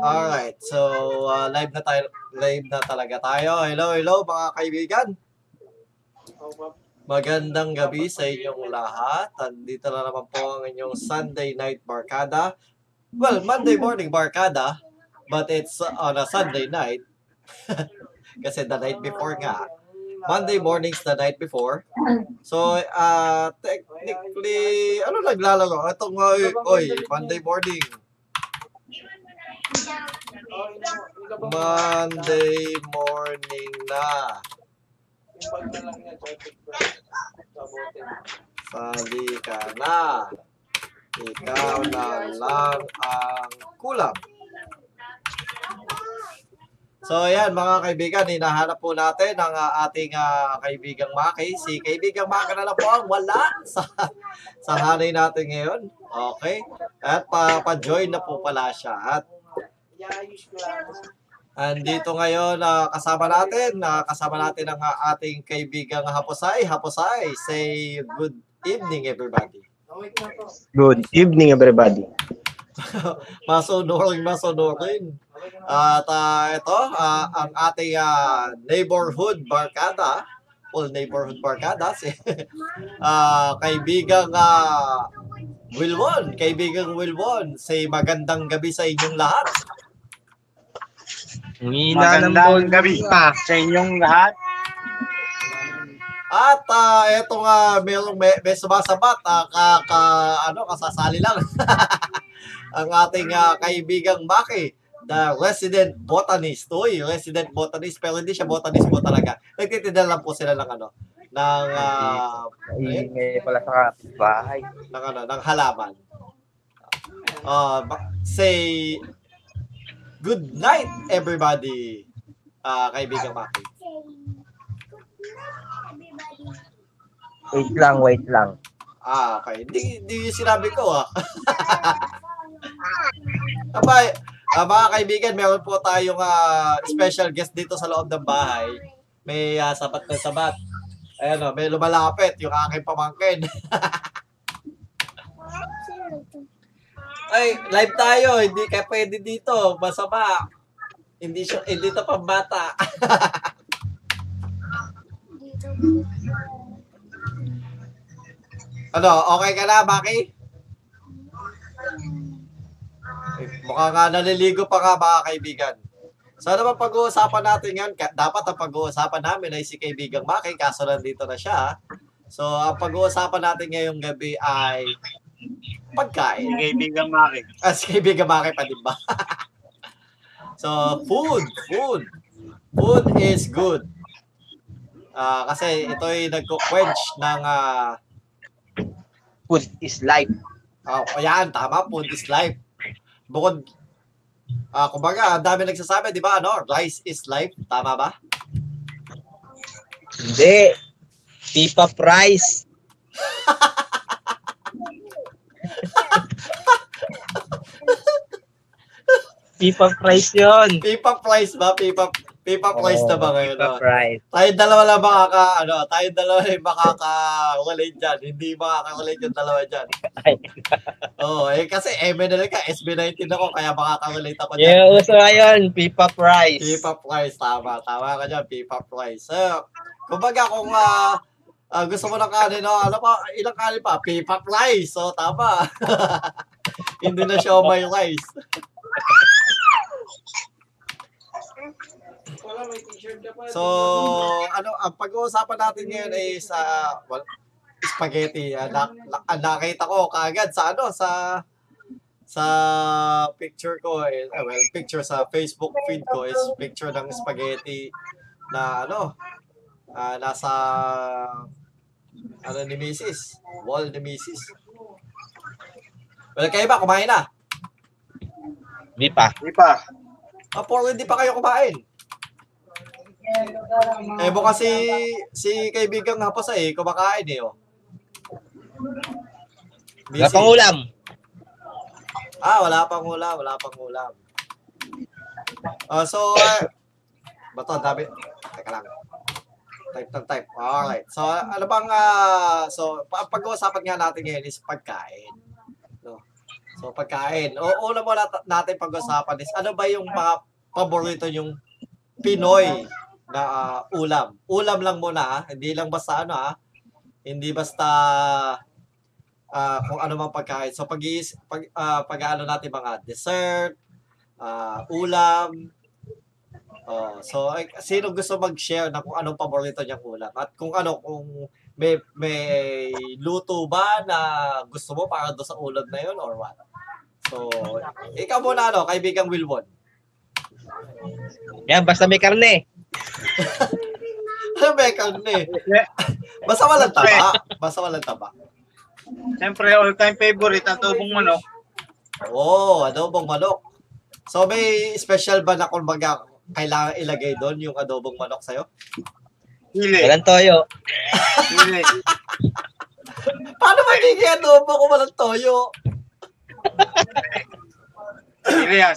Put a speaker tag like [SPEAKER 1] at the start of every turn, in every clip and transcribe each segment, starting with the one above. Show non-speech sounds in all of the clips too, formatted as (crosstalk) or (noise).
[SPEAKER 1] Alright, so uh, live na tayo, live na talaga tayo. Hello, hello mga kaibigan. Magandang gabi sa inyong lahat. Andito na naman po ang inyong Sunday night barkada. Well, Monday morning barkada, but it's on a Sunday night. (laughs) Kasi the night before nga. Monday morning's the night before. So, uh, technically, ano naglalaro? Itong, oy, oy, Monday morning. Monday morning na. Sali ka na. Ikaw na lang ang kulang. So ayan mga kaibigan, hinahanap po natin ang ah, ating ah, kaibigang Maki. Si kaibigang Maki na lang po ang wala (laughs) sa, sa hanay natin ngayon. Okay? At pa, pa-join na po pala siya. At Andito ngayon na kasama natin, na kasama natin ang ah, ating kaibigang Haposay. Haposay, say good evening everybody.
[SPEAKER 2] Good evening, everybody.
[SPEAKER 1] Masunurin, masunurin. At ah, ito, ah, ang ating ah, neighborhood barkada, full neighborhood barkada, si (laughs) ah, kaibigang ah, Wilwon, kaibigang Wilwon, say magandang gabi sa inyong lahat.
[SPEAKER 2] Magandang gabi pa sa inyong lahat.
[SPEAKER 1] At ah, eto nga, merong may, may sumasabat, ah, ka, ka, ano, kasasali lang. (laughs) Ang ating ah, kaibigang Maki, the resident botanist. Uy, resident botanist, pero hindi siya botanist po talaga. Nagtitinda lang po sila ng ano, ng, ah,
[SPEAKER 2] Ingay pala sa bahay.
[SPEAKER 1] ng, ano, ng halaman. Ah, ba- say, good night everybody, ah, kaibigang Maki.
[SPEAKER 2] Wait lang, wait lang.
[SPEAKER 1] Ah, okay. Di, di sinabi ko ah. (laughs) Aba, ah, mga kaibigan, meron po tayong ah, special guest dito sa loob ng bahay. May ah, sabat na sabat. Ayan oh, may lumalapit yung aking pamangkin. (laughs) Ay, live tayo, hindi ka pwede dito, masama. Hindi siya, hindi to pambata. Ano, okay ka na, Maki? Eh, mukha nga naliligo pa nga, mga kaibigan. So ano bang pag-uusapan natin ngayon? Ka- Dapat ang pag-uusapan namin ay si kaibigang Maki, kaso nandito na siya. So ang pag-uusapan natin ngayong gabi ay pagkain. Ah,
[SPEAKER 2] Kaibigan Maki.
[SPEAKER 1] As kaibigan bakit pa, di ba? (laughs) so, food, food. Food is good. Ah, kasi ito'y nagko-quench ng ah,
[SPEAKER 2] Food is life.
[SPEAKER 1] Ah, oh, ayan, tama, food is life. Bukod, ah, kumbaga, ang dami nagsasabi, di ba, ano, rice is life, tama ba?
[SPEAKER 2] Hindi. Pipa price. Pipa price yun. Oh,
[SPEAKER 1] Pipa price ba? Pipa, pipa price na ba ngayon?
[SPEAKER 2] Pipa
[SPEAKER 1] no?
[SPEAKER 2] price.
[SPEAKER 1] Tayong dalawa lang makaka, ano, tayong dalawa lang makaka-relate dyan. Hindi makaka-relate yung dalawa
[SPEAKER 2] (laughs)
[SPEAKER 1] dyan. Oo, eh, kasi MNL ka, SB19 ako, kaya makaka-relate ako dyan.
[SPEAKER 2] Yeah, uso na yun. Pipa price.
[SPEAKER 1] Pipa price, tama. Tama ka dyan, Pipa price. So, kumbaga kung ah, ah, gusto mo ng kanin, no, ano pa, ilang kanin pa? Pipa price. So, tama. (laughs) Hindi na siya may rice. So, ano, ang pag-uusapan natin ngayon ay sa well, spaghetti. Ah, na, na, ah, nakita ko kaagad sa ano, sa sa picture ko eh, ah, well, picture sa Facebook feed ko is picture ng spaghetti na ano, ah, nasa ano ni Mrs. Wall ni Mrs. Well, kayo ba kumain na?
[SPEAKER 2] Di pa.
[SPEAKER 1] Apo, hindi pa kayo kumain. Eh, mo kasi si kaibigang hapos eh, kumakain eh, oh.
[SPEAKER 2] Wala pang ulam.
[SPEAKER 1] Ah, wala pang ulam, wala pang ulam. Ah, so, uh, bato, dami. Teka lang. Type ng type. Alright. So, ano bang, ah, so, pa- ang pag-uusapan nga natin ngayon is pagkain. No? So, So, pagkain. O, una muna nat- natin pag-usapan is, ano ba yung mga paborito yung Pinoy na ah, ulam? Ulam lang muna, ah. Hindi lang basta ano, ah. Hindi basta ah, kung ano mang pagkain. So, pag, pag, ah, pag-ano natin mga dessert, ah, ulam, Oh, so ay, sino gusto mag-share na kung anong paborito niyang ulam at kung ano kung may may luto ba na gusto mo para do sa ulam na yon or what? So, ikaw muna ano, kaibigang (laughs) Wilwon.
[SPEAKER 2] Yan, basta may karne.
[SPEAKER 1] Bacon na eh. (laughs) Basta walang taba. Basta walang taba.
[SPEAKER 3] Siyempre, all-time favorite, atubong manok.
[SPEAKER 1] Oh, adobong manok. So, may special ba na kumbaga kailangan ilagay doon yung adobong manok sa'yo?
[SPEAKER 3] Hili.
[SPEAKER 2] Walang toyo.
[SPEAKER 3] Hili.
[SPEAKER 1] Paano magiging adobo kung walang toyo?
[SPEAKER 3] Hili. ah.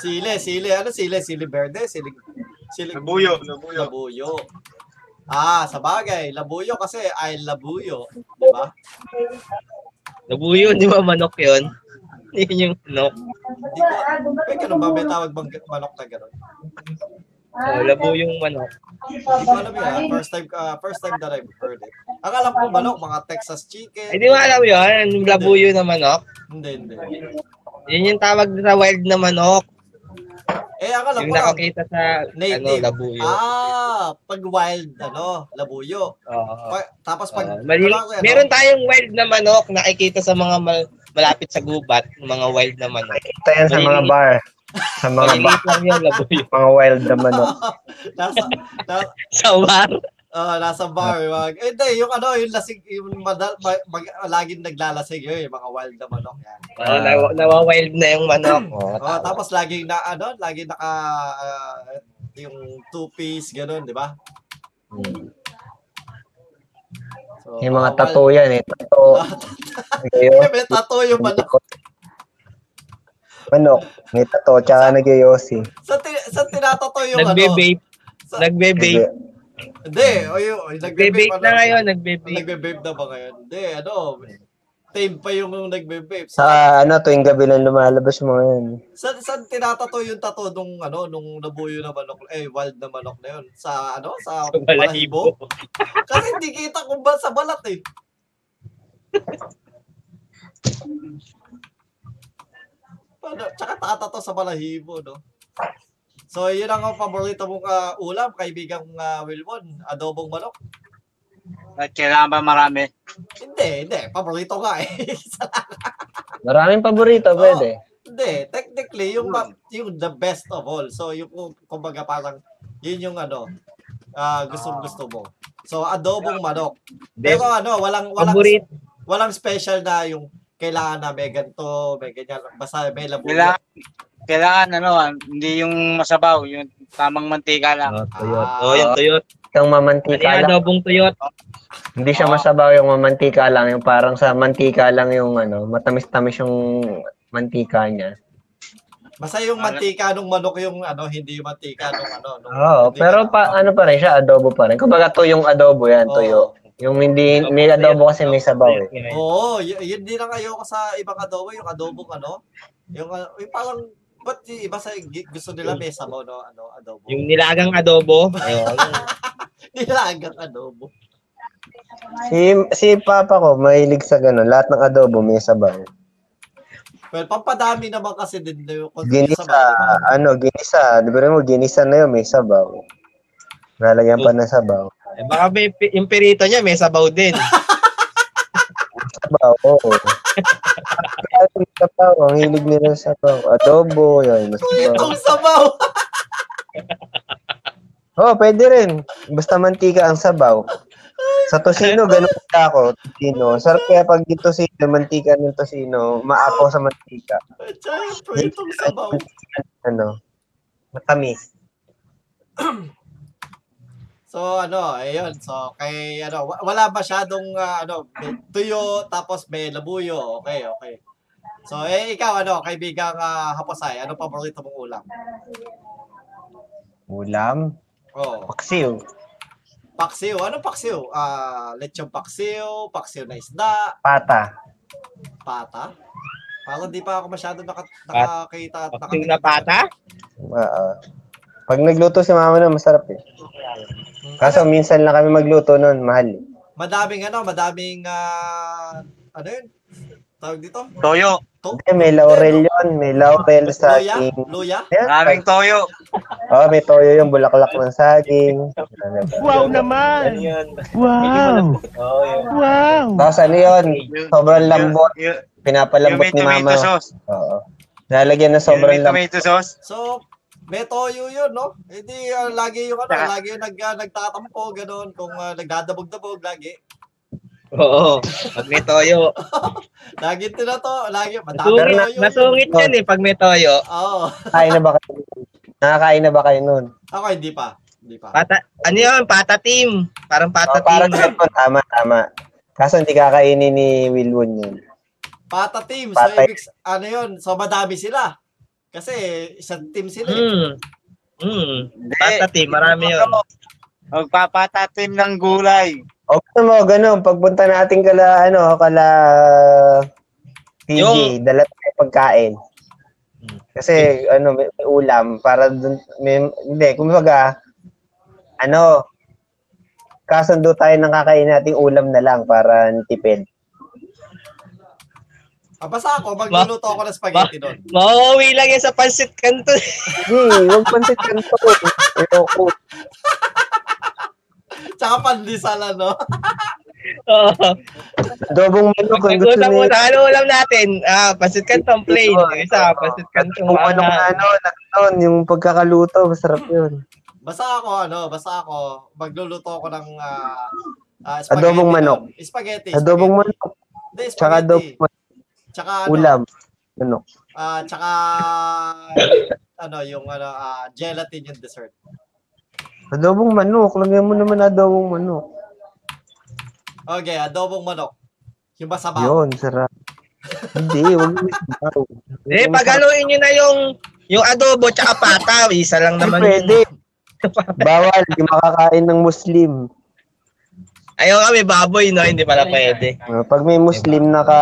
[SPEAKER 1] Sile, sile. Ano sile? Sile verde? Sile, sile
[SPEAKER 3] Labuyo. Labuyo.
[SPEAKER 1] Labuyo. Ah, sa bagay. Labuyo kasi ay labuyo. Di ba?
[SPEAKER 2] Nabuyo, di ba manok yun? (laughs) Yun yung manok.
[SPEAKER 1] Hindi ko, may ganun ba? May tawag bang manok na ganun?
[SPEAKER 2] Oh, labo yung manok.
[SPEAKER 1] Hindi ko alam yun. ah. First time, ah, first time that I've heard it. Ang alam ko manok, mga Texas chicken.
[SPEAKER 2] Ay, di mo alam yun? Yung labuyo na manok.
[SPEAKER 1] Hindi, hindi.
[SPEAKER 2] Yun yung tawag sa wild na manok.
[SPEAKER 1] Eh, ang alam ko
[SPEAKER 2] Yung
[SPEAKER 1] lang.
[SPEAKER 2] nakakita sa, ano,
[SPEAKER 1] Native.
[SPEAKER 2] labuyo.
[SPEAKER 1] Ah, pag wild, ano, labuyo.
[SPEAKER 2] Oo.
[SPEAKER 1] Pa- tapos pag,
[SPEAKER 2] Ah, mali-
[SPEAKER 1] wala ko yan,
[SPEAKER 2] meron
[SPEAKER 1] no?
[SPEAKER 2] tayong wild na manok nakikita sa mga mal- malapit sa gubat, yung mga wild na manok.
[SPEAKER 4] Ito yan sa mga bar. Sa mga bar.
[SPEAKER 2] Maliliit lang yung
[SPEAKER 4] (laughs)
[SPEAKER 2] labuyo.
[SPEAKER 4] Mga wild na manok.
[SPEAKER 1] nasa, na,
[SPEAKER 2] Sa war.
[SPEAKER 1] ah, nasa bar. yung mga- eh, Hindi, yung ano, yung lasing, yung madal, mag, mag- laging naglalasing yun, yung mga wild na manok yan.
[SPEAKER 2] Oh,
[SPEAKER 4] Ah.
[SPEAKER 2] naw- nawawild na yung manok. Oh,
[SPEAKER 1] Oh, tapos laging na ano, laging naka ah, yung two-piece ganun, di ba? So,
[SPEAKER 4] Yung mga
[SPEAKER 1] bawal.
[SPEAKER 4] tattoo yan eh. Tattoo. Nagayo.
[SPEAKER 1] Ah, May tattoo yung manok.
[SPEAKER 4] Manok. May tattoo. Tsaka eh. nagyayosi.
[SPEAKER 1] Sa, tin- sa tinatato yung ano.
[SPEAKER 2] nagbe-vape.
[SPEAKER 1] Sa,
[SPEAKER 2] Nagbe-vape.
[SPEAKER 1] hindi, o yun, o, yung
[SPEAKER 2] Nagbe-vape
[SPEAKER 1] ano?
[SPEAKER 2] na ngayon. Nagbe-vape.
[SPEAKER 1] Nagbe-vape na ba ngayon? Hindi, ano, tame pa yung nagbe-vape.
[SPEAKER 4] Sa
[SPEAKER 1] Sa,
[SPEAKER 4] ano, tuwing gabi lang lumalabas yung mga yan.
[SPEAKER 1] sa, sa tinatato yung tato nung, ano, nung nabuyo na manok, eh, wild na manok na yun. Sa, ano, sa,
[SPEAKER 2] Sa balahibo.
[SPEAKER 1] Kasi hindi kita kung ba sa balat eh. Paano? Tsaka tatato sa balahibo, no? So, yun ang paborito mong ah, ulam, kaibigang ah, Wilwon. Adobong manok.
[SPEAKER 3] At kailangan ba marami?
[SPEAKER 1] Hindi, hindi. Paborito nga eh. (laughs) Isa lang.
[SPEAKER 4] Maraming
[SPEAKER 1] Ah.
[SPEAKER 4] paborito, pwede.
[SPEAKER 1] hindi. Technically, yung, ma- yung the best of all. So, yung kung- kumbaga parang, yun yung ano, ah, gustong-gusto mo. So, adobong manok. Pero ano, walang, walang,
[SPEAKER 2] Paborito.
[SPEAKER 1] walang special na yung kailangan na may ganito, may ganyan. Basta may labo.
[SPEAKER 3] Kailangan, kailangan ano, ah, hindi yung masabaw, yung tamang mantika lang.
[SPEAKER 4] Ah.
[SPEAKER 2] Oh,
[SPEAKER 1] tuyot.
[SPEAKER 2] Oh, yung tuyot.
[SPEAKER 4] Yung
[SPEAKER 2] Yung
[SPEAKER 4] mamantika lang.
[SPEAKER 2] adobong tuyot.
[SPEAKER 4] Hindi
[SPEAKER 1] Ah.
[SPEAKER 4] siya masabaw yung mamantika lang. Yung parang sa mantika lang yung ano, matamis-tamis yung mantika niya.
[SPEAKER 1] Basta yung mantika nung manok yung ano, hindi yung mantika nung ano. Nung,
[SPEAKER 4] Oo,
[SPEAKER 1] hindi ka-
[SPEAKER 4] pero pa, ano pa rin siya, adobo pa rin. Kumbaga tuyong adobo yan,
[SPEAKER 1] Oo.
[SPEAKER 4] tuyo. Yung hindi, may adobo kasi may sabaw eh.
[SPEAKER 1] Oo, y- yun din ang ayoko sa ibang adobo, yung adobo ano. Yung, ah, yung parang, ba't yung iba sa gi- gusto nila may sabaw no, ano, adobo.
[SPEAKER 2] Yung nilagang adobo. Ayun.
[SPEAKER 1] Nilagang adobo.
[SPEAKER 4] Si, si papa ko, mahilig sa ganun. Lahat ng adobo may sabaw.
[SPEAKER 1] Well, pampadami naman kasi din na yung yung
[SPEAKER 4] Ginisa,
[SPEAKER 1] sabaw, di ba?
[SPEAKER 4] ano, ginisa. Di ba rin mo, ginisa na yun, may sabaw. Lalagyan pa ng sabaw.
[SPEAKER 2] Eh, (laughs) baka may, pi- yung perito niya may sabaw din.
[SPEAKER 4] Sabaw, oo. Kaya yung sabaw, ang hilig nila sa sabaw. Adobo, yun, mas sabaw.
[SPEAKER 1] Itong sabaw. (laughs)
[SPEAKER 4] Oo, oh, pwede rin. Basta mantika ang sabaw. Sa tosino, ganun ka ako. Tosino. Sarap kaya pag yung tosino, mantika ng tosino, maapaw sa mantika.
[SPEAKER 1] Siyempre, itong sabaw.
[SPEAKER 4] Ano? Matamis.
[SPEAKER 1] So ano, ayun. So kay ano, wa- wala masyadong ah, ano, may tuyo tapos may labuyo. Okay, okay. So eh ikaw ano, kaibigang uh, Haposay, ano paborito mong ulam?
[SPEAKER 4] Ulam?
[SPEAKER 1] Oh,
[SPEAKER 4] Paksiw.
[SPEAKER 1] paksiw. Ano paksiw? Ah, lechong paksiw, paksiw na isda,
[SPEAKER 4] Pata.
[SPEAKER 1] pata. Parang di pa ako masyado naka, nakakita at
[SPEAKER 2] Yung napata?
[SPEAKER 4] Oo. Ah, Pag nagluto si mama nun, masarap eh.
[SPEAKER 1] Mm.
[SPEAKER 4] Kaso minsan lang kami magluto nun, mahal eh.
[SPEAKER 1] Madaming ano, madaming ah, ano yun? Tawag dito?
[SPEAKER 3] Toyo.
[SPEAKER 4] Eh, may laurel yun, may laurel saging.
[SPEAKER 1] Luya?
[SPEAKER 4] Ayan,
[SPEAKER 3] Maraming toyo.
[SPEAKER 4] Oh, may toyo yung bulaklak ng saging. Ano ba?
[SPEAKER 5] Wow naman! Wow! Wow!
[SPEAKER 4] Tapos ano yun, sobrang lambot.
[SPEAKER 3] Yung, yung
[SPEAKER 4] Pinapalambot
[SPEAKER 3] may
[SPEAKER 4] ni
[SPEAKER 3] tomato
[SPEAKER 4] mama.
[SPEAKER 3] sauce.
[SPEAKER 4] Oo. Nalagyan na
[SPEAKER 3] Yung may
[SPEAKER 4] sobrang lambot.
[SPEAKER 3] tomato sauce.
[SPEAKER 1] So, may toyo yun, no? Hindi, ah, lagi yung ano,
[SPEAKER 3] Saka-
[SPEAKER 1] lagi yung nag, ah, nagtatampo, ganun. Kung ah, nagdadabog-dabog, lagi.
[SPEAKER 2] Oo. Pag may toyo.
[SPEAKER 1] Lagi tinato, lagi, madami
[SPEAKER 2] Sungit,
[SPEAKER 1] toyo. yun.
[SPEAKER 2] masungit yan eh pag may toyo.
[SPEAKER 1] Oo.
[SPEAKER 4] Kain na ba kayo? Nakakain na ba kayo nun?
[SPEAKER 1] Ako, hindi pa. Hindi pa.
[SPEAKER 2] Pata, ano yun? Patatim. Parang
[SPEAKER 4] Oh, parang
[SPEAKER 2] patatim.
[SPEAKER 4] ganun, tama, tama. Kaso hindi kakainin ni Wilwon yun.
[SPEAKER 1] Pata team. So,
[SPEAKER 4] Patay.
[SPEAKER 1] ibig, s- ano yun? So, madami sila. Kasi, isang team sila. eh.
[SPEAKER 2] Mm. Mm.
[SPEAKER 4] Eh,
[SPEAKER 2] Patatim. Marami yun.
[SPEAKER 3] Ano? Magpapatatim ng gulay.
[SPEAKER 4] O gusto mo, ganun, pagpunta natin kala, ano, kala PJ,
[SPEAKER 2] Yung- Hmm.
[SPEAKER 4] dala tayo pagkain. Kasi, ano, may, may ulam, para dun, may, hindi, kumbaga, ano, kasundo tayo ng kakain nating ulam na lang para tipid.
[SPEAKER 1] Ah, basta ako, magluluto ako ng spaghetti doon.
[SPEAKER 2] Mauwi lang yan sa pansit kanto. (laughs)
[SPEAKER 4] Hindi, huwag pansit kanto. Ayoko.
[SPEAKER 1] Tsaka pandesal, ano?
[SPEAKER 2] Oo.
[SPEAKER 4] Adobong manok, kung gusto
[SPEAKER 2] Pag-usapan
[SPEAKER 4] niyo.
[SPEAKER 2] muna, ano ulam natin? Ah, pansit kantong plain. Yung isa, pansit kantong
[SPEAKER 4] Kung ano na ano, nagton, yung pagkakaluto, masarap yun.
[SPEAKER 1] Basta ako, ano, basta ako, magluluto ako ng ah, ah, spaghetti.
[SPEAKER 4] Adobong manok.
[SPEAKER 1] doon. Spaghetti.
[SPEAKER 4] Adobong manok,
[SPEAKER 1] spaghetti. Hindi,
[SPEAKER 4] tsaka
[SPEAKER 1] spaghetti.
[SPEAKER 4] adobong manok,
[SPEAKER 1] Tsaka, ano,
[SPEAKER 4] ulam, manok.
[SPEAKER 1] ah, tsaka, ano, yung, ano, ah, gelatin yung dessert.
[SPEAKER 4] Adobong manok, lagyan mo naman adobong manok.
[SPEAKER 1] Okay, adobong manok. Yung masabaw.
[SPEAKER 4] Yun, sarap. Hindi, wag mo sabaw.
[SPEAKER 2] Eh, pagaluin nyo na yung yung adobo tsaka pata. Isa lang
[SPEAKER 4] Hindi
[SPEAKER 2] naman.
[SPEAKER 4] pwede.
[SPEAKER 2] (laughs)
[SPEAKER 4] Bawal, di makakain ng Muslim.
[SPEAKER 2] Ayaw kami baboy, no? Hindi pala pwede.
[SPEAKER 4] Ah, Pag may Muslim na ka,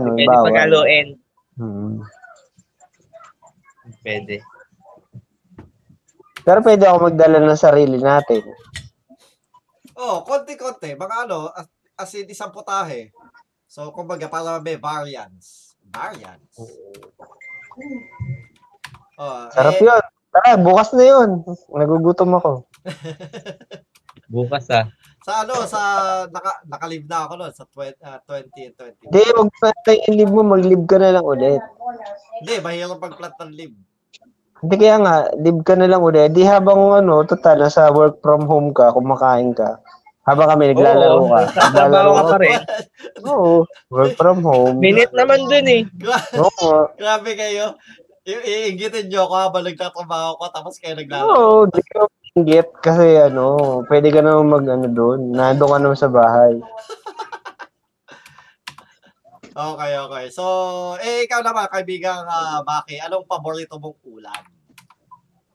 [SPEAKER 4] ano,
[SPEAKER 2] Pwede
[SPEAKER 4] bawal.
[SPEAKER 2] pagaluin.
[SPEAKER 4] Hmm.
[SPEAKER 2] Pwede.
[SPEAKER 4] Pero pwede ako magdala ng sarili natin.
[SPEAKER 1] Oh, konti-konti. Mga ano, as, as in isang putahe. So, kumbaga, para may variants. Variants. Oh,
[SPEAKER 4] Sarap
[SPEAKER 1] eh,
[SPEAKER 4] yun. Tara, bukas na yun. Nagugutom ako.
[SPEAKER 2] Bukas, ah.
[SPEAKER 1] sa ano, sa, naka, nakalive na ako noon, sa 20, ah, 20 and 20.
[SPEAKER 4] Hindi, wag pa tayo ilib mo. Mag-lib ka na lang ulit.
[SPEAKER 1] Hindi, mahirap mag-plant ng live.
[SPEAKER 4] Hindi kaya nga, lib ka na lang ulit. Di habang ano, total, nasa work from home ka, kumakain ka. Habang kami naglalaro
[SPEAKER 2] (laughs)
[SPEAKER 4] ka.
[SPEAKER 2] Trabaho ka pa rin.
[SPEAKER 4] Oo, work from home.
[SPEAKER 2] Minute naman dun, eh.
[SPEAKER 4] Oo.
[SPEAKER 1] Grabe kayo. I- iingitin nyo ako habang nagtatrabaho ko tapos kayo naglalaro.
[SPEAKER 4] Oo, di ka maingit kasi ano, pwede ka naman mag ano doon. Nando ka naman sa bahay.
[SPEAKER 1] Okay, okay. So, eh, ikaw naman, kaibigang ah, Maki, anong paborito mong ulam?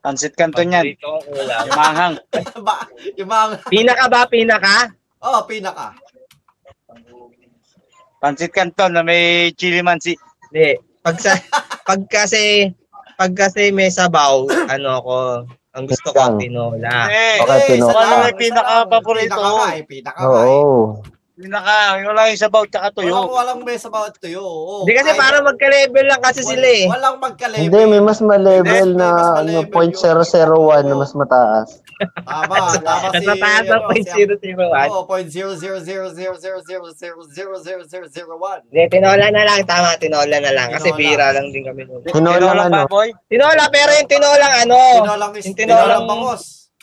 [SPEAKER 3] Pansit kanton yan.
[SPEAKER 2] Ito ang ulam.
[SPEAKER 3] Manghang.
[SPEAKER 1] Ba- yung mga,
[SPEAKER 2] Pinaka ba? Pinaka?
[SPEAKER 1] oh, pinaka.
[SPEAKER 3] Pansit kanton na may chili mansi.
[SPEAKER 2] Hindi. Pag, sa, pag kasi, pag kasi may sabaw, ano ko, ang gusto ko,
[SPEAKER 4] Lang. Ah.
[SPEAKER 2] tinola.
[SPEAKER 3] Eh,
[SPEAKER 4] Okay,
[SPEAKER 1] Eh,
[SPEAKER 4] Pinoy.
[SPEAKER 1] isa lang,
[SPEAKER 3] Wala,
[SPEAKER 1] isa
[SPEAKER 3] pinaka-paborito
[SPEAKER 1] lang. Pinaka
[SPEAKER 3] ko.
[SPEAKER 1] nga eh, pinaka nga eh.
[SPEAKER 4] Oo.
[SPEAKER 3] pinaka, wala yung sabaw tsaka
[SPEAKER 1] Walang,
[SPEAKER 3] tuyo.
[SPEAKER 1] walang mess about tuyo. oo.
[SPEAKER 2] Hindi kasi
[SPEAKER 1] Kahit-
[SPEAKER 2] parang magka-level lang kasi
[SPEAKER 1] wal-
[SPEAKER 2] sila eh.
[SPEAKER 1] Walang magka-level.
[SPEAKER 4] Hindi, may mas
[SPEAKER 1] Hindi,
[SPEAKER 4] ma-level na
[SPEAKER 1] may mas
[SPEAKER 4] ano,
[SPEAKER 1] ma-level
[SPEAKER 4] 0.001 na mas mataas.
[SPEAKER 1] Tama, tama si...
[SPEAKER 2] Nasa taas ng
[SPEAKER 1] ano, si-
[SPEAKER 2] 0.001.
[SPEAKER 1] Oo, 0.00000000001.
[SPEAKER 2] Hindi, tinola na lang. Tama, tinola na lang. Kasi
[SPEAKER 1] Tinola.
[SPEAKER 2] bira lang din kami. nun.
[SPEAKER 4] Tinola
[SPEAKER 3] Tinolang
[SPEAKER 4] lang ano.
[SPEAKER 3] baboy.
[SPEAKER 2] Tinola, pero yung tinolang ano?
[SPEAKER 1] Tinolang is...
[SPEAKER 2] yung
[SPEAKER 1] Tinolang
[SPEAKER 2] tinolang-
[SPEAKER 1] bangos.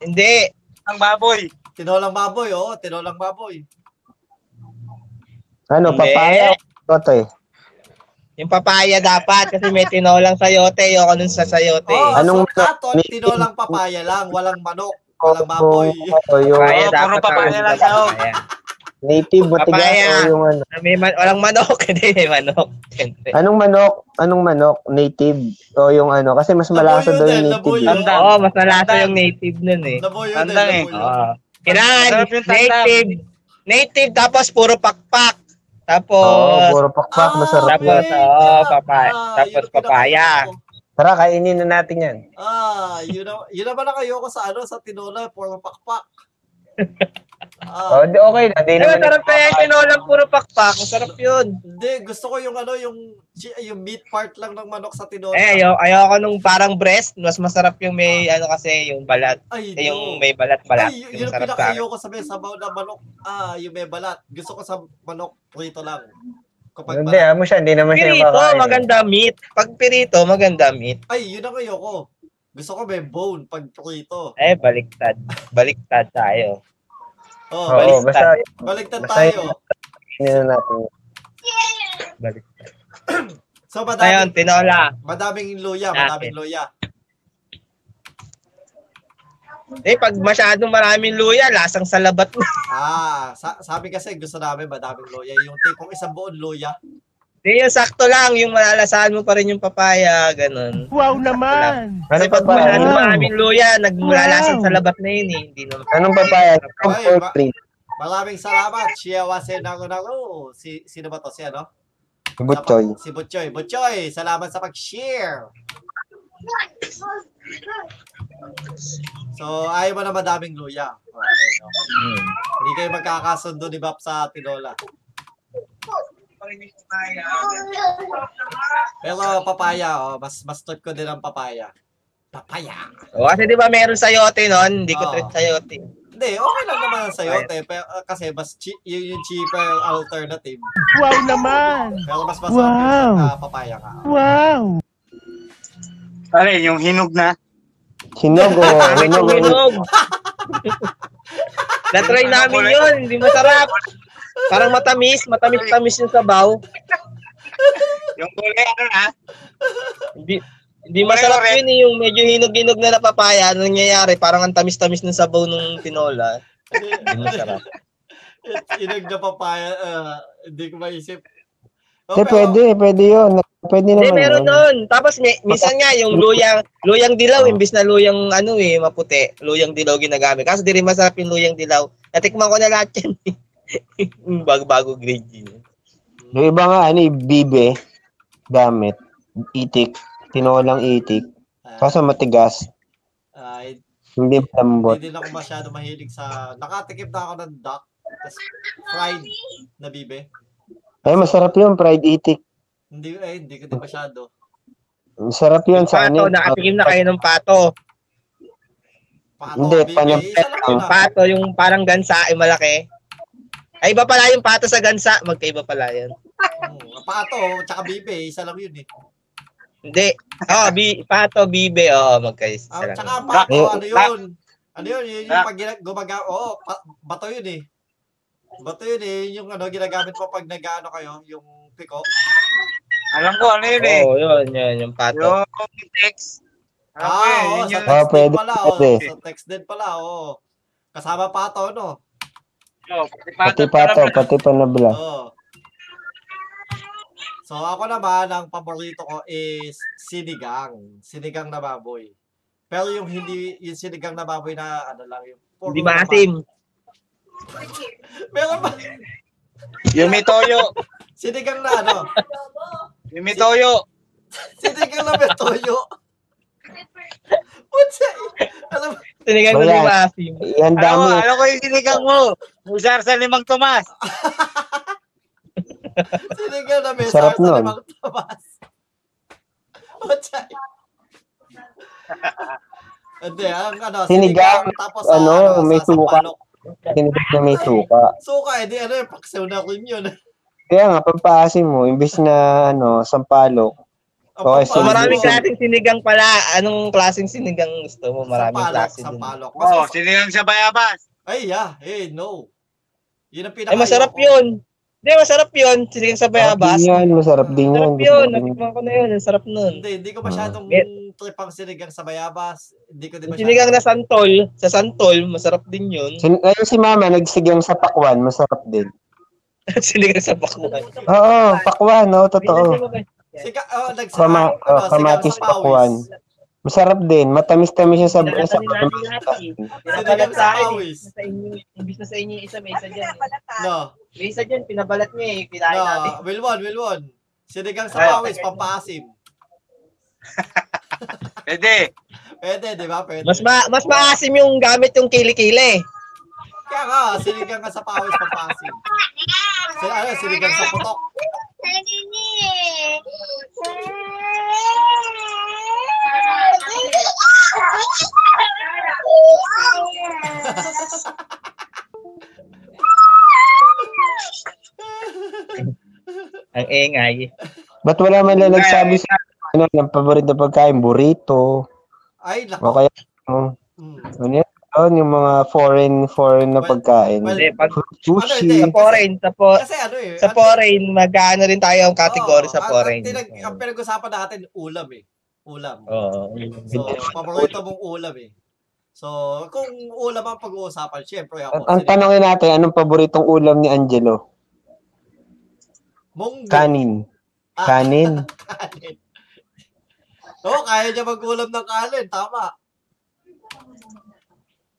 [SPEAKER 2] Hindi.
[SPEAKER 3] Ang baboy.
[SPEAKER 1] Tinolang baboy, oo. Tinolang baboy.
[SPEAKER 4] Ano,
[SPEAKER 2] Hindi.
[SPEAKER 4] papaya o eh.
[SPEAKER 2] Yung papaya dapat kasi may tinolang sayote. Ayoko nun sa sayote.
[SPEAKER 1] Oh,
[SPEAKER 2] eh.
[SPEAKER 4] Anong-
[SPEAKER 1] so katon, tinolang papaya lang. Walang manok. Walang baboy.
[SPEAKER 4] O yung
[SPEAKER 2] Papaya
[SPEAKER 3] Oo, puro
[SPEAKER 2] dapat.
[SPEAKER 3] papaya
[SPEAKER 2] ang-
[SPEAKER 3] lang daw.
[SPEAKER 2] papaya.
[SPEAKER 4] native matigas
[SPEAKER 2] Papaya.
[SPEAKER 4] o yung ano.
[SPEAKER 2] Na May man, walang manok. (laughs) Hindi, may manok. Siyempre.
[SPEAKER 4] Anong manok? Anong manok? Native o yung ano? Kasi mas (laughs)
[SPEAKER 1] Labuyo
[SPEAKER 4] malasa daw
[SPEAKER 1] din,
[SPEAKER 4] yung native.
[SPEAKER 1] labuyo.
[SPEAKER 4] eh.
[SPEAKER 3] Tandang.
[SPEAKER 2] Oo, mas nalasa
[SPEAKER 3] Tandang.
[SPEAKER 2] yung native nun eh.
[SPEAKER 1] Naboy yun.
[SPEAKER 3] Tandang eh.
[SPEAKER 1] naboy yun.
[SPEAKER 2] Oo. Kailangan
[SPEAKER 3] Sarap yung tandang.
[SPEAKER 2] native. Native tapos puro pakpak.
[SPEAKER 4] Oo,
[SPEAKER 2] Tapos,
[SPEAKER 4] puro pakpak, Ah, masarap
[SPEAKER 2] Tapos,
[SPEAKER 4] yan.
[SPEAKER 1] yun.
[SPEAKER 2] oo, Oh, papaya.
[SPEAKER 1] Ah,
[SPEAKER 2] Tapos,
[SPEAKER 1] yun ang
[SPEAKER 2] papaya.
[SPEAKER 1] pinakagusto ko.
[SPEAKER 4] Tara, kainin na natin yan.
[SPEAKER 1] Ah, yun na, yun naman ang ayoko sa ano, sa tinola, puro
[SPEAKER 4] (laughs)
[SPEAKER 1] pakpak. Ah,
[SPEAKER 4] Oh, di- okay na. Di
[SPEAKER 2] eh,
[SPEAKER 4] naman
[SPEAKER 2] masarap kaya tinolang puro pakpak. Masarap yun.
[SPEAKER 1] hindi, gusto ko yung ano, yung, chi- yung meat part lang ng manok sa tinola.
[SPEAKER 2] Eh, ayaw, ayoko nung parang breast. Mas masarap yung may, ano kasi, yung balat.
[SPEAKER 1] Ay,
[SPEAKER 2] Eh,
[SPEAKER 1] no.
[SPEAKER 2] yung may balat-balat.
[SPEAKER 1] Ay, yun,
[SPEAKER 2] Yung
[SPEAKER 1] yun ang
[SPEAKER 2] sarap sa akin.
[SPEAKER 1] pinakayo ko sa may sabaw na manok. Ah, yung may balat. Gusto ko sa manok prito lang. Kapag
[SPEAKER 4] Hindi,
[SPEAKER 1] balat.
[SPEAKER 4] ah, mo siya. Hindi naman siya
[SPEAKER 2] Pirito,
[SPEAKER 4] makakain.
[SPEAKER 2] oh, maganda meat. Pag pirito, maganda meat.
[SPEAKER 1] Ay, yun ang ayoko. Gusto ko may bone pag prito.
[SPEAKER 2] Eh, baliktad. Baliktad tayo.
[SPEAKER 1] Oh,
[SPEAKER 4] Oo,
[SPEAKER 2] Baliktad.
[SPEAKER 4] basta
[SPEAKER 1] Baligtad
[SPEAKER 4] Basta
[SPEAKER 1] tayo.
[SPEAKER 4] kainin na natin. Ano
[SPEAKER 2] Baliktad.
[SPEAKER 1] So,
[SPEAKER 2] Ayun,
[SPEAKER 1] madami,
[SPEAKER 2] tinola.
[SPEAKER 1] madaming luya,
[SPEAKER 2] Natin.
[SPEAKER 1] madaming luya.
[SPEAKER 2] Eh, pag masyadong maraming luya, lasang salabat (laughs) na.
[SPEAKER 1] Ah, sa sabi kasi gusto namin madaming luya. Yung tipong isang buong luya.
[SPEAKER 2] Hindi, Eh, yung sakto lang. Yung malalasahan mo pa rin yung papaya, ganun.
[SPEAKER 5] Wow naman!
[SPEAKER 4] Ano
[SPEAKER 2] Kasi pag
[SPEAKER 4] papaya?
[SPEAKER 2] masyadong
[SPEAKER 5] Wow.
[SPEAKER 2] maraming luya, nagmalalasang
[SPEAKER 5] Wow.
[SPEAKER 2] salabat na yun eh. Hindi naman.
[SPEAKER 4] Anong papaya?
[SPEAKER 1] Ay,
[SPEAKER 4] Comfort
[SPEAKER 1] ba-
[SPEAKER 4] drink.
[SPEAKER 1] Maraming salamat. Shiawa Senangonango. Si, sino ba to? Si ano?
[SPEAKER 4] Butchoy.
[SPEAKER 1] Si Butchoy. Butchoy, salamat sa pag-share. So, ayaw mo na madaming luya. Okay, okay. Hindi kayo magkakasundo ni Bap sa tinola. Pero papaya, oh, mas mas tot ko din ang papaya. Papaya.
[SPEAKER 2] O, Oh, kasi di ba meron sayote nun? Hindi ko
[SPEAKER 1] Oo.
[SPEAKER 2] treat sayote.
[SPEAKER 1] Hindi, okay lang naman ang sayote. Pero, uh, kasi mas chi- yun yung cheaper alternative.
[SPEAKER 5] Wow naman!
[SPEAKER 1] Pero mas masarap
[SPEAKER 5] Wow.
[SPEAKER 1] yung ah, papaya ka.
[SPEAKER 5] Wow!
[SPEAKER 3] Alin, yung hinog na.
[SPEAKER 4] Hinog,
[SPEAKER 2] (laughs)
[SPEAKER 4] oh. Hinog, hinog.
[SPEAKER 2] Tunog! Na-try namin yun. Hindi masarap. Parang matamis. Matamis-tamis yung sabaw.
[SPEAKER 3] Yung kulay ano na.
[SPEAKER 2] Hindi, hindi masarap
[SPEAKER 3] Correct.
[SPEAKER 2] yun eh. Yung medyo hinog-hinog na napapaya. Ano nangyayari? Parang ang tamis-tamis ng sabaw nung tinola. Hindi
[SPEAKER 4] (laughs)
[SPEAKER 2] masarap.
[SPEAKER 1] Inog na papaya, ah, hindi ko maisip. oh.
[SPEAKER 4] Eh, pwede, pwede yun. Pwede
[SPEAKER 2] Hindi,
[SPEAKER 4] naman.
[SPEAKER 2] meron
[SPEAKER 4] yun.
[SPEAKER 2] nun. Tapos may, minsan nga yung luyang, luyang dilaw,
[SPEAKER 4] Oh.
[SPEAKER 2] imbis na luyang ano eh, maputi. Luyang dilaw ginagamit. Kaso di rin masarap yung luyang dilaw. Natikman ko na lahat (laughs) yan. eh. Yung Bago-bago grade yun.
[SPEAKER 4] Yung iba nga, ano, eh, bibe, damit, itik, tinolang itik,
[SPEAKER 1] Ah,
[SPEAKER 4] kaso matigas,
[SPEAKER 1] ah,
[SPEAKER 4] hindi malambot.
[SPEAKER 1] Hindi din ako masyado mahilig sa... Nakatikip na ako ng duck. Tapos fried na bibe.
[SPEAKER 4] Ay, masarap yun, fried itik.
[SPEAKER 1] Hindi, eh, hindi ko din masyado.
[SPEAKER 4] Masarap yun sa
[SPEAKER 2] Pato,
[SPEAKER 4] ano.
[SPEAKER 2] nakatikim na kayo ng pato.
[SPEAKER 1] Pato,
[SPEAKER 4] Hindi,
[SPEAKER 1] bibe.
[SPEAKER 4] panam-
[SPEAKER 1] Isa lang yun ah.
[SPEAKER 2] Pato, yung parang gansa, ay malaki. Ay, iba pala yung pato sa gansa. Magkaiba pala yun.
[SPEAKER 1] Mm, pato, tsaka bibe. Isa lang yun eh.
[SPEAKER 2] Hindi. Oh, bi pato, bibe. Oo, oh, magkaisa
[SPEAKER 1] Ah,
[SPEAKER 2] lang.
[SPEAKER 1] tsaka pato,
[SPEAKER 4] Duck.
[SPEAKER 1] ano yun? Ano yun? Yun yung
[SPEAKER 3] Duck.
[SPEAKER 1] pag gina- gumaga... Oo, pa- bato yun eh. Bato yun eh. Yun Yung ano, ginagamit mo pag nag-ano kayo, yung piko.
[SPEAKER 3] Alam ko ano yun eh.
[SPEAKER 2] Oo, yun, yun, yung pato.
[SPEAKER 3] Yung text. Alam ko
[SPEAKER 1] Ah,
[SPEAKER 3] yun,
[SPEAKER 1] oo,
[SPEAKER 3] yun
[SPEAKER 1] sa
[SPEAKER 3] yung-
[SPEAKER 4] Ah,
[SPEAKER 1] text din
[SPEAKER 4] pwede,
[SPEAKER 1] pala. oo,
[SPEAKER 4] pwede.
[SPEAKER 1] sa text din pala, oo. Kasama pato, no?
[SPEAKER 3] Oh, pati
[SPEAKER 4] Pati pato,
[SPEAKER 3] parang-
[SPEAKER 4] pati panabla.
[SPEAKER 1] Oo. So ako naman, ang paborito ko is sinigang. Sinigang na baboy. Pero yung hindi, yung sinigang na baboy na ano lang yung puro
[SPEAKER 2] Hindi ba
[SPEAKER 1] naman.
[SPEAKER 2] asim?
[SPEAKER 1] Meron ba?
[SPEAKER 3] Yung may toyo.
[SPEAKER 1] Sinigang na ano?
[SPEAKER 3] Yung may toyo.
[SPEAKER 1] sinigang na may toyo. What's that? Alam mo,
[SPEAKER 2] Tinigan mo
[SPEAKER 4] Wala.
[SPEAKER 2] yung asim. ano?
[SPEAKER 3] Alam
[SPEAKER 4] Yan
[SPEAKER 3] ko,
[SPEAKER 4] dami.
[SPEAKER 3] alam ko yung sinigang mo. Musar sa limang Tomas.
[SPEAKER 1] sinigang na may
[SPEAKER 4] Sarap
[SPEAKER 1] sarsa
[SPEAKER 4] nun.
[SPEAKER 1] limang tabas. What's that? Hindi, ang ano, sinigang,
[SPEAKER 4] Sinigang,
[SPEAKER 1] tapos
[SPEAKER 4] ano,
[SPEAKER 1] ano,
[SPEAKER 4] may
[SPEAKER 1] sa, sa
[SPEAKER 4] suka.
[SPEAKER 1] palok.
[SPEAKER 4] Tinipid na may suka.
[SPEAKER 1] Suka, edi ano, paksaw na rin yun.
[SPEAKER 4] Kaya nga, pampaasin mo, imbis na, ano, sampalok, Okay,
[SPEAKER 2] So, Oh,
[SPEAKER 4] So,
[SPEAKER 2] maraming
[SPEAKER 4] yun.
[SPEAKER 2] klaseng sinigang pala. Anong klaseng sinigang gusto mo? Maraming
[SPEAKER 1] palok,
[SPEAKER 2] klase
[SPEAKER 1] sa
[SPEAKER 2] din.
[SPEAKER 1] palok. Mas,
[SPEAKER 3] Oo,
[SPEAKER 1] mas-
[SPEAKER 3] Oh, sinigang sa bayabas.
[SPEAKER 1] ay, yeah. Eh, no. Yun ang pinaka
[SPEAKER 2] Ay, masarap yun. Hindi, masarap yun. Sinigang sa bayabas.
[SPEAKER 4] Sarap din yan, masarap din yan.
[SPEAKER 2] Masarap yun. Natikman ko na yun. Ang sarap nun.
[SPEAKER 1] Hindi, hindi ko masyadong trip ang sinigang sa bayabas. Hindi ko din
[SPEAKER 2] Yung
[SPEAKER 1] masyadong...
[SPEAKER 2] sinigang na santol, sa santol, masarap din yun. (laughs)
[SPEAKER 4] Sin- ayun si mama, nagsigang sa pakwan, masarap din.
[SPEAKER 2] sinigang sa bakuan.
[SPEAKER 4] Oo, pakwan, no, totoo.
[SPEAKER 1] Siga, oh, nagsigang,
[SPEAKER 4] Kama,
[SPEAKER 1] ano,
[SPEAKER 4] oh, kamatis
[SPEAKER 1] sigang sa pawis.
[SPEAKER 4] pakwan. Masarap din. Matamis-tamis siya sa
[SPEAKER 6] Dalawa
[SPEAKER 4] sa
[SPEAKER 6] ni Daddy Rafi.
[SPEAKER 1] Sinigang sa
[SPEAKER 6] Pinabalat sa akin. eh.
[SPEAKER 1] awis.
[SPEAKER 6] Sa eh. inyo, imbis na sa inyo yung isa, may isa dyan. eh.
[SPEAKER 1] No,
[SPEAKER 6] May isa dyan, pinabalat niya eh. Pinain natin.
[SPEAKER 1] no. Wilwon, Wilwon. Sinigang
[SPEAKER 6] Ay,
[SPEAKER 1] sa awis, pampasim.
[SPEAKER 3] Pwede.
[SPEAKER 1] Pwede, di ba? Pwede.
[SPEAKER 2] Mas ma mas maasim yung gamit yung kilikili.
[SPEAKER 1] Kaya nga, sinigang ka sa pawis, pampasim. Sin ano, sinigang sa putok.
[SPEAKER 2] Ang engay.
[SPEAKER 4] Ba't wala man lang nagsabi sa ano, ng paborito pagkain? Burrito.
[SPEAKER 1] Ay,
[SPEAKER 4] O
[SPEAKER 1] nako.
[SPEAKER 4] kaya, ano,
[SPEAKER 1] Mm.
[SPEAKER 4] ano yan? Yun, yung mga foreign, foreign na
[SPEAKER 1] Well,
[SPEAKER 4] pagkain.
[SPEAKER 1] well,
[SPEAKER 2] Hindi, pag
[SPEAKER 1] hindi.
[SPEAKER 4] Sushi.
[SPEAKER 2] sa foreign, sa, po,
[SPEAKER 1] Kasi ano eh.
[SPEAKER 2] sa
[SPEAKER 1] ang-
[SPEAKER 2] foreign, magkano rin tayo ang category
[SPEAKER 1] Oo,
[SPEAKER 2] sa
[SPEAKER 1] ang-
[SPEAKER 2] foreign.
[SPEAKER 1] Ang, tinag- ang pinag-usapan natin, ulam eh. Ulam.
[SPEAKER 2] Oo.
[SPEAKER 1] So, paborito mong ulam eh. So, kung ulam ang pag-uusapan, syempre ako.
[SPEAKER 4] Ang, ang tanongin natin, anong paboritong ulam ni Angelo?
[SPEAKER 1] Munggo.
[SPEAKER 4] Kanin.
[SPEAKER 1] Ah,
[SPEAKER 4] Kanin.
[SPEAKER 1] kanin. Oo, kaya niya mag-ulam ng kanin. Tama.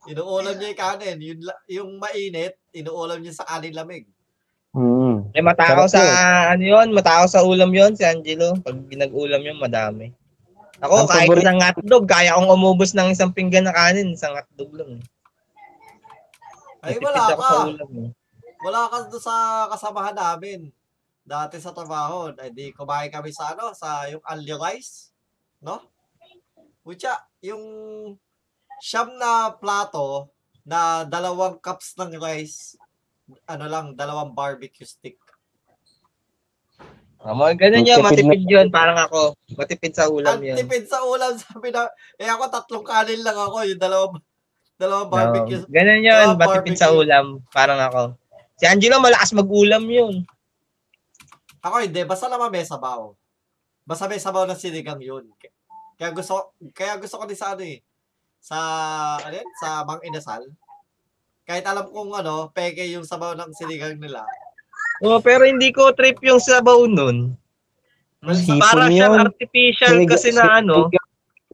[SPEAKER 1] Inuulam niya yung kanin. Yung, yung mainit, inuulam niya sa kanin lamig.
[SPEAKER 4] Mm.
[SPEAKER 2] May matao Eh,
[SPEAKER 4] Sarap
[SPEAKER 2] sa ano yun, matao sa ulam yun si Angelo. Pag ginag-ulam yun, madami. Ako,
[SPEAKER 4] Ang
[SPEAKER 2] kahit
[SPEAKER 4] paborito-
[SPEAKER 2] ng hotdog, kaya kong umubos ng isang pinggan na kanin, isang hotdog lang.
[SPEAKER 1] Ay,
[SPEAKER 2] Natipid
[SPEAKER 1] wala
[SPEAKER 2] ako sa
[SPEAKER 1] ka.
[SPEAKER 2] ulam. eh.
[SPEAKER 1] Wala ka doon sa kasamahan namin. Dati sa trabaho, ay di kumain kami sa ano, sa yung only rice, no? Pucha, yung siyam na plato na dalawang cups ng rice, ano lang, dalawang barbecue stick.
[SPEAKER 2] Tama, ganun yun,
[SPEAKER 4] Matipid Ah, na-
[SPEAKER 2] matipid yun, parang ako. Matipid sa ulam
[SPEAKER 1] Ang
[SPEAKER 2] yun.
[SPEAKER 1] tipid sa ulam, sabi na, eh ako tatlong kanin lang ako, yung dalawang, dalawang barbecue.
[SPEAKER 2] No. Ganun yun,
[SPEAKER 1] Ah,
[SPEAKER 2] matipid sa
[SPEAKER 1] barbecue.
[SPEAKER 2] ulam, parang ako. Si Angelo, malakas mag-ulam yun.
[SPEAKER 1] Ako hindi, basta naman may sabaw. Basta may sabaw na sinigang yun. K- Kaya gusto, kaya gusto ko din sa ano eh. Sa, ano yun? Sa Mang Inasal. Kahit alam kong ano, peke yung sabaw ng sinigang nila.
[SPEAKER 2] Oh, pero hindi ko trip yung sabaw nun.
[SPEAKER 4] Sipon
[SPEAKER 2] Para siyang
[SPEAKER 4] yun.
[SPEAKER 2] artificial kasi na ano,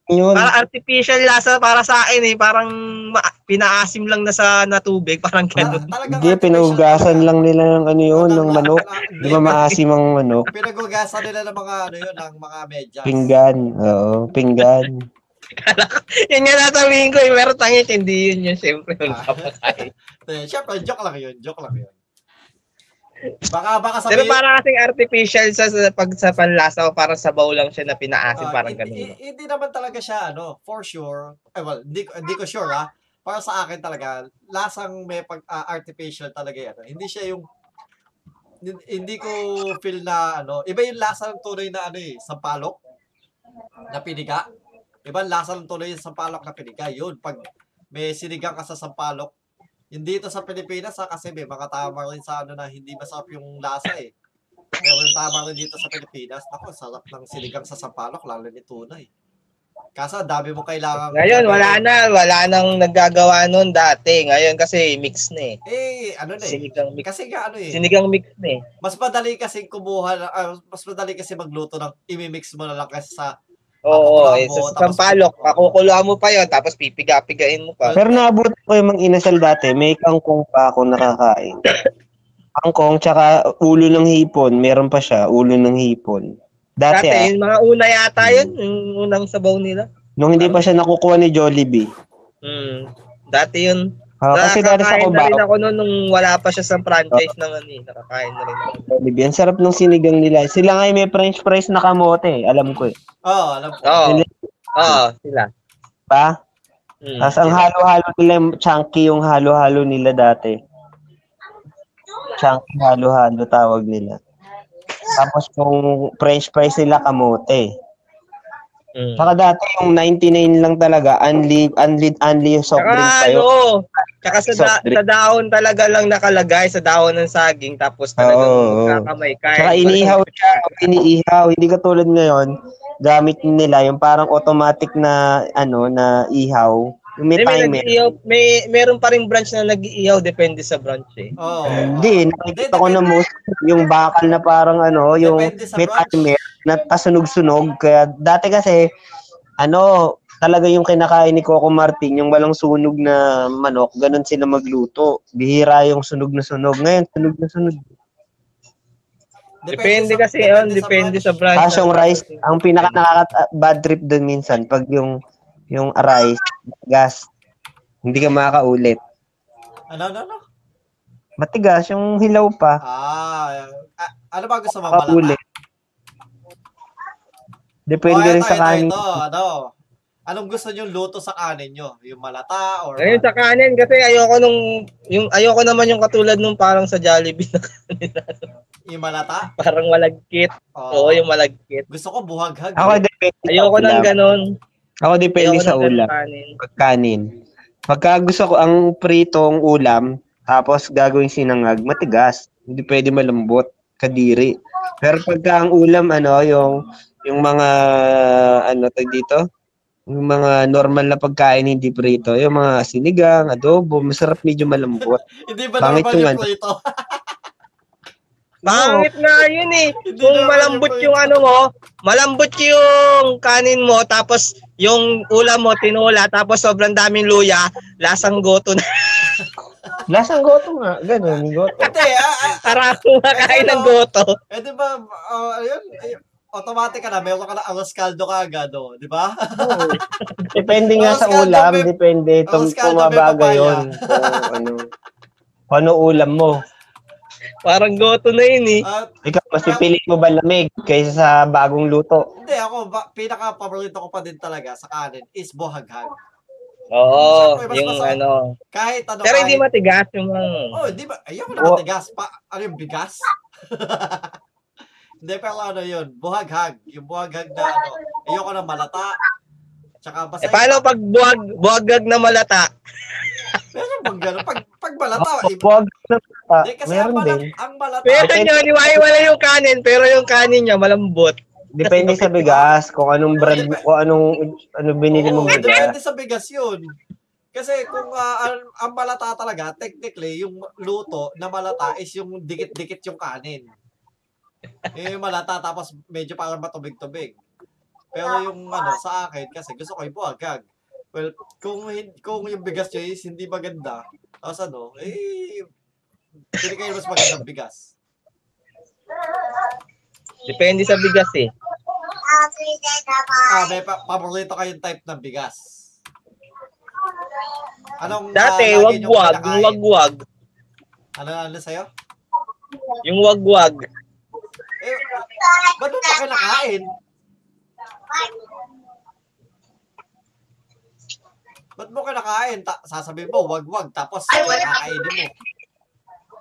[SPEAKER 4] Yun.
[SPEAKER 2] Parang artificial lasa para sa akin eh. Parang ma- pinaasim lang na sa natubig. Parang
[SPEAKER 1] Ta-
[SPEAKER 2] ganun.
[SPEAKER 1] talagang
[SPEAKER 4] Hindi,
[SPEAKER 1] artificial
[SPEAKER 4] pinuhugasan
[SPEAKER 1] talaga.
[SPEAKER 4] lang nila ng ano yun, ng
[SPEAKER 1] Talagang-
[SPEAKER 4] manok. Di ba
[SPEAKER 1] (laughs)
[SPEAKER 4] maasim ang manok?
[SPEAKER 1] Pinagugasan nila ng mga ano yun, ng mga medyas.
[SPEAKER 4] Pinggan. Oo, pinggan.
[SPEAKER 1] Ah.
[SPEAKER 2] (laughs) yun nga nasabihin ko eh. Pero tangit, hindi yun yun. Siyempre, wala
[SPEAKER 1] Ah.
[SPEAKER 2] pa kain.
[SPEAKER 1] Eh, (laughs) Siyempre, joke lang yun, joke lang yun. Baka, baka
[SPEAKER 2] Pero
[SPEAKER 1] sabihin,
[SPEAKER 2] parang kasing artificial sa, sa pag sa panlasa o parang sabaw lang siya na pinaasim.
[SPEAKER 1] Ah,
[SPEAKER 2] parang
[SPEAKER 1] hindi-
[SPEAKER 2] ganun.
[SPEAKER 1] hi- Hindi naman talaga siya, ano, for sure. Eh, well, hindi, ko- hindi ko sure, ha. Para sa akin talaga, lasang may pag ah, artificial talaga yan. Hindi siya yung hin- hindi ko feel na ano, iba yung lasa ng tunay na ano eh, sampalok na piniga. Iba ang lasa ng tunay sa sampalok na piniga. Yun, pag may sinigang ka sa sampalok, hindi dito sa Pilipinas ha, kasi may mga tama rin sa ano na hindi masarap yung lasa eh. Pero yung tama rin dito sa Pilipinas, ako, sarap ng sinigang sa sampalok, lalo ni tunay. Kaso, ang dami mo kailangan.
[SPEAKER 2] Ngayon, wala na. Wala nang naggagawa nun dati. Ngayon kasi mix na eh.
[SPEAKER 1] Eh, ano na eh.
[SPEAKER 2] Sinigang mix.
[SPEAKER 1] Kasi nga ano eh.
[SPEAKER 2] Sinigang mix na eh.
[SPEAKER 1] Mas madali kasi kumuha, ng- ah, mas madali kasi magluto ng imimix mo na lang kasi sa
[SPEAKER 2] Oo,
[SPEAKER 1] Pakukulaan
[SPEAKER 2] eh,
[SPEAKER 1] mo,
[SPEAKER 2] sa
[SPEAKER 1] tapos-
[SPEAKER 2] sampalok, pakukuluan mo pa yon tapos pipiga-pigain mo pa.
[SPEAKER 4] Pero naabot ko yung mga inasal dati, may kangkong pa ako nakakain. Kangkong, tsaka ulo ng hipon. Meron pa siya, ulo ng hipon. Dati,
[SPEAKER 2] Dati,
[SPEAKER 4] ah, Hmm.
[SPEAKER 2] yung mga una yata yun, yung unang sabaw nila.
[SPEAKER 4] nung hindi pa siya nakukuha ni Jollibee.
[SPEAKER 2] Mm. Dati yun.
[SPEAKER 4] Ah, kasi dati sa
[SPEAKER 2] Nakakain na rin
[SPEAKER 4] Cubao, Ah.
[SPEAKER 2] ako noon nung wala pa siya sa franchise ng ano, eh, nakakain na rin ako.
[SPEAKER 4] Jollibee, ang sarap ng sinigang nila. Sila nga yung may french fries na kamote, eh, alam ko eh.
[SPEAKER 1] Oh, alam ko.
[SPEAKER 2] Oo.
[SPEAKER 4] Nila-
[SPEAKER 2] Oo, sila.
[SPEAKER 4] Pa?
[SPEAKER 2] Mm.
[SPEAKER 4] Tapos ang halo-halo nila, yung chunky yung halo-halo nila dati. Chunky halo-halo tawag nila. Tapos yung french fries nila kamote.
[SPEAKER 2] Mm.
[SPEAKER 4] Saka dati yung 99 lang talaga, unli, unli, unli yung soft
[SPEAKER 2] Tsaka
[SPEAKER 4] drink pa yun.
[SPEAKER 2] ano, tsaka sa, da-
[SPEAKER 4] Soft drink.
[SPEAKER 2] sa dahon talaga lang nakalagay, sa dahon ng saging, tapos talagang
[SPEAKER 4] Oo, oo.
[SPEAKER 2] magkakamay. Kahit-
[SPEAKER 4] Saka inihaw siya, iniihaw, hindi katulad ngayon, gamit nila yung parang automatic na, ano, na ihaw. Yung may
[SPEAKER 2] Hindi, may,
[SPEAKER 4] timer.
[SPEAKER 2] nag-iihaw, may, meron pa rin branch na nag-iihaw, depende sa branch eh.
[SPEAKER 1] Oh,
[SPEAKER 4] Hindi, nakikita ko na most yung bakal na parang ano, yung
[SPEAKER 1] Depende sa
[SPEAKER 4] may
[SPEAKER 1] branch.
[SPEAKER 4] timer na pasunog-sunog. Kaya dati kasi, ano, talaga yung kinakain ni Coco Martin, yung walang sunog na manok, ganun sila magluto. Bihira yung sunog na sunog. Ngayon, sunog na sunog.
[SPEAKER 2] Depende
[SPEAKER 1] sa-
[SPEAKER 2] kasi yun, depende sa branch.
[SPEAKER 4] Kasyong rice, ang pinaka nakaka bad trip dun minsan, pag yung yung rice, gas, hindi ka makakaulit.
[SPEAKER 1] Ano, ano, ano?
[SPEAKER 4] Matigas, yung hilaw pa,
[SPEAKER 1] Ah, ah, ano ba gusto mo
[SPEAKER 4] makakaulit. Depende
[SPEAKER 1] Oh, ito,
[SPEAKER 4] rin sa
[SPEAKER 1] ito,
[SPEAKER 4] kanin.
[SPEAKER 1] Ito, ano? Anong gusto niyong luto sa kanin niyo? Yung malata or
[SPEAKER 2] Ayun sa kanin kasi ayoko nung yung ayoko naman yung katulad nung parang sa Jollibee (laughs) na
[SPEAKER 1] yung malata? Oh,
[SPEAKER 2] parang malagkit. Oo, yung malagkit.
[SPEAKER 1] Gusto ko buhaghag. eh.
[SPEAKER 4] Ako depende sa
[SPEAKER 2] Ayoko
[SPEAKER 4] ulam.
[SPEAKER 2] nang ganun.
[SPEAKER 4] Ako
[SPEAKER 2] Ayoko
[SPEAKER 4] depende sa
[SPEAKER 2] ng ganun
[SPEAKER 4] ulam.
[SPEAKER 2] kanin.
[SPEAKER 4] Pagkanin. Pagka gusto ko ang pritong ulam, tapos gagawing sinangag, matigas. Hindi pwede malambot, kadiri. Pero pagka ang ulam, ano, yung, yung mga, ano, tag dito, yung mga normal na pagkain hindi prito, yung mga sinigang, adobo, masarap medyo malambot.
[SPEAKER 1] Hindi ba
[SPEAKER 4] Pangit
[SPEAKER 1] normal
[SPEAKER 4] yung
[SPEAKER 1] yung
[SPEAKER 4] ano.
[SPEAKER 1] plate?
[SPEAKER 2] Pangit na yun eh.
[SPEAKER 1] Hindi
[SPEAKER 2] Kung
[SPEAKER 1] naman
[SPEAKER 2] malambot
[SPEAKER 1] yung
[SPEAKER 2] yung ano mo, malambot yung kanin mo, tapos yung ulam mo, tinula, tapos sobrang daming luya, lasang goto na. (laughs)
[SPEAKER 4] Lasang goto nga, ganun,
[SPEAKER 1] (laughs)
[SPEAKER 4] goto.
[SPEAKER 1] (laughs) Hindi, ah, ah,
[SPEAKER 2] Sarapong makain ng goto.
[SPEAKER 1] eh, di ba, ah, ayun, ayun, automatic ka na, meron ka na angas kaldo ka agad, oh, di
[SPEAKER 4] (laughs)
[SPEAKER 1] ba?
[SPEAKER 4] Depende nga sa
[SPEAKER 1] Oscar,
[SPEAKER 4] ulam,
[SPEAKER 1] dabi-
[SPEAKER 4] depende. Tum-
[SPEAKER 1] Oscar, dabi
[SPEAKER 4] tumabaga
[SPEAKER 1] papaya.
[SPEAKER 4] yun. Kung ano, kung ano ulam mo.
[SPEAKER 2] Parang goto na yun eh.
[SPEAKER 1] At,
[SPEAKER 4] Ikaw, mas pipili mo ba lamig kaysa sa bagong luto?
[SPEAKER 1] hindi, ako, ba, pinaka-paborito ko pa din talaga sa kanin is buhaghag.
[SPEAKER 2] Oo,
[SPEAKER 1] Siyempre, mas
[SPEAKER 2] yung
[SPEAKER 1] masarap.
[SPEAKER 2] ano.
[SPEAKER 1] Kahit ano,
[SPEAKER 2] Pero hindi
[SPEAKER 1] kahit,
[SPEAKER 2] matigas yung mga.
[SPEAKER 1] oh, di ba, ayoko na
[SPEAKER 4] Oo.
[SPEAKER 1] matigas, pa, ano yung bigas? (laughs) hindi, pero ano yun, buhaghag, yung buhaghag na ano, ayoko na malata, tsaka basta
[SPEAKER 2] Eh paano pag buwag, buwagag na malata?
[SPEAKER 1] Meron bang gano'n? Pag, pag malata, Oh, iba.
[SPEAKER 4] Huwag na pa.
[SPEAKER 1] Hindi, kasi ang,
[SPEAKER 4] Meron
[SPEAKER 1] mala,
[SPEAKER 4] din.
[SPEAKER 1] ang malata,
[SPEAKER 2] Pero yun, iwaiwala yung kanin, pero yung kanin niya malambot.
[SPEAKER 4] Depende sa bigas, kung anong brand, kung anong, ano binili
[SPEAKER 1] Oo,
[SPEAKER 4] mong bigas.
[SPEAKER 1] depende sa bigas yun. Kasi kung ah, ang, ang malata talaga, technically, yung luto na malata is yung dikit-dikit yung kanin. Eh, yung malata tapos medyo parang matubig-tubig. Pero yung ano, sa akin, kasi gusto ko yung buwagag. Well, kung, hin- kung yung bigas nyo is hindi maganda, tapos ano, eh, pili kayo mas magandang bigas.
[SPEAKER 2] Depende sa bigas eh.
[SPEAKER 1] Ah, may pa- paborito kayong type ng bigas. Anong ah,
[SPEAKER 2] Dati,
[SPEAKER 1] lagi
[SPEAKER 2] wag
[SPEAKER 1] niyong
[SPEAKER 2] wag,
[SPEAKER 1] kinakain?
[SPEAKER 2] wag wag.
[SPEAKER 1] Ano, ano sa'yo?
[SPEAKER 2] Yung wag wag.
[SPEAKER 1] Eh, ba't mo pa kinakain? Ba't mo kinakain? Ta- sasabihin mo, wag-wag, tapos kakainin mo.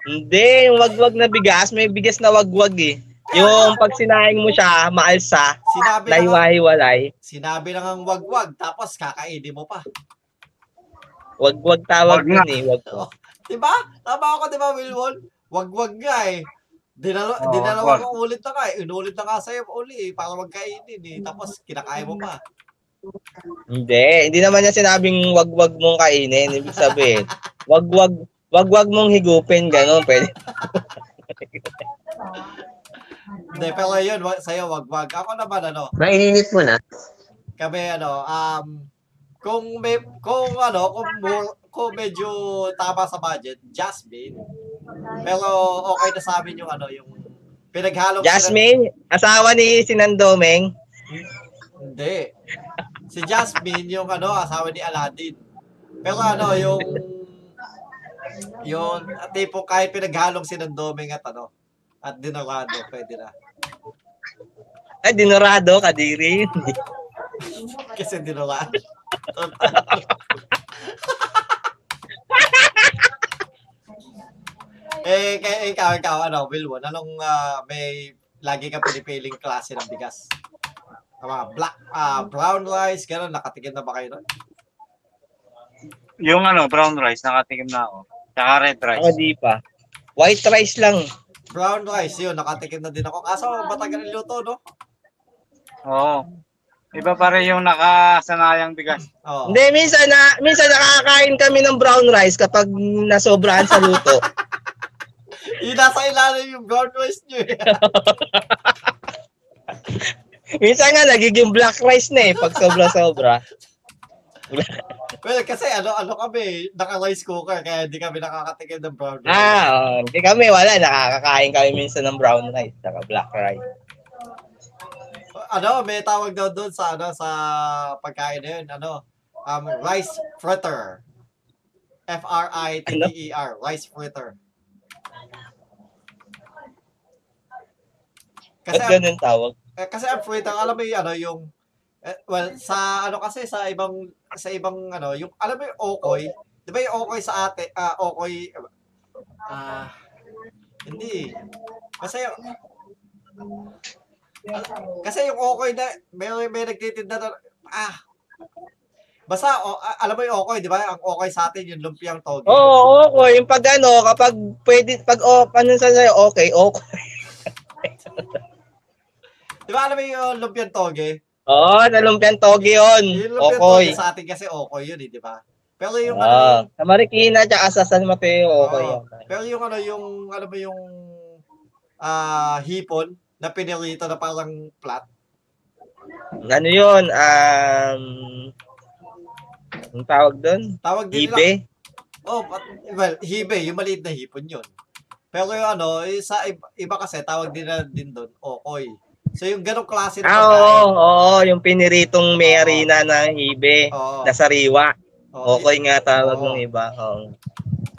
[SPEAKER 2] Hindi, yung wagwag na bigas, may bigas na wagwag eh. Yung pag sinaing mo siya, maalsa,
[SPEAKER 1] Sinabi na nga,
[SPEAKER 2] nahiwa-hiwalay,
[SPEAKER 1] sinabi na nga wag-wag, tapos kakainin mo pa.
[SPEAKER 2] wagwag tawag
[SPEAKER 3] Wag na.
[SPEAKER 2] yun eh, wagwag.
[SPEAKER 1] Diba? Tama ako, diba, Wilwon? Wag-wag nga eh. Dinalo,
[SPEAKER 3] Oo,
[SPEAKER 1] dinalawa
[SPEAKER 3] wag-wag.
[SPEAKER 1] ko ulit na nga eh. Inulit na nga sa'yo uli eh, para wag kainin eh. Tapos kinakain mo pa.
[SPEAKER 2] Hindi, hindi naman niya sinabing wagwag mong kainin, ibig sabihin. Wagwag, wagwag mong higupin, gano'n, pwede.
[SPEAKER 1] Hindi, pero yun, wag, sa'yo wag-wag. Ako naman ano,
[SPEAKER 4] Maininit mo na.
[SPEAKER 1] kami ano, um, kung may, kung ano, kung, mur- kung medyo tama sa budget, Jasmine. Pero okay na sa amin yung ano, yung pinaghalong
[SPEAKER 2] Jasmine, asawa ni Sinandomeng.
[SPEAKER 1] Sila, hindi. Si Jasmine yung ano, asawa ni Aladdin. Pero ano, yung yung tipo kahit pinaghalong sinandoming at ano, at dinorado, pwede na.
[SPEAKER 2] Ay, dinorado, kadiri.
[SPEAKER 1] Kasi dinorado. eh, kay, ikaw, ikaw, ano, Wilwon, anong ah, may lagi ka pinipiling klase ng bigas? Ang Mga black, ah, brown rice, gano'n, nakatikim na ba kayo nun?
[SPEAKER 3] Yung ano, brown rice, nakatikim na ako. Tsaka red rice.
[SPEAKER 2] Ako di pa. White rice lang.
[SPEAKER 1] Brown rice, yun, nakatikim na din ako. Kaso, matagal yung luto, no?
[SPEAKER 3] Oo. Iba pa rin yung nakasanayang bigas.
[SPEAKER 1] Oo.
[SPEAKER 2] Hindi, minsan na, minsan nakakain kami ng brown rice kapag nasobrahan sa luto.
[SPEAKER 1] Yung nasa ilalim yung brown rice nyo, eh. (laughs) (laughs)
[SPEAKER 2] minsan nga, nagiging black rice na eh, pag sobra-sobra.
[SPEAKER 1] Well, kasi ano, ano kami, naka-rice cooker, kaya hindi kami nakakatikim ng brown rice.
[SPEAKER 2] Ah, hindi kami wala. Nakakakain kami minsan ng brown rice, saka black rice.
[SPEAKER 1] Ano, may tawag daw doon sa, ano, sa pagkain na yun, ano, um, rice fritter. F-R-I-T-E-R, E rice fritter. Kasi,
[SPEAKER 2] Ba't
[SPEAKER 1] ang-
[SPEAKER 2] ganun tawag?
[SPEAKER 1] eh, kasi ang fritter, alam mo yung, ano, yung, eh, well, sa, ano kasi, sa ibang, sa ibang, ano, yung, alam mo yung okoy, di ba yung okoy sa ate, ah, okoy, ah, hindi, kasi yung, kasi yung okoy na, may, may nagtitinda na, ah, basta, o, a- alam mo yung okoy, di ba? Ang okoy sa atin, yung lumpiang togi.
[SPEAKER 2] Oo, oh, okay. Yung pag ano, kapag pwede, pag oh, ano sa sa'yo, okay, okay.
[SPEAKER 1] Di ba, alam mo yung lumpiang togi?
[SPEAKER 2] Oo, oh, nalumpian togi yun.
[SPEAKER 1] Yung lumpiang togi
[SPEAKER 2] Okay.
[SPEAKER 1] sa atin kasi okoy yun, eh, di ba? Pero yung, ano,
[SPEAKER 2] Ah, sa Marikina, tsaka sa San Mateo, okay.
[SPEAKER 1] Oo.
[SPEAKER 2] yun.
[SPEAKER 1] Pero yung ano, yung, alam mo yung ah hipon na pinirito na parang flat.
[SPEAKER 2] Ano yun, um, ang tawag doon?
[SPEAKER 1] Tawag din nila.
[SPEAKER 2] Ibe?
[SPEAKER 1] Oh, but, well, hibe, yung maliit na hipon yun. Pero yung ano, eh, sa iba, iba kasi, tawag din na din doon, okoy. So yung ganong klase na
[SPEAKER 2] Ah, oo, oo, yung piniritong may arena na Ibe,
[SPEAKER 1] Oo.
[SPEAKER 2] na sariwa.
[SPEAKER 1] Oo.
[SPEAKER 2] Okay nga tawag
[SPEAKER 1] Oo.
[SPEAKER 2] ng iba. Oo.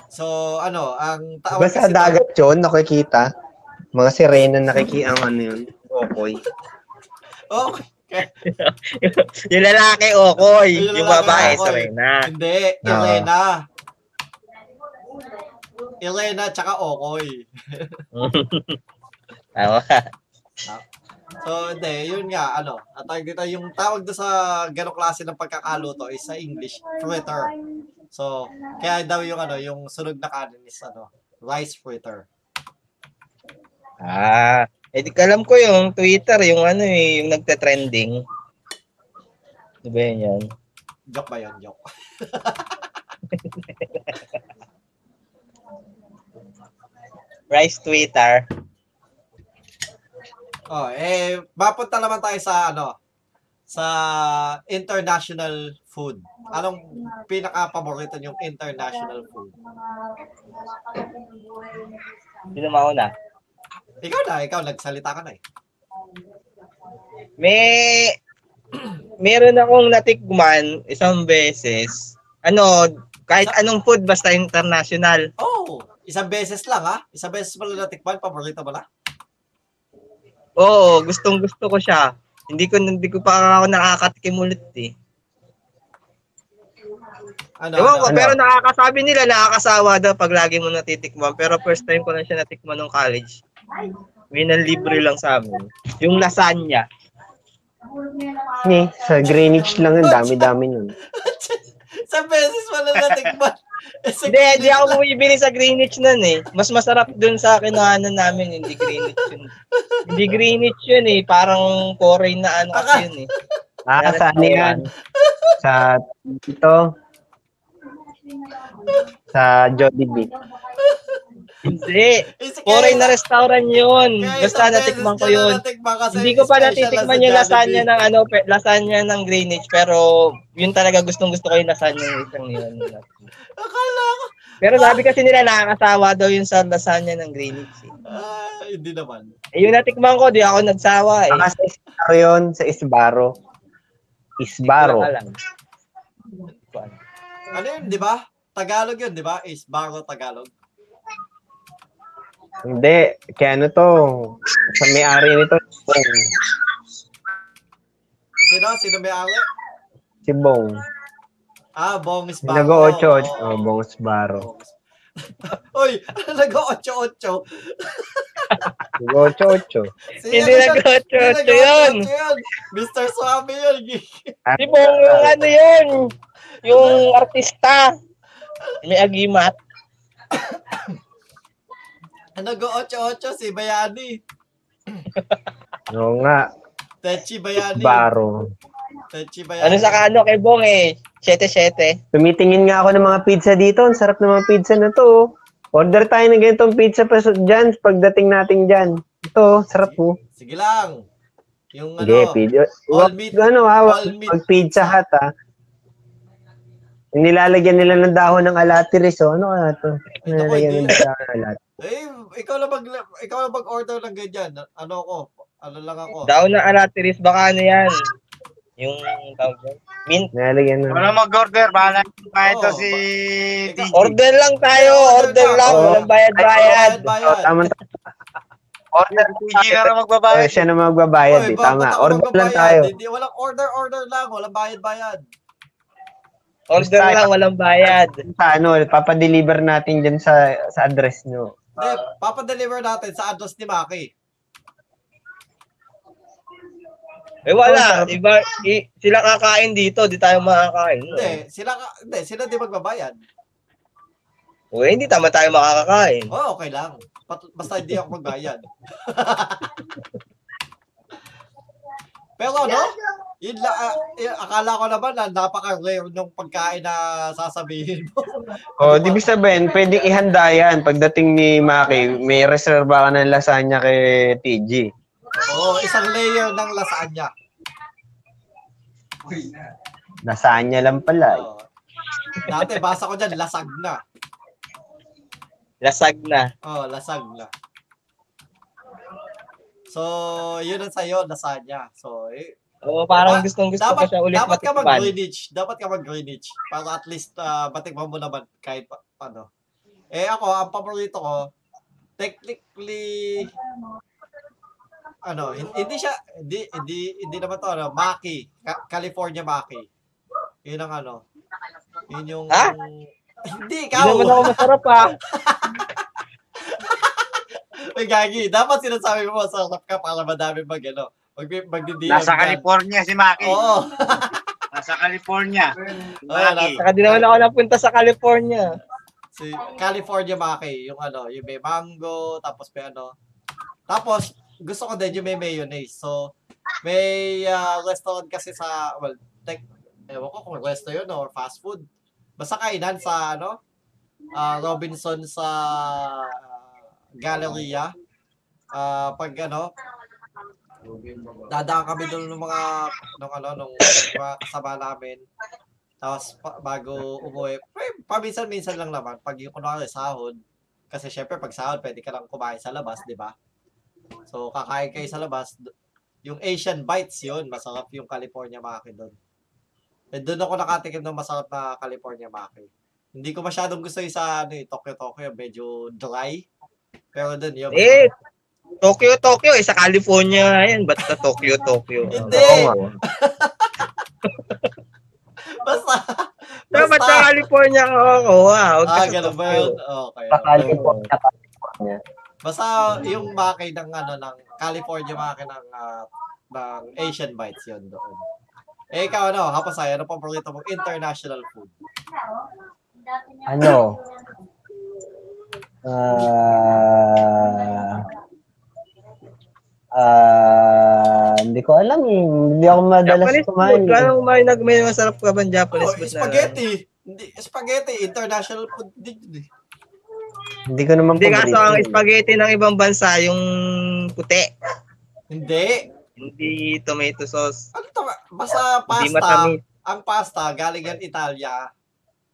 [SPEAKER 1] So ano, ang
[SPEAKER 4] Diba
[SPEAKER 1] tawag kasi-
[SPEAKER 4] sa dagat yun, nakikita? Mga sirena nakikita ang ano yun. Okoy.
[SPEAKER 1] Okoy.
[SPEAKER 2] Yung lalaki, okoy.
[SPEAKER 1] Yung
[SPEAKER 2] Yung
[SPEAKER 1] lalaki,
[SPEAKER 2] babae,
[SPEAKER 1] okoy.
[SPEAKER 2] sarena.
[SPEAKER 1] Hindi,
[SPEAKER 4] Ah.
[SPEAKER 1] Elena. Elena tsaka okoy.
[SPEAKER 2] Tama.
[SPEAKER 1] So, hindi, yun nga, ano, at tawag dito, yung tawag doon sa ganong klase ng pagkakaluto is sa English, fritter. So, kaya daw yung ano, yung sunog na kanin is ano, rice fritter.
[SPEAKER 2] Ah, edi alam ko yung Twitter, yung ano eh, yung nagte-trending. Di ba yun yun?
[SPEAKER 1] Joke ba yun? Joke. (laughs)
[SPEAKER 2] Rice Twitter.
[SPEAKER 1] Oh, eh, mapunta naman tayo sa ano, sa international food. Anong pinaka-paborito yung international food?
[SPEAKER 2] Sino mauna?
[SPEAKER 1] Ikaw na, ikaw, nagsalita ka na eh.
[SPEAKER 2] May, (clears throat) meron akong natikman isang beses. Ano, kahit anong food, basta international.
[SPEAKER 1] Oh, isang beses lang ha? Isang beses mo lang natikman, paborito mo na?
[SPEAKER 2] Oo, gustong gusto ko siya. Hindi ko hindi ko pa ako nakakatikim ulit eh.
[SPEAKER 1] Ano,
[SPEAKER 2] Ewan ko,
[SPEAKER 1] ano?
[SPEAKER 4] ano?
[SPEAKER 2] pero nakakasabi nila, nakakasawa daw pag lagi mo natitikman. Pero first time ko lang siya natikman nung college. May libre lang sa amin. Yung lasagna.
[SPEAKER 4] Ni, sa Greenwich lang yun, dami-dami nun.
[SPEAKER 1] Sa beses mo lang natikman. Isang
[SPEAKER 2] (laughs) Hindi, hindi ako bumibili sa Greenwich nun eh. Mas masarap dun sa kinahanan namin, hindi Greenwich yun. hindi Greenwich yun eh, parang foreign na ano kasi yun eh.
[SPEAKER 4] Ah, sa ano yan? Sa, ito, sa Jollibee.
[SPEAKER 2] Hindi,
[SPEAKER 1] Is-
[SPEAKER 2] foreign na
[SPEAKER 1] kaya-
[SPEAKER 2] restaurant yun.
[SPEAKER 1] kaya
[SPEAKER 2] Basta
[SPEAKER 1] isang beses
[SPEAKER 2] natikman
[SPEAKER 1] ka
[SPEAKER 2] ko
[SPEAKER 1] na
[SPEAKER 2] yun.
[SPEAKER 1] natikman kasi
[SPEAKER 2] Hindi ko pa
[SPEAKER 1] special
[SPEAKER 2] natitikman
[SPEAKER 1] sa
[SPEAKER 2] yung lasagna
[SPEAKER 1] Jollibee.
[SPEAKER 2] ng ano, pe- lasagna ng Greenwich, pero yun talaga gustong gusto ko yung lasagna ng isang yun.
[SPEAKER 1] Akala ko.
[SPEAKER 2] Pero sabi kasi nila nakakasawa daw yung sa lasagna ng Greenwich. Eh.
[SPEAKER 1] Ah, hindi naman.
[SPEAKER 2] Eh, yung natikman ko, di ako nagsawa eh.
[SPEAKER 4] Baka sa Isbaro yun, sa Isbaro. Isbaro.
[SPEAKER 2] Wala lang.
[SPEAKER 1] Ano yun, di ba? Tagalog yun, di ba? Is Baro Tagalog.
[SPEAKER 4] Hindi, kaya ano to, sa may-ari nito, si Bong.
[SPEAKER 1] Sino? Sino may ari?
[SPEAKER 4] Si Bong.
[SPEAKER 1] Ah, Bong is Baro.
[SPEAKER 4] Nag-8.
[SPEAKER 1] Oo,
[SPEAKER 4] Oh, Bong Isbaro.
[SPEAKER 1] Bong is- (laughs) Uy, (laughs) nag-8-8.
[SPEAKER 4] Nag-8.
[SPEAKER 1] Sino
[SPEAKER 2] Hindi
[SPEAKER 1] yun?
[SPEAKER 2] nag-8-8
[SPEAKER 1] Hindi
[SPEAKER 2] yun.
[SPEAKER 1] nag-8-8 yun. Mr. Swami yun. (laughs)
[SPEAKER 2] Di ba yung ano yun? Yung artista. May agimat.
[SPEAKER 1] Nag-8-8 si Bayani.
[SPEAKER 4] Oo nga,
[SPEAKER 1] Techi Bayani.
[SPEAKER 4] Isbaro.
[SPEAKER 1] Techi Bayani.
[SPEAKER 2] Ano sa kano kay Bong eh? 7-7.
[SPEAKER 4] Tumitingin nga ako ng mga pizza dito. Ang sarap ng mga pizza na to. oh. Order tayo ng ganitong pizza pa sa- dyan pagdating natin dyan. Ito, oh, sarap mo.
[SPEAKER 1] Sige lang. Yung
[SPEAKER 4] Sige,
[SPEAKER 1] ano,
[SPEAKER 4] pizza.
[SPEAKER 1] all
[SPEAKER 4] Wag,
[SPEAKER 1] meat.
[SPEAKER 4] ano ha, wag,
[SPEAKER 1] all meat.
[SPEAKER 4] wag pizza hut ha. Yung nilalagyan nila ng dahon ng alatiris, oh. Ano kaya to? Nilalagyan ng dahon ng alatiris.
[SPEAKER 1] Eh, ikaw na mag ikaw na mag-order ng ganyan. Ano ako? Ano lang ako?
[SPEAKER 2] Daon ng alatiris, baka ano yan? Yung tawag dyan? Mint.
[SPEAKER 4] Nilalagyan ng...
[SPEAKER 3] Wala mag-order, bahala kahit to
[SPEAKER 1] Oo,
[SPEAKER 3] si
[SPEAKER 1] ba-
[SPEAKER 3] DJ.
[SPEAKER 2] Order lang tayo, order lang.
[SPEAKER 4] Oo.
[SPEAKER 2] Walang
[SPEAKER 1] Bayad,
[SPEAKER 2] bayad-bayad.
[SPEAKER 1] bayad.
[SPEAKER 4] Oh, tama tama. Order
[SPEAKER 3] DJ na lang
[SPEAKER 4] tayo.
[SPEAKER 3] magbabayad.
[SPEAKER 4] Siya na magbabayad,
[SPEAKER 1] Oy,
[SPEAKER 4] eh.
[SPEAKER 1] bakit
[SPEAKER 4] Tama.
[SPEAKER 1] ako
[SPEAKER 4] Order lang
[SPEAKER 1] magbabayad?
[SPEAKER 4] tayo.
[SPEAKER 1] Hindi, walang order, order lang. Walang bayad-bayad.
[SPEAKER 2] Order
[SPEAKER 4] Basta-
[SPEAKER 2] lang, walang bayad.
[SPEAKER 4] Sa ano, papadeliver natin dyan sa, sa address nyo.
[SPEAKER 1] Hindi, papadeliver natin sa address ni Maki.
[SPEAKER 2] Eh wala, iba, i- sila kakain dito, di tayo makakain.
[SPEAKER 1] Hindi, sila, ka- hindi, sila di magbabayad.
[SPEAKER 2] Uy, Oh, eh, hindi tama tayo makakakain.
[SPEAKER 1] Oo, Oh, okay lang. Pat- basta hindi ako magbayad. (laughs) Pero ano, yun la, ah, eh, akala ko naman na napaka-rare nung pagkain na sasabihin mo.
[SPEAKER 4] O, Oh, di ba sabihin, pwedeng ihanda yan. Pagdating ni Maki, may reserva ka ng lasagna kay TG.
[SPEAKER 1] Oo, isang layer ng lasagna.
[SPEAKER 4] Lasagna lang pala.
[SPEAKER 1] Oo. Dati, basa ko dyan, lasag na.
[SPEAKER 2] Lasag na.
[SPEAKER 1] Oo, lasag na. So, yun ang sa'yo, lasagna. So, eh,
[SPEAKER 2] Oo, parang
[SPEAKER 1] Dapat-
[SPEAKER 2] gustong gusto ko
[SPEAKER 1] dapat,
[SPEAKER 2] siya ulit
[SPEAKER 1] dapat ka
[SPEAKER 2] matikman.
[SPEAKER 1] mag-Greenwich. Dapat ka mag-Greenwich. Para at least uh, matikman mo naman kahit pa, ano. Eh ako, ang paborito ko, technically, ano, hin- hindi siya, hindi, hindi, hindi naman to, ano, Maki. Ca- California Maki. Yun ang ano. Yun yung...
[SPEAKER 2] Ha?
[SPEAKER 1] (laughs) Hindi,
[SPEAKER 2] Hindi naman ako
[SPEAKER 1] ikaw.
[SPEAKER 2] masarap ah. ha.
[SPEAKER 1] May gagi. Dapat sinasabi mo sa ka para madami mag, ano, mag, magdi-DM.
[SPEAKER 3] Nasa
[SPEAKER 1] dyan.
[SPEAKER 3] California si Maki.
[SPEAKER 1] Oo.
[SPEAKER 3] Nasa California.
[SPEAKER 1] Oo,
[SPEAKER 3] Maki.
[SPEAKER 2] Saka di naman ako napunta sa California.
[SPEAKER 1] Si California Maki, yung ano, yung may mango, tapos may ano. Tapos, gusto ko din yung may mayonnaise. So, may ah, restaurant kasi sa, well, tech, ewan ko kung resto yun or fast food. Basta kainan sa, ano, ah, Robinson sa ah, Galleria. Ah, pag, ano, dadaan kami doon ng mga, ng ano, ng mga kasama namin. Tapos pa- bago umuwi, eh, paminsan-minsan lang naman pag yung kunwari sahod. Kasi syempre pag sahod, pwede ka lang kumain sa labas, di ba? So kakain kayo sa labas. d- Yung Asian Bites yun, masarap yung California Maki doon. Eh, doon ako nakatikim ng masarap na California Maki. Hindi ko masyadong gusto yung sa ano, yung Tokyo Tokyo, medyo dry. Pero doon yung...
[SPEAKER 2] Eh, Tokyo, Tokyo. Eh, sa California nga yan. Ba't sa Tokyo, Tokyo?
[SPEAKER 1] Hindi. basta,
[SPEAKER 2] Dapat
[SPEAKER 1] basta.
[SPEAKER 2] sa California ka kukuha. Huwag ka
[SPEAKER 1] Ah,
[SPEAKER 2] sa
[SPEAKER 1] ganun ba
[SPEAKER 2] Tokyo.
[SPEAKER 1] yun? Okay.
[SPEAKER 4] Sa California.
[SPEAKER 1] Basta yung maki ng ano ng California maki ng ah, ng Asian Bites yun doon. Eh ikaw ano, hapasay, ano paborito mong international food?
[SPEAKER 4] Ano? Ah... Ah... hindi ko alam eh. Hindi ako madalas
[SPEAKER 2] Japanese
[SPEAKER 4] kumain.
[SPEAKER 2] food.
[SPEAKER 4] eh.
[SPEAKER 2] Kaya may nag may masarap ka bang Japanese
[SPEAKER 1] Oh,
[SPEAKER 2] food na?
[SPEAKER 1] spaghetti. Hindi, spaghetti, international food din yun eh.
[SPEAKER 4] Hindi ko naman
[SPEAKER 2] Hindi kaso
[SPEAKER 4] paborito
[SPEAKER 2] ang
[SPEAKER 4] eh.
[SPEAKER 2] spaghetti ng ibang bansa, yung puti.
[SPEAKER 1] Hindi.
[SPEAKER 2] Hindi tomato sauce.
[SPEAKER 1] Ano to? ba? Basta
[SPEAKER 2] Hindi
[SPEAKER 1] pasta.
[SPEAKER 2] matamis.
[SPEAKER 1] Ang pasta galing yan Italia.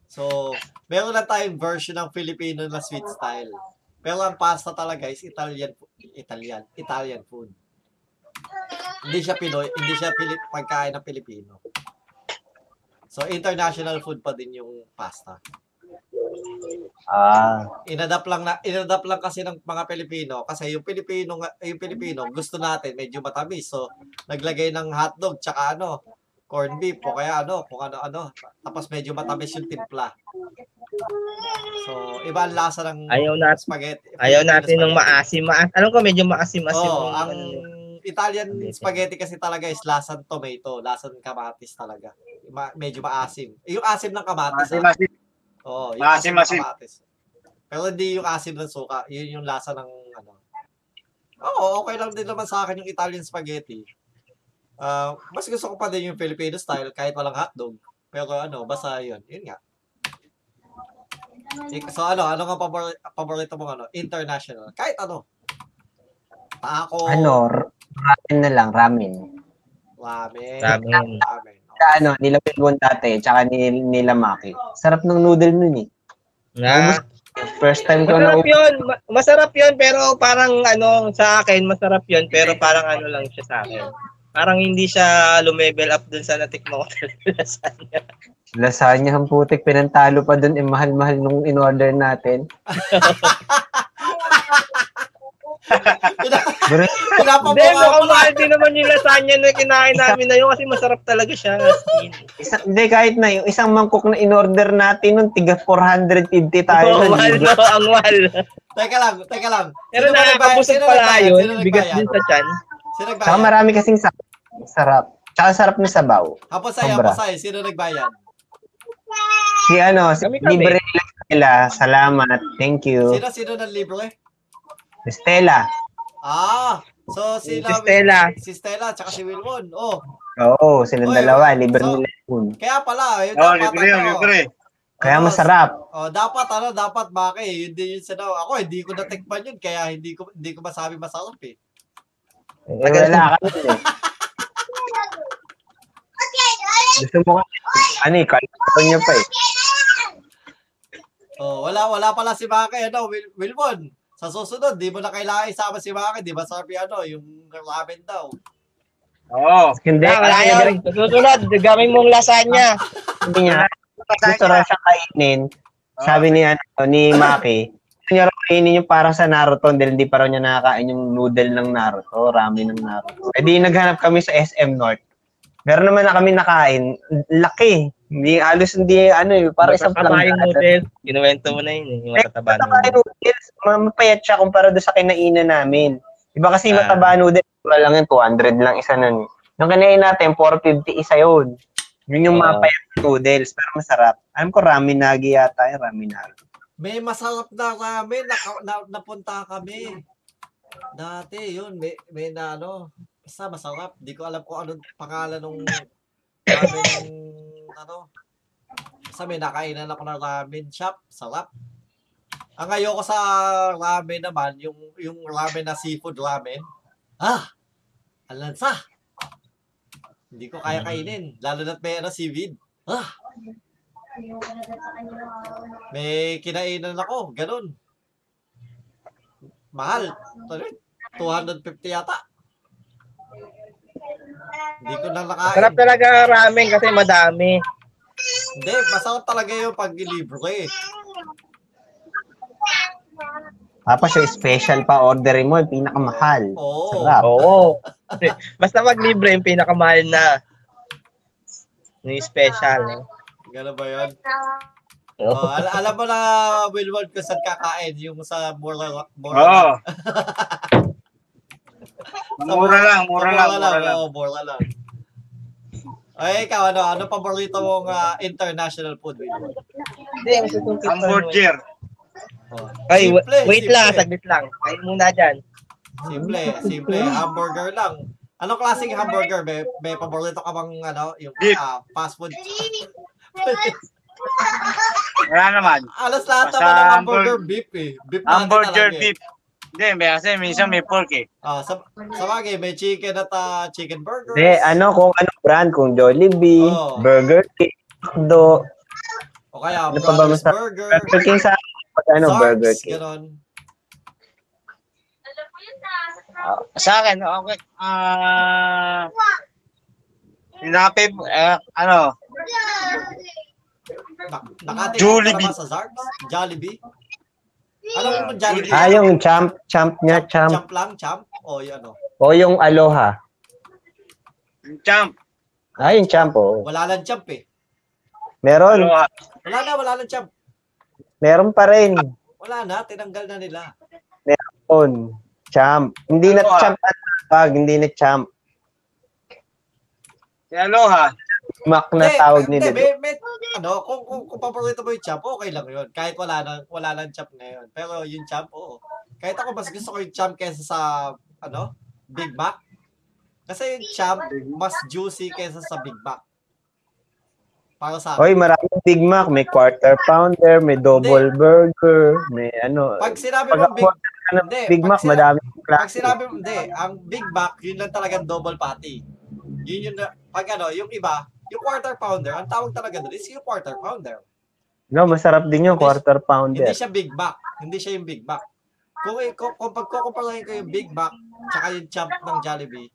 [SPEAKER 1] So, meron lang tayong version ng Filipino na sweet style. Pero ang pasta talaga is Italian Italian Italian food. Hindi siya Pinoy, hindi siya Pilip, pagkain ng Pilipino. So international food pa din yung pasta.
[SPEAKER 4] Ah,
[SPEAKER 1] Inadapt lang na inadapt lang kasi ng mga Pilipino kasi yung Pilipino nga- yung Pilipino gusto natin medyo matamis. So naglagay ng hotdog tsaka ano corned beef o kaya ano kung ano ano tapos medyo matamis yung timpla. So iba ang lasa ng
[SPEAKER 2] Ayaw natin.
[SPEAKER 1] spaghetti.
[SPEAKER 2] Ayaw
[SPEAKER 1] Filipino
[SPEAKER 2] natin ng
[SPEAKER 1] spaghetti.
[SPEAKER 2] maasim. Maas, alam ko, medyo maasim-asim.
[SPEAKER 1] Oo,
[SPEAKER 2] yung
[SPEAKER 1] ang
[SPEAKER 2] ano niya.
[SPEAKER 1] Italian
[SPEAKER 2] Spaghetti.
[SPEAKER 1] spaghetti kasi talaga is lasang tomato, lasang kamatis talaga. Ma- medyo maasim. Eh, Yung asim ng kamatis.
[SPEAKER 3] Masi,
[SPEAKER 1] ah.
[SPEAKER 3] masi.
[SPEAKER 1] Oo, yung asim,
[SPEAKER 3] maasim,
[SPEAKER 1] ng
[SPEAKER 3] asim.
[SPEAKER 1] kamatis. Pero hindi yung asim ng suka, yun yung lasa ng ano. Oo, okay lang din naman sa akin yung Italian spaghetti. Ah, mas gusto ko pa din yung Filipino style kahit walang hotdog. Pero ano, basta yun. Yun nga. Ik- So ano, ano nga paborito, paborito mong ano? International. Kahit ano. Taco.
[SPEAKER 4] ano? r- Ramen na lang, ramen.
[SPEAKER 1] Ramen.
[SPEAKER 2] Ramen.
[SPEAKER 1] Ramen. (laughs)
[SPEAKER 4] ano, nila Belmontate, tsaka ni, nila Maki. Sarap ng noodle nun eh.
[SPEAKER 2] Ah.
[SPEAKER 4] First time ko na
[SPEAKER 2] Masarap yun. Ma- Masarap yun, pero parang ano, sa akin, masarap yun, pero parang ano lang siya sa akin. Parang hindi siya lumevel up dun sa natikmo ko talaga sa kanya.
[SPEAKER 4] lasagna ang putik, pinantalo pa dun, eh, mahal-mahal nung in-order natin. Bro,
[SPEAKER 2] Hindi, mukhang
[SPEAKER 1] Pinapabuka
[SPEAKER 2] mahal din naman yung lasagna na kinain namin na yun kasi masarap talaga siya. as in.
[SPEAKER 4] isang, hindi, kahit na yung isang mangkok na in-order natin nun, tiga 450 tayo.
[SPEAKER 2] Oo, Oh,
[SPEAKER 4] nun.
[SPEAKER 2] mahal no, ang mahal.
[SPEAKER 1] Teka lang, teka lang.
[SPEAKER 2] Pero
[SPEAKER 1] Sino ba nagbayad?
[SPEAKER 2] nakakabusog
[SPEAKER 1] Sino
[SPEAKER 2] pala
[SPEAKER 1] nagbayad?
[SPEAKER 2] yun,
[SPEAKER 1] Sino
[SPEAKER 2] bigas
[SPEAKER 1] nagbayad?
[SPEAKER 2] din sa chan.
[SPEAKER 1] Sino
[SPEAKER 4] Tsaka
[SPEAKER 1] nagbayad?
[SPEAKER 4] marami kasing sarap. Sarap. Tsaka sarap ng sabaw.
[SPEAKER 1] Hapasay,
[SPEAKER 4] Sobra.
[SPEAKER 1] hapasay. Sino nagbayad?
[SPEAKER 4] Si ano, si
[SPEAKER 2] Kami, kami.
[SPEAKER 4] Libre nila Stella. Salamat. Thank you.
[SPEAKER 1] Sino, sino ng libre?
[SPEAKER 4] Stella.
[SPEAKER 1] Ah, so
[SPEAKER 2] Si
[SPEAKER 1] sila...
[SPEAKER 2] Stella.
[SPEAKER 1] Si Stella, tsaka si Wilwon. Oh,
[SPEAKER 4] Oo, silang
[SPEAKER 1] Oy,
[SPEAKER 4] dalawa. Libre
[SPEAKER 1] so-
[SPEAKER 2] Oh.
[SPEAKER 4] nila yun.
[SPEAKER 1] kaya pala. Yun
[SPEAKER 3] Oh,
[SPEAKER 1] dapat,
[SPEAKER 3] libre yun,
[SPEAKER 1] ano,
[SPEAKER 3] libre.
[SPEAKER 4] Kaya
[SPEAKER 1] ano,
[SPEAKER 4] masarap.
[SPEAKER 1] Oh, dapat ano, dapat baki. Yun din yun sinaw. Ako hindi ko natikman yun kaya hindi ko hindi ko masabi masarap eh.
[SPEAKER 4] Eh, wala ka nun eh. Gusto mo ka. Ano eh, kalimutan niyo pa eh.
[SPEAKER 1] Oh, wala wala pala si Baki ano, Wil- Wilbon. Sa susunod, di mo na kailangan isama si Baki, di ba sabi ano, yung ramen daw.
[SPEAKER 3] Oo.
[SPEAKER 4] Hindi,
[SPEAKER 2] Wala
[SPEAKER 4] kasi
[SPEAKER 2] yun. Susunod, gamay mong
[SPEAKER 3] Ah,
[SPEAKER 2] lasagna.
[SPEAKER 4] sabi niya, gusto raw siya kainin. Sabi ni, ano, ni Maki, gusto niya raw kainin yung para sa Naruto dahil hindi pa raw niya nakakain yung noodle ng Naruto, ramen ng Naruto. Eh di naghanap kami sa SM North. Meron naman na kami nakain, laki. Hindi, halos hindi, ano eh, para isang
[SPEAKER 2] Matataba yung
[SPEAKER 4] planggada.
[SPEAKER 2] noodles. Kinuwento mo na yun, eh, yung matataba na
[SPEAKER 4] Mataba noodles, ma- mapayat siya kumpara doon sa kinainan namin. Iba kasi yung mataba noodles, wala Ah. lang yun, 200 lang isa nun. Yung kinain natin, 450 isa yun. Yun yung
[SPEAKER 2] Oo.
[SPEAKER 4] mapayat na noodles, pero masarap. Alam ko, ramen nagi yata yun, ramen nagi.
[SPEAKER 1] May masarap na ramen na, na napunta kami. Dati yun, may may na ano, basta masarap. Di ko alam kung anong pangalan nung ramen nung ano. Basta may nakainan ako ng ramen shop, sarap. Ang ayoko sa ramen naman, yung yung ramen na seafood ramen. Ah, alansa. Hindi ko kaya kainin, lalo na't may ano seaweed. Ah, may kinainan ako, ganun. Mahal. Tuloy, 250 yata. Hindi ko na
[SPEAKER 2] Sarap
[SPEAKER 1] nakain.
[SPEAKER 2] talaga ang ramen kasi madami.
[SPEAKER 1] Hindi, masarap talaga yung eh. pag-libre.
[SPEAKER 4] Tapos yung special pa, orderin mo, yung pinakamahal.
[SPEAKER 1] Oo.
[SPEAKER 4] Sarap.
[SPEAKER 2] Oo. Basta wag libre yung pinakamahal na. Yung special. Eh.
[SPEAKER 1] Ganun ba yun? Oh, al- alam mo na, Wilward, kung saan kakain yung sa mura, mura (laughs)
[SPEAKER 3] Oo.
[SPEAKER 1] lang.
[SPEAKER 3] Mura lang, mura
[SPEAKER 1] Sa
[SPEAKER 3] lang, mura lang.
[SPEAKER 1] Oo, mura lang. Ay, ikaw, ano, ano paborito mong ah, international food, Wilward?
[SPEAKER 2] Hindi, ang susunod.
[SPEAKER 3] Hamburger.
[SPEAKER 1] Oh.
[SPEAKER 3] eh.
[SPEAKER 2] Ay, wa-
[SPEAKER 1] Simple,
[SPEAKER 2] wait
[SPEAKER 1] simple.
[SPEAKER 2] lang, saglit lang. Ay, muna dyan.
[SPEAKER 1] Simple, simple. Hamburger lang. Anong klaseng hamburger? May, may paborito ka bang, ano, yung
[SPEAKER 3] Beef.
[SPEAKER 1] ah, fast food? (laughs)
[SPEAKER 3] Wala naman.
[SPEAKER 1] Alas lahat
[SPEAKER 3] Basta
[SPEAKER 1] naman ng
[SPEAKER 3] hambur-
[SPEAKER 1] hamburger beef eh. Beef natin
[SPEAKER 3] Hamburger
[SPEAKER 1] talaga eh.
[SPEAKER 3] beef. Hindi, may kasi minsan may pork eh.
[SPEAKER 1] Ah, sa, sa bagay, may chicken at ah, chicken burgers.
[SPEAKER 4] Hindi, ano, kung anong brand, kung Jollibee,
[SPEAKER 1] Oo.
[SPEAKER 4] Burger King, McDo,
[SPEAKER 1] O kaya,
[SPEAKER 4] Ano pa ba
[SPEAKER 1] Brothers
[SPEAKER 4] masarap?
[SPEAKER 1] Burger,
[SPEAKER 4] Burger King sa pag ano,
[SPEAKER 1] Sarps,
[SPEAKER 4] Burger King.
[SPEAKER 1] ganon.
[SPEAKER 3] Sa akin, okay. Ah... Pinapip, eh, ano,
[SPEAKER 1] Nak- Nakati
[SPEAKER 3] Jollibee.
[SPEAKER 1] Jollibee. sa Zarks? Jollibee? Alam mo kung Jollibee?
[SPEAKER 4] Ah, yung champ, champ niya, champ.
[SPEAKER 1] Champ lang, champ? O, yun ano.
[SPEAKER 4] O yung Aloha.
[SPEAKER 3] champ.
[SPEAKER 4] Ah, yung champ, oh.
[SPEAKER 1] Wala lang champ eh.
[SPEAKER 4] Meron,
[SPEAKER 3] Aloha.
[SPEAKER 1] Wala na, wala lang champ.
[SPEAKER 4] meron pa rin.
[SPEAKER 1] Wala na, tinanggal na nila.
[SPEAKER 4] On. Champ. Hindi na
[SPEAKER 3] Ano ah?
[SPEAKER 4] champ at pag, hindi na champ.
[SPEAKER 3] Si Aloha.
[SPEAKER 4] Mac na
[SPEAKER 1] Hindi,
[SPEAKER 4] tawag
[SPEAKER 1] hindi,
[SPEAKER 4] nila.
[SPEAKER 1] may- may- ano, kung, kung, kung paborito mo yung champ, okay lang yun. Kahit wala na, wala lang champ ngayon. Pero yung champ, oo. Kahit ako, mas gusto ko yung champ kaysa sa, ano, Big Mac. Kasi yung champ, mas juicy kaysa sa Big Mac. Para sa akin.
[SPEAKER 4] Hoy, maraming Big Mac. May quarter pounder, may double burger, may ano.
[SPEAKER 1] Pag sinabi
[SPEAKER 4] Pag
[SPEAKER 1] mong Big
[SPEAKER 4] ako ka ng
[SPEAKER 1] Hindi,
[SPEAKER 4] Big
[SPEAKER 1] pag
[SPEAKER 4] Mac,
[SPEAKER 1] sina-
[SPEAKER 4] madami
[SPEAKER 1] Pag sinabi mo, hindi, ang Big Mac, yun lang talaga double patty. Yun yun, na- pag ano, yung iba, Yung quarter pounder, ang tawag talaga doon is yung quarter pounder.
[SPEAKER 4] No, masarap din yung quarter
[SPEAKER 1] Hindi
[SPEAKER 4] pounder.
[SPEAKER 1] siya Big Mac. Hindi siya yung Big Mac. Kung, kung, kung pagkukumparahin ko yung Big Mac tsaka yung champ ng Jollibee,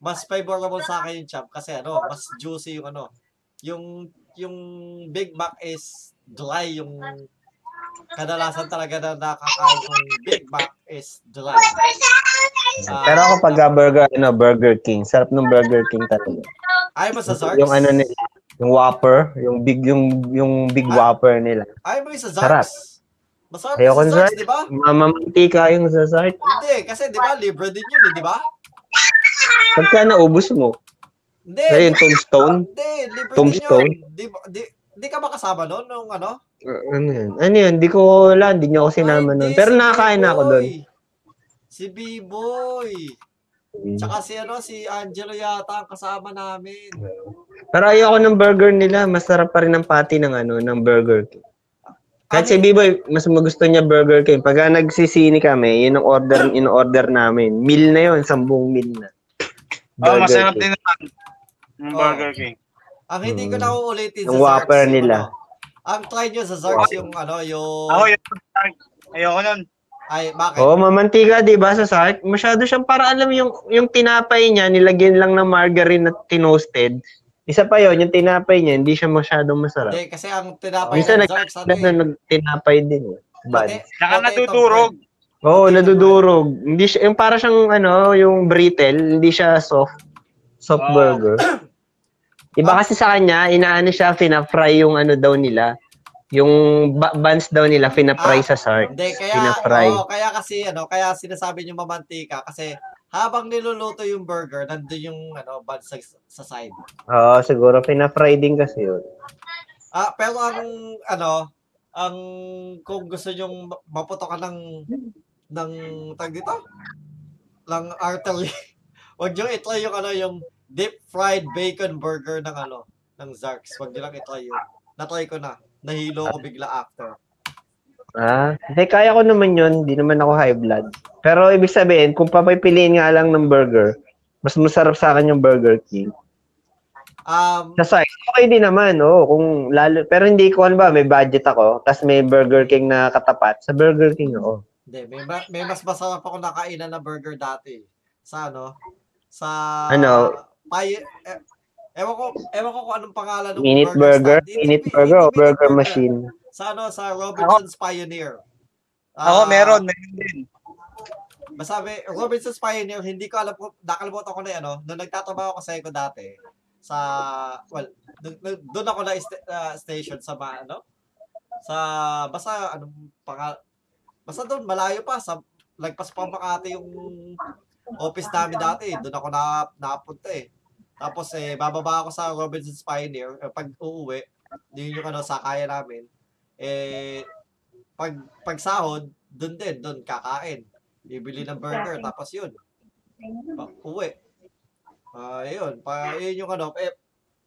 [SPEAKER 1] mas favorable sa akin yung champ kasi ano, mas juicy yung ano. Yung yung Big Mac is dry yung kadalasan talaga na nakakain yung Big Mac is dry. Ah,
[SPEAKER 4] Pero ako pag ah, burger, ano, Burger King. Sarap ng Burger King talaga.
[SPEAKER 1] Ay mo sa Zarks?
[SPEAKER 4] Yung ano nila, yung Whopper, yung big yung yung big
[SPEAKER 1] Ah.
[SPEAKER 4] Whopper nila.
[SPEAKER 1] Ay mo yung sa
[SPEAKER 4] Sarap.
[SPEAKER 1] Zarks? Masarap
[SPEAKER 4] Ayoko
[SPEAKER 1] yung
[SPEAKER 4] ng
[SPEAKER 1] sa Zarks,
[SPEAKER 4] Zarks.
[SPEAKER 1] di ba?
[SPEAKER 4] Mamamantika yung sa site.
[SPEAKER 1] Hindi, kasi di ba libre din yun, eh, di ba?
[SPEAKER 4] Pagka naubos mo,
[SPEAKER 1] Hindi.
[SPEAKER 4] na yung tombstone,
[SPEAKER 1] Hindi, libre
[SPEAKER 4] Tombstone?
[SPEAKER 1] din yun. Di, ba- di, di ka ba kasama nun nung ano?
[SPEAKER 4] Uh, ano yun? Ano yun? Di ko wala. Hindi niyo ako sinama
[SPEAKER 1] Ay,
[SPEAKER 4] nun.
[SPEAKER 1] hindi,
[SPEAKER 4] Pero
[SPEAKER 1] si
[SPEAKER 4] nakakain na ako
[SPEAKER 1] B-Boy.
[SPEAKER 4] doon.
[SPEAKER 1] Si B-Boy. Tsaka si ano, si Angelo yata ang kasama namin.
[SPEAKER 4] Pero ayoko ng burger nila. Masarap pa rin ang patty ng ano, ng Burger King. Kahit si B-Boy, mas magusto niya Burger King. Pagka nagsisini kami, yun ang order, in-order namin. Meal na yun, sambung meal na.
[SPEAKER 3] Oh, masarap din
[SPEAKER 4] King.
[SPEAKER 3] naman. Yung
[SPEAKER 1] Oh.
[SPEAKER 3] Burger King.
[SPEAKER 1] Ang hindi ko
[SPEAKER 4] Mm.
[SPEAKER 1] na uulitin
[SPEAKER 4] Yung Whopper nila.
[SPEAKER 1] ano, ang try nyo sa Zarks yung ano, yung...
[SPEAKER 3] Ako yun. Ayoko nun.
[SPEAKER 1] Ay, bakit?
[SPEAKER 4] Oo, mamantika, di ba, sa sark? Masyado siyang para alam mo yung, yung tinapay niya, nilagyan lang ng margarine at tinoasted. Isa pa yon yung tinapay niya, hindi siya masyadong masarap.
[SPEAKER 1] Hindi, kasi ang tinapay
[SPEAKER 4] Minsan
[SPEAKER 1] ng
[SPEAKER 4] nag
[SPEAKER 1] Zarks, ano
[SPEAKER 4] na
[SPEAKER 1] eh,
[SPEAKER 4] nagtinapay din. eh. Bad.
[SPEAKER 1] puti-
[SPEAKER 3] Saka
[SPEAKER 1] puti
[SPEAKER 3] natudurog.
[SPEAKER 1] itong
[SPEAKER 4] Oo, oh, nadudurog. Hindi siya, yung para siyang ano, yung brittle, hindi siya soft. Soft
[SPEAKER 3] Ah.
[SPEAKER 4] burger. Iba kasi sa kanya, inaano siya, fina-fry yung ano daw nila. Yung ba- buns daw nila, fina-fry
[SPEAKER 1] Ah,
[SPEAKER 4] sa sark.
[SPEAKER 1] Hindi, kaya,
[SPEAKER 4] Pina-fry.
[SPEAKER 1] oo, kaya kasi, ano, kaya sinasabi nyo mamantika kasi habang niluluto yung burger, nandun yung, ano, bun sa, sa side.
[SPEAKER 4] Oo, siguro fina-fry din kasi yun.
[SPEAKER 1] Ah, pero ang, ano, ang, kung gusto nyong ma- maputokan ng, ng, tag dito, ng artery, (laughs) huwag nyo itry yung, ano, yung deep fried bacon burger ng, ano, ng Zarks. Huwag nyo lang itry yun. Natry ko na. Nahilo ko bigla after.
[SPEAKER 4] Ah, hindi, kaya ko naman yun. Di naman ako high blood. Pero ibig sabihin, kung papipiliin nga lang ng burger, mas masarap sa akin yung Burger King.
[SPEAKER 1] Um,
[SPEAKER 4] Sa size, okay din naman, oo. kung lalo, pero hindi ko, ano ba, may budget ako, tas may Burger King na katapat. Sa Burger King, oo.
[SPEAKER 1] Hindi, may, ma- may mas masarap ako nakainan na burger dati. Sa ano? Sa...
[SPEAKER 4] Ano?
[SPEAKER 1] Pay, eh, ewan ko, ewan ko kung anong pangalan ng
[SPEAKER 4] Minute Burger,
[SPEAKER 1] stand.
[SPEAKER 4] Minute
[SPEAKER 1] Minute-
[SPEAKER 4] Burger, o
[SPEAKER 1] Minute
[SPEAKER 4] Burger Machine.
[SPEAKER 1] Sa ano, sa Robinson's Pioneer. Ah,
[SPEAKER 3] Ako, meron. Meron din.
[SPEAKER 1] Basta may Robinson's Pioneer, hindi ko alam kung, nakalimutan ko na yun, ano, nung nagtatrabaho ako sa Eco dati, sa, well, nung- nung- doon ako na sta- ah, station sa, ma- ano, sa, basta, anong pangal, basta doon, malayo pa, sa, lagpas pa Makati yung office namin dati, doon ako na, napunta eh. Tapos eh, bababa ako sa Robinson's Pioneer, eh, pag uuwi, yun yung ano, sakaya namin, eh, pag, pag sahod, doon din, doon kakain. Bibili ng burger, tapos yun. Pa- uwi. Ah, yun. Pa, yun yung ano, eh,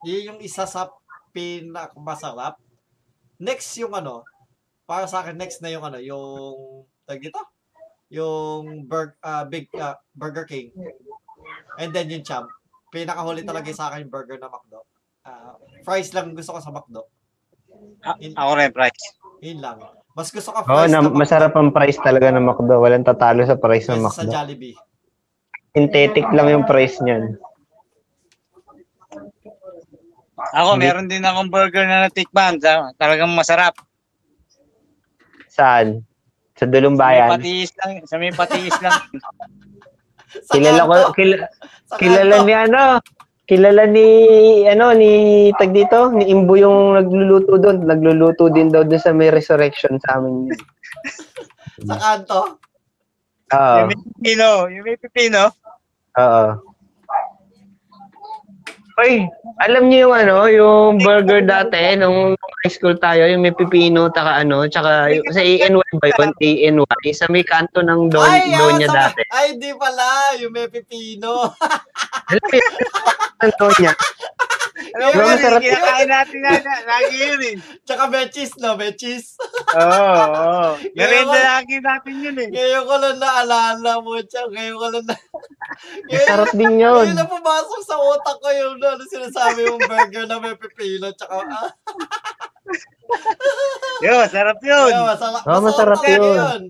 [SPEAKER 1] yun yung isa sa pinakamasarap. Next yung ano, para sa akin, next na yung ano, yung, tag dito, yung bur- ah, big, ah, Burger King. And then yung champ. Pinakahuli talaga sa akin yung burger na McDo. Ah, fries lang gusto ko sa McDo.
[SPEAKER 3] A- Ah, Ako rin, price.
[SPEAKER 1] Yun lang. Mas gusto ko
[SPEAKER 4] Oo,
[SPEAKER 1] fries
[SPEAKER 4] na,
[SPEAKER 1] McDo
[SPEAKER 4] masarap ang price talaga ng McDo. Walang tatalo sa price
[SPEAKER 1] kaysa
[SPEAKER 4] ng
[SPEAKER 1] sa
[SPEAKER 4] McDo.
[SPEAKER 1] Jollibee.
[SPEAKER 4] Synthetic lang yung price niyan.
[SPEAKER 3] Ako,
[SPEAKER 4] Hindi.
[SPEAKER 3] meron din akong burger na natikman. Ta- Talagang masarap.
[SPEAKER 4] Saan?
[SPEAKER 3] Sa
[SPEAKER 4] Sa
[SPEAKER 3] may
[SPEAKER 4] Dulumbayan.
[SPEAKER 3] patiis lang. Sa may patiis lang.
[SPEAKER 1] Sa
[SPEAKER 4] Kilala ko,
[SPEAKER 1] kanto.
[SPEAKER 4] kil,
[SPEAKER 1] Sa
[SPEAKER 4] Kilala
[SPEAKER 1] kanto.
[SPEAKER 4] ni ano? Kilala ni ano ni tag dito, ni Imbo yung nagluluto doon, nagluluto din daw doon sa may resurrection sa amin. yun.
[SPEAKER 1] Sa kanto.
[SPEAKER 4] Oo.
[SPEAKER 2] Oh.
[SPEAKER 3] Yung may pipino. Yung may pipino.
[SPEAKER 4] Oo. Oy, alam niyo yung ano, yung burger dati nung high school tayo, yung may pipino taka ano, tsaka yung, sa ANY ba yun? ANY, sa may kanto ng Don,
[SPEAKER 1] ah,
[SPEAKER 4] Donya
[SPEAKER 1] sa-
[SPEAKER 4] dati.
[SPEAKER 1] Ay, di pala. Yung may pipino. (laughs)
[SPEAKER 4] Alam mo yun, ng Donya.
[SPEAKER 3] Alam mo
[SPEAKER 4] Yung
[SPEAKER 3] yun,
[SPEAKER 4] masarap-
[SPEAKER 3] kinakain natin na, na lagi yun
[SPEAKER 2] (laughs)
[SPEAKER 3] eh.
[SPEAKER 1] Tsaka may cheese na, may cheese.
[SPEAKER 3] Oo, oh, oo. Merienda
[SPEAKER 1] Yung-
[SPEAKER 3] lagi natin yun eh.
[SPEAKER 1] Ngayon ko lang naalala mo, tsaka ngayon ko lang na... ngayon,
[SPEAKER 4] Sarap din yun.
[SPEAKER 1] ngayon na pumasok sa utak ko yung ano, sinasabi mong burger na may pipino, tsaka... Ah,
[SPEAKER 3] Yo, sarap (laughs) yun.
[SPEAKER 1] Kaya masala-
[SPEAKER 4] Ah, masarap
[SPEAKER 1] talaga
[SPEAKER 4] yun.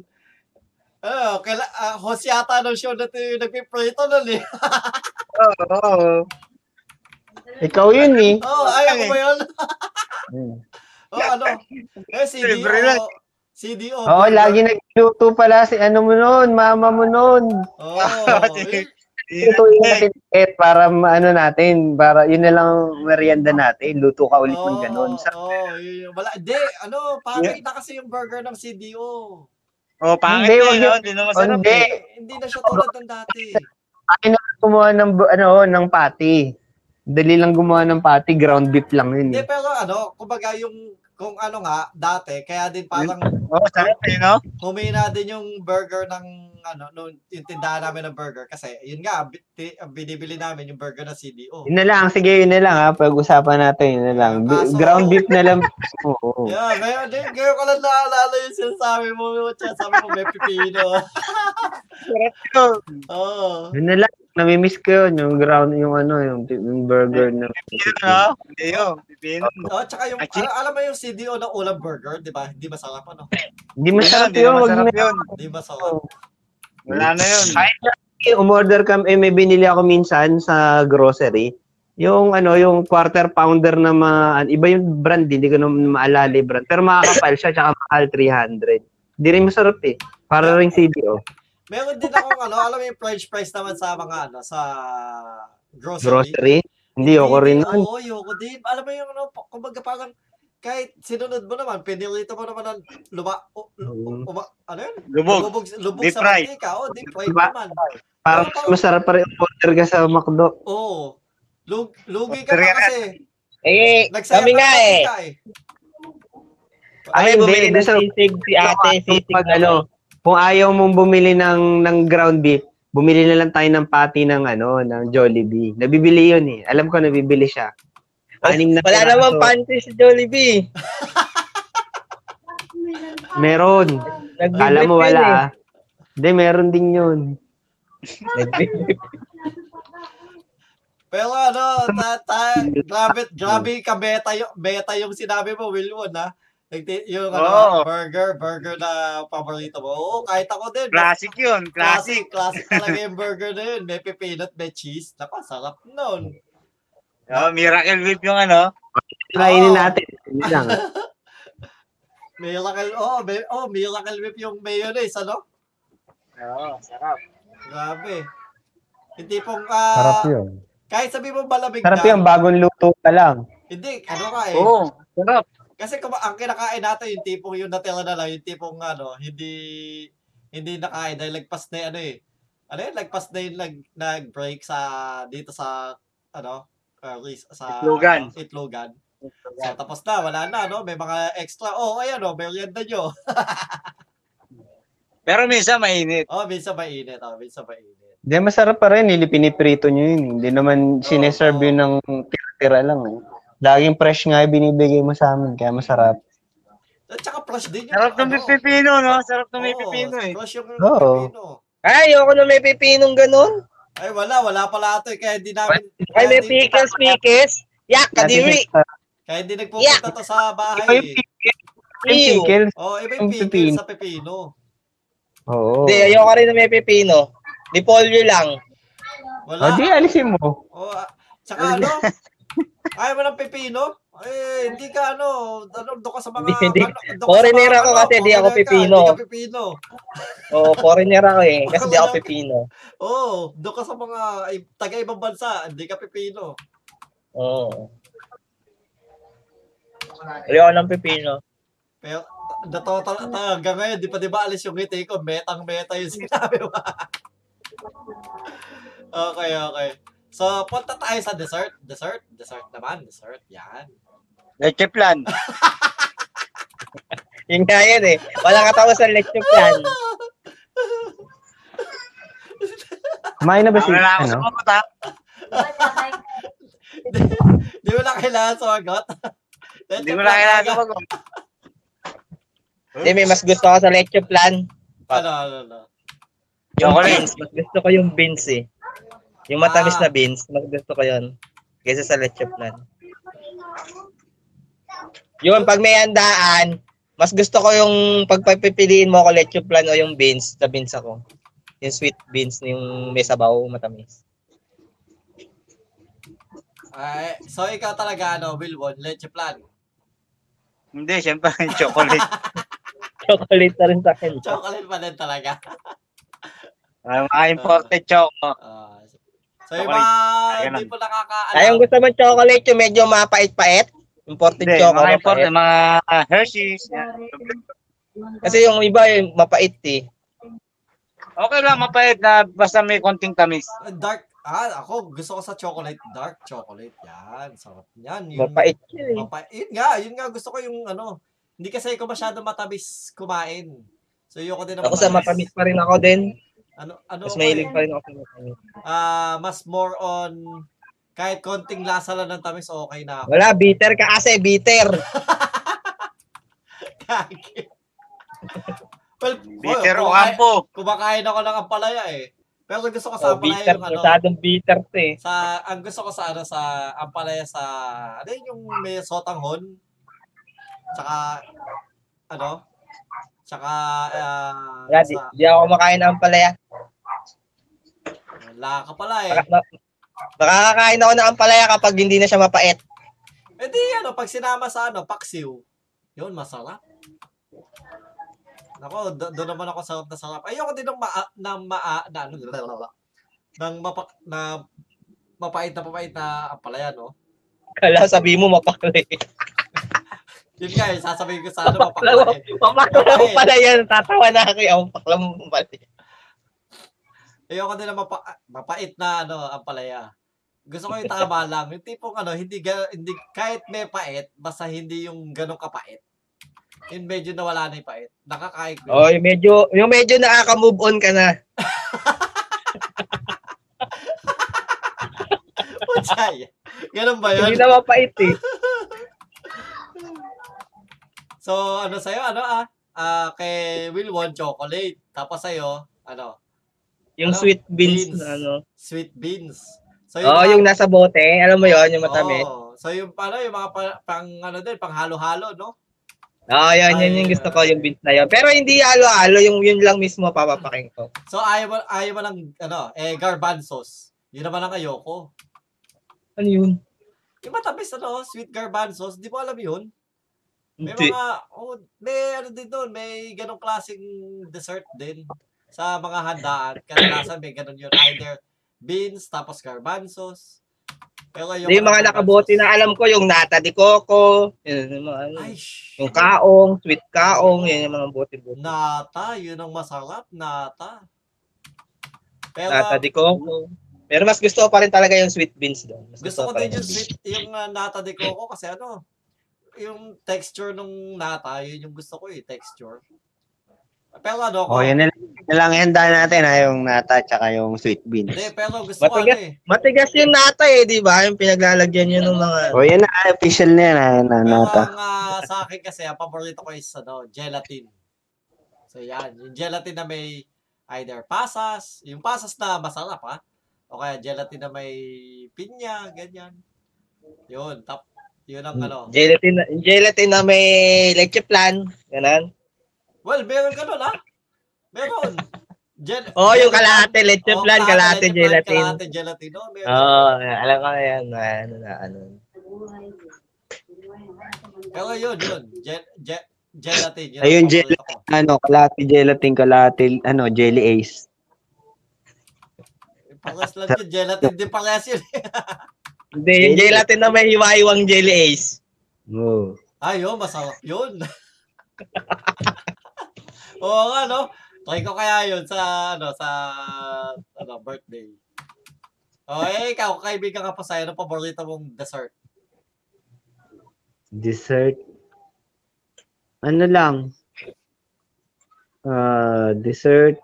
[SPEAKER 1] Ah, kaila, ah, host yata ng show na ito yung nagpiprito nun eh. (laughs)
[SPEAKER 3] Oo, oo.
[SPEAKER 4] Ikaw yun eh.
[SPEAKER 1] Oh, ay, ako ba yun?
[SPEAKER 4] Hmm.
[SPEAKER 1] Oh, ano? Eh, CDO.
[SPEAKER 3] Libre lang.
[SPEAKER 1] CDO.
[SPEAKER 4] Oo, lagi nagluto pala si ano mo noon, mama mo noon.
[SPEAKER 1] Oh,
[SPEAKER 4] (laughs)
[SPEAKER 1] eh,
[SPEAKER 4] Lutuin natin ulit para ma- ano natin, para yun na lang merienda natin. Luto ka ulit ng ganun. Sa-
[SPEAKER 1] Oh, yun, yun. Wala, di, ano, pangit na kasi yung burger ng CDO.
[SPEAKER 3] Oh, pangit
[SPEAKER 4] Hindi,
[SPEAKER 3] na
[SPEAKER 4] wag
[SPEAKER 3] yun.
[SPEAKER 4] yun.
[SPEAKER 3] oh. Hindi na masarap.
[SPEAKER 4] Hindi.
[SPEAKER 3] eh.
[SPEAKER 1] Eh, hindi na siya tulad ng dati.
[SPEAKER 4] Ay, na gumawa ng, bu- ano, ng patty. Dali lang gumawa ng patty, ground beef lang yun.
[SPEAKER 1] Hindi,
[SPEAKER 4] Eh.
[SPEAKER 1] pero ano, kumbaga yung, kung ano nga, dati, kaya din parang
[SPEAKER 3] Oo, sarap eh, no?
[SPEAKER 1] humina din yung burger ng ano nung yung tindahan namin ng burger kasi yun nga bi- ti- ang binibili namin yung burger ng CDO.
[SPEAKER 4] Yun na lang, sige, yun na lang ha. Pag-usapan natin, yun na lang. Bi-
[SPEAKER 1] Kaso-
[SPEAKER 4] ground beef na lang. (laughs) Oo. oo.
[SPEAKER 1] Yeah, ngayon, din, ngayon ko lang naalala yung sinasabi mo, tsaka sabi mo may pipino.
[SPEAKER 3] Sarap yun.
[SPEAKER 1] Oo.
[SPEAKER 4] Yun na lang. Namimiss ko yun, yung ground, yung ano, yung, yung burger na.
[SPEAKER 3] Yun, no? Hindi yun. Pipino.
[SPEAKER 1] Oh, tsaka yung,
[SPEAKER 3] Actually-
[SPEAKER 1] al- alam mo yung CDO na ulam burger, di ba? Hindi masarap ano?
[SPEAKER 4] Hindi
[SPEAKER 3] Hindi na,
[SPEAKER 4] masarap
[SPEAKER 3] hindi na
[SPEAKER 4] yun. Wag
[SPEAKER 3] masarap
[SPEAKER 4] na.
[SPEAKER 3] yun.
[SPEAKER 1] Hindi masarap.
[SPEAKER 3] Wala na yun.
[SPEAKER 4] Kahit na, eh, umorder kami, eh, may binili ako minsan sa grocery. Yung ano, yung quarter pounder na ma, iba yung brand, hindi ko naman maalala yung brand. Pero makakapal siya, tsaka mahal 300. Hindi rin masarap eh. Para rin CDO.
[SPEAKER 1] Meron din akong ano, alam mo yung french fries naman sa mga ano, sa grocery.
[SPEAKER 4] Grocery. Hindi ako rin nun.
[SPEAKER 1] Oo, ayoko din. Alam mo yung ano, pa- kumbaga parang kahit sinunod mo naman, pinilito mo naman ng luma, u-
[SPEAKER 4] Mm.
[SPEAKER 1] u- uma, ano yun?
[SPEAKER 3] Lubog.
[SPEAKER 1] Lubog, lubog
[SPEAKER 3] Deep
[SPEAKER 1] sa
[SPEAKER 3] fried.
[SPEAKER 1] mantika. Oo, deep fried
[SPEAKER 4] Diba?
[SPEAKER 1] naman.
[SPEAKER 4] Parang mas masarap pa rin umorder ka sa McDo.
[SPEAKER 1] Oo. Lug, lugi ka
[SPEAKER 3] Kaya-
[SPEAKER 1] pa kasi.
[SPEAKER 2] Eh,
[SPEAKER 1] Nagsaya
[SPEAKER 2] sabi
[SPEAKER 1] ka
[SPEAKER 2] nga
[SPEAKER 1] ng
[SPEAKER 2] eh.
[SPEAKER 1] mantika eh.
[SPEAKER 2] Ay,
[SPEAKER 4] Ay,
[SPEAKER 2] bumili
[SPEAKER 4] hindi.
[SPEAKER 2] ng
[SPEAKER 4] Gusto,
[SPEAKER 2] sisig si ate, sisig
[SPEAKER 4] pag,
[SPEAKER 2] na
[SPEAKER 4] ano, kung ayaw mong bumili ng, ng ground beef, bumili na lang tayo ng patty ng ano, ng Jollibee. Nabibili yun eh. Alam ko nabibili siya. Anim na
[SPEAKER 2] Wala
[SPEAKER 4] piraso.
[SPEAKER 2] namang panty si Jollibee.
[SPEAKER 4] Meron.
[SPEAKER 2] Nag-brief
[SPEAKER 4] Kala mo
[SPEAKER 2] yun
[SPEAKER 4] wala
[SPEAKER 2] eh.
[SPEAKER 4] ah. Hindi, meron din yun.
[SPEAKER 2] Nag-brief.
[SPEAKER 1] Pero ano, ta, ta, grabe, grabe ka beta yung, beta yung sinabi mo, Wilwon, ha? Nagti- Yung ano,
[SPEAKER 3] Oo.
[SPEAKER 1] burger, burger na paborito mo. Oo, kahit ako din.
[SPEAKER 3] Classic yun. Classic.
[SPEAKER 1] Classic, classic talaga yung burger na yun. May pipinot, may cheese. Naku, sarap nun.
[SPEAKER 3] Oh, miracle whip yung ano.
[SPEAKER 4] Kainin
[SPEAKER 1] Oo.
[SPEAKER 4] natin. Hindi lang.
[SPEAKER 1] Miracle, oh, may, oh, miracle whip yung mayonnaise, ano?
[SPEAKER 3] Oo, sarap.
[SPEAKER 1] Grabe. Hindi pong,
[SPEAKER 7] Sarap
[SPEAKER 1] ah,
[SPEAKER 7] yun.
[SPEAKER 1] kahit sabi mo malamig
[SPEAKER 4] Sarap
[SPEAKER 1] na,
[SPEAKER 4] yun, bagong luto pa lang.
[SPEAKER 1] hindi, ano ka eh.
[SPEAKER 3] Oo, sarap.
[SPEAKER 1] Kasi kung ang kinakain natin, yung tipong yung natira na lang, yung tipong ano, hindi, hindi nakain dahil lagpas na yung ano eh. Ano yun, lagpas na yung nag, nag-break sa, dito sa, ano, uh, res- sa
[SPEAKER 3] Itlogan.
[SPEAKER 1] Itlogan. So, tapos na, wala na, no? May mga extra. Oh, ayan, oh, merienda nyo. (laughs)
[SPEAKER 3] Pero minsan mainit.
[SPEAKER 1] Oh, minsan mainit, oh, minsan mainit.
[SPEAKER 4] Hindi, masarap pa rin. Hindi piniprito nyo yun. eh. Hindi naman sineserve yun ng tira-tira lang. Eh. Laging fresh nga yung binibigay mo sa amin. Kaya masarap.
[SPEAKER 1] At saka fresh din yun. ano?
[SPEAKER 3] Sarap ng may pipino, no? Sarap ng may pipino eh.
[SPEAKER 1] Fresh yung
[SPEAKER 4] Oo.
[SPEAKER 1] pipino.
[SPEAKER 2] Ay, ayoko na may pipinong ganun.
[SPEAKER 1] Ay, wala, wala pala ito eh, kaya hindi namin...
[SPEAKER 2] Ay,
[SPEAKER 1] kaya
[SPEAKER 2] may
[SPEAKER 1] hindi-
[SPEAKER 2] pickles, pickles. Yak, kadiri.
[SPEAKER 4] Natin-
[SPEAKER 1] Kaya hindi nagpupunta to sa
[SPEAKER 4] Iba yung
[SPEAKER 1] bahay eh.
[SPEAKER 4] pickles. Iba yung
[SPEAKER 2] Ew.
[SPEAKER 4] pickles.
[SPEAKER 1] Oh, iba
[SPEAKER 4] Yung
[SPEAKER 1] yung pickle
[SPEAKER 4] pipino.
[SPEAKER 1] sa pepino.
[SPEAKER 4] Oo.
[SPEAKER 2] Hindi, ayoko rin na may pipino. Di polyo lang.
[SPEAKER 4] O,
[SPEAKER 2] Ah,
[SPEAKER 4] di,
[SPEAKER 1] Wala.
[SPEAKER 4] alisin mo.
[SPEAKER 1] Oh, ah, tsaka ano? Ayaw mo ng pepino? Eh, hindi ka ano, ano, doon ka sa mga...
[SPEAKER 2] Hindi, hindi.
[SPEAKER 1] ano, doon ka sa
[SPEAKER 2] Foreigner
[SPEAKER 1] mga,
[SPEAKER 2] ako kasi di ako
[SPEAKER 1] foreigner ka,
[SPEAKER 2] pipino.
[SPEAKER 1] Hindi ka pipino.
[SPEAKER 2] Oo, foreigner ako eh. Kasi di ako pipino.
[SPEAKER 1] Oo, oh, doon ka sa mga i- taga-ibang bansa, hindi ka pipino.
[SPEAKER 2] Oo. Ayoko ng pipino.
[SPEAKER 1] Pero, natotal ta, hanggang ngayon, di pa di ba alis yung ngiti ko, metang-meta yung (laughs) sinabi mo. okay, okay. So, punta tayo sa dessert. Dessert, dessert naman, dessert, yan.
[SPEAKER 3] Leche plan.
[SPEAKER 4] Ano
[SPEAKER 2] Yun nga yun eh. Walang katawa sa lecture plan.
[SPEAKER 1] Ah,
[SPEAKER 4] Kumain na ba si
[SPEAKER 3] Wala ako
[SPEAKER 4] ano?
[SPEAKER 3] sa mata.
[SPEAKER 1] Di ba kailangan sumagot? (laughs)
[SPEAKER 3] Hindi mo na kailangan sumagot.
[SPEAKER 2] Hindi, may mas gusto ko sa leche plan.
[SPEAKER 1] Ano, ano, ano.
[SPEAKER 2] Yung
[SPEAKER 3] Chocolate. (laughs)
[SPEAKER 2] beans. Mas gusto ko yung beans eh. Yung matamis
[SPEAKER 1] Ah.
[SPEAKER 2] na beans, mas gusto ko yun. Kaysa sa leche plan. Yun, pag may handaan, mas gusto ko yung pagpipiliin mo ako leche plan o yung beans, na beans ako. Yung sweet beans, yung may sabaw, matamis. (laughs)
[SPEAKER 1] Ay, so ikaw talaga, ano, Wilwon, leche plan.
[SPEAKER 3] Hindi, siyempre, (laughs) chocolate.
[SPEAKER 2] Chocolate na rin sa akin.
[SPEAKER 1] Chocolate pa din talaga.
[SPEAKER 3] Ah, Mga imported choco.
[SPEAKER 1] Ah, so yung
[SPEAKER 3] Chocolate.
[SPEAKER 1] mga
[SPEAKER 3] Ayan
[SPEAKER 1] hindi
[SPEAKER 3] lang.
[SPEAKER 1] po ano, nakakaalam.
[SPEAKER 2] Ay, yung gusto mo chocolate, yung medyo mapait-pait. Imported
[SPEAKER 3] Hindi,
[SPEAKER 2] chocolate.
[SPEAKER 3] mga imported, mga Hershey's. yan.
[SPEAKER 2] Kasi yung iba, yung mapait eh.
[SPEAKER 3] Okay lang, mapait na basta may konting tamis.
[SPEAKER 1] Dark, ah, ako gusto ko sa chocolate, dark chocolate. Yan, sarap yan. Yung,
[SPEAKER 2] Mapait yun eh.
[SPEAKER 1] Mapa- yun nga, yun nga, gusto ko yung ano, hindi kasi ako masyado matamis kumain. So yun ko din ang
[SPEAKER 2] Ako sa matamis pa rin ako din.
[SPEAKER 1] Ano, ano
[SPEAKER 2] Mas
[SPEAKER 1] ako
[SPEAKER 2] mahilig
[SPEAKER 1] eh,
[SPEAKER 2] pa rin ako sa matamis.
[SPEAKER 1] ah, mas more on, kahit konting lasa lang ng tamis, okay na ako.
[SPEAKER 2] Wala, bitter ka kasi, bitter. (laughs)
[SPEAKER 1] well,
[SPEAKER 3] Bitter
[SPEAKER 1] well,
[SPEAKER 3] o
[SPEAKER 1] kumakain-
[SPEAKER 3] kampo.
[SPEAKER 1] Kumakain ako ng ampalaya eh. Pero gusto ko sa
[SPEAKER 2] Oh,
[SPEAKER 1] ampalaya
[SPEAKER 2] bitter,
[SPEAKER 1] yung ano,
[SPEAKER 2] masyadong bitter to eh.
[SPEAKER 1] sa, ang gusto ko sa ano, sa ampalaya sa, ano yun, yung may sotanghon? Tsaka, ano? Tsaka, ah,
[SPEAKER 2] Wala, di,
[SPEAKER 1] sa-
[SPEAKER 2] di ako kumakain ng ampalaya.
[SPEAKER 1] Wala ka pala eh.
[SPEAKER 2] Baka- na- Nakakakain ako ng ampalaya kapag hindi na siya mapait. (laughs)
[SPEAKER 1] E di ano, pag sinama sa ano, paksiw. Yun, masarap. Nako, do- doon naman ako sarap na sarap. Ayoko din ng maa, na maa, na ano, lalala. Nang mapa, na mapait na papait na ampalaya, no?
[SPEAKER 2] Kala sabi mo
[SPEAKER 1] Ano,
[SPEAKER 2] mapakli.
[SPEAKER 1] Yun nga, eh, sasabihin ko sa ano,
[SPEAKER 2] Mapakla mo.
[SPEAKER 1] mapakla eh.
[SPEAKER 2] Mapakla mo pala yan. Tatawa na ako. eh. Mapakla mo pala.
[SPEAKER 1] Ayoko din ng mapa, mapait na ano, ampalaya. Gusto ko yung
[SPEAKER 2] (laughs)
[SPEAKER 1] tama lang. Yung tipong ano, hindi, ga- hindi kahit may pait, basta hindi yung ganong kapait. Yung medyo nawala na yung pait. Nakakain ko. yun. (laughs)
[SPEAKER 2] Oh, yung medyo, yung medyo nakaka-move on ka na.
[SPEAKER 1] Puchay. eh. Ganun ba
[SPEAKER 2] Hindi
[SPEAKER 1] yun?
[SPEAKER 2] na mapait eh.
[SPEAKER 1] So, ano sa'yo? Ano ah? Ah, kay Wilwon, chocolate. Tapos sa'yo, ano?
[SPEAKER 2] Yung
[SPEAKER 1] Ano?
[SPEAKER 2] sweet beans,
[SPEAKER 1] Beans.
[SPEAKER 2] na ano.
[SPEAKER 1] Sweet beans. So,
[SPEAKER 2] Oh, yung nasa bote. Alam mo yon yung matamis.
[SPEAKER 1] Oo. so, yung, ano, yung mga pa, pang, ano din, pang halo-halo, no?
[SPEAKER 2] Ah, yun, yun yung gusto ko, yung beans na yun. Pero hindi alo-alo, yung yun lang mismo papapaking ko.
[SPEAKER 1] So, ayaw mo, ayaw mo ng, ano, eh, garbanzos. Yun naman ang ayoko.
[SPEAKER 2] Ano yun?
[SPEAKER 1] Yung matamis, ano, sweet garbanzos, di mo alam yun? May
[SPEAKER 2] Hindi.
[SPEAKER 1] mga, oh, may ano din doon, may ganong klaseng dessert din sa mga handaan. Kadalasan may ganon yun, either beans, tapos garbanzos. Pero yung,
[SPEAKER 2] Hindi, yung mga nakabote na alam ko, yung nata di coco, yun, yung, mga, ano,
[SPEAKER 1] Ay, shh.
[SPEAKER 2] yung kaong, sweet kaong, yun yung mga bote-bote.
[SPEAKER 1] Nata, yun ang masarap, nata. Pero,
[SPEAKER 2] Nata di coco. Pero mas gusto ko pa rin talaga yung sweet beans doon. Mas
[SPEAKER 1] gusto ko
[SPEAKER 2] pa
[SPEAKER 1] din
[SPEAKER 2] rin
[SPEAKER 1] yung sweet, yung uh, nata de coco kasi ano, yung texture nung nata, yun yung gusto ko eh, texture. Pero ano ko,
[SPEAKER 4] Oh, yun na lang, yun na lang handa natin ha, yung nata tsaka yung sweet beans.
[SPEAKER 1] hindi, pero gusto ko
[SPEAKER 2] Matigas.
[SPEAKER 1] ano eh.
[SPEAKER 2] Matigas yung nata eh, di ba? Yung pinaglalagyan yun ng mga...
[SPEAKER 4] Oh, yan na, official na yan ha, yun na,
[SPEAKER 2] Ano
[SPEAKER 1] Pero
[SPEAKER 4] nata.
[SPEAKER 1] ang ah, sa akin kasi, ang paborito ko is ano, gelatin. So yan, yung gelatin na may either pasas, yung pasas na masarap ha, o kaya gelatin na may pinya, ganyan. Yun, tap, yun ang ano.
[SPEAKER 2] Gelatin, na- gelatin na may leche plan. Ganun.
[SPEAKER 1] Well, meron ka nun ha? Meron. Gel
[SPEAKER 2] (laughs) Oh, yung
[SPEAKER 1] gelatin.
[SPEAKER 2] kalahati, leche
[SPEAKER 1] Oh,
[SPEAKER 2] plan, kalahati,
[SPEAKER 1] leche plan,
[SPEAKER 2] gelatin. Ah.
[SPEAKER 1] Kalahati gelatin, no? Meron.
[SPEAKER 2] Oo, alam ko na yan. na Ano na, ano.
[SPEAKER 1] Pero yun, yun. Gel, gel, gelatin. Yun ang
[SPEAKER 4] Ayun,
[SPEAKER 1] paborito
[SPEAKER 4] gelatin.
[SPEAKER 1] ko.
[SPEAKER 3] Ah.
[SPEAKER 4] Ano, kalati gelatin, kalati, ano, jelly ace.
[SPEAKER 1] Parehas lang yun. Gelatin din parehas yun.
[SPEAKER 2] Hindi, yung gelatin na may hiwa-hiwang jelly ace.
[SPEAKER 4] Oo.
[SPEAKER 1] Ayo, masarap Ah, yun. (laughs) Oo nga, no? Try ko kaya yun sa, ano, sa, ano, birthday. O, eh, ikaw, kaibigan ka pa sa'yo, ano paborito mong dessert?
[SPEAKER 4] Dessert. Ano lang? Ah, dessert.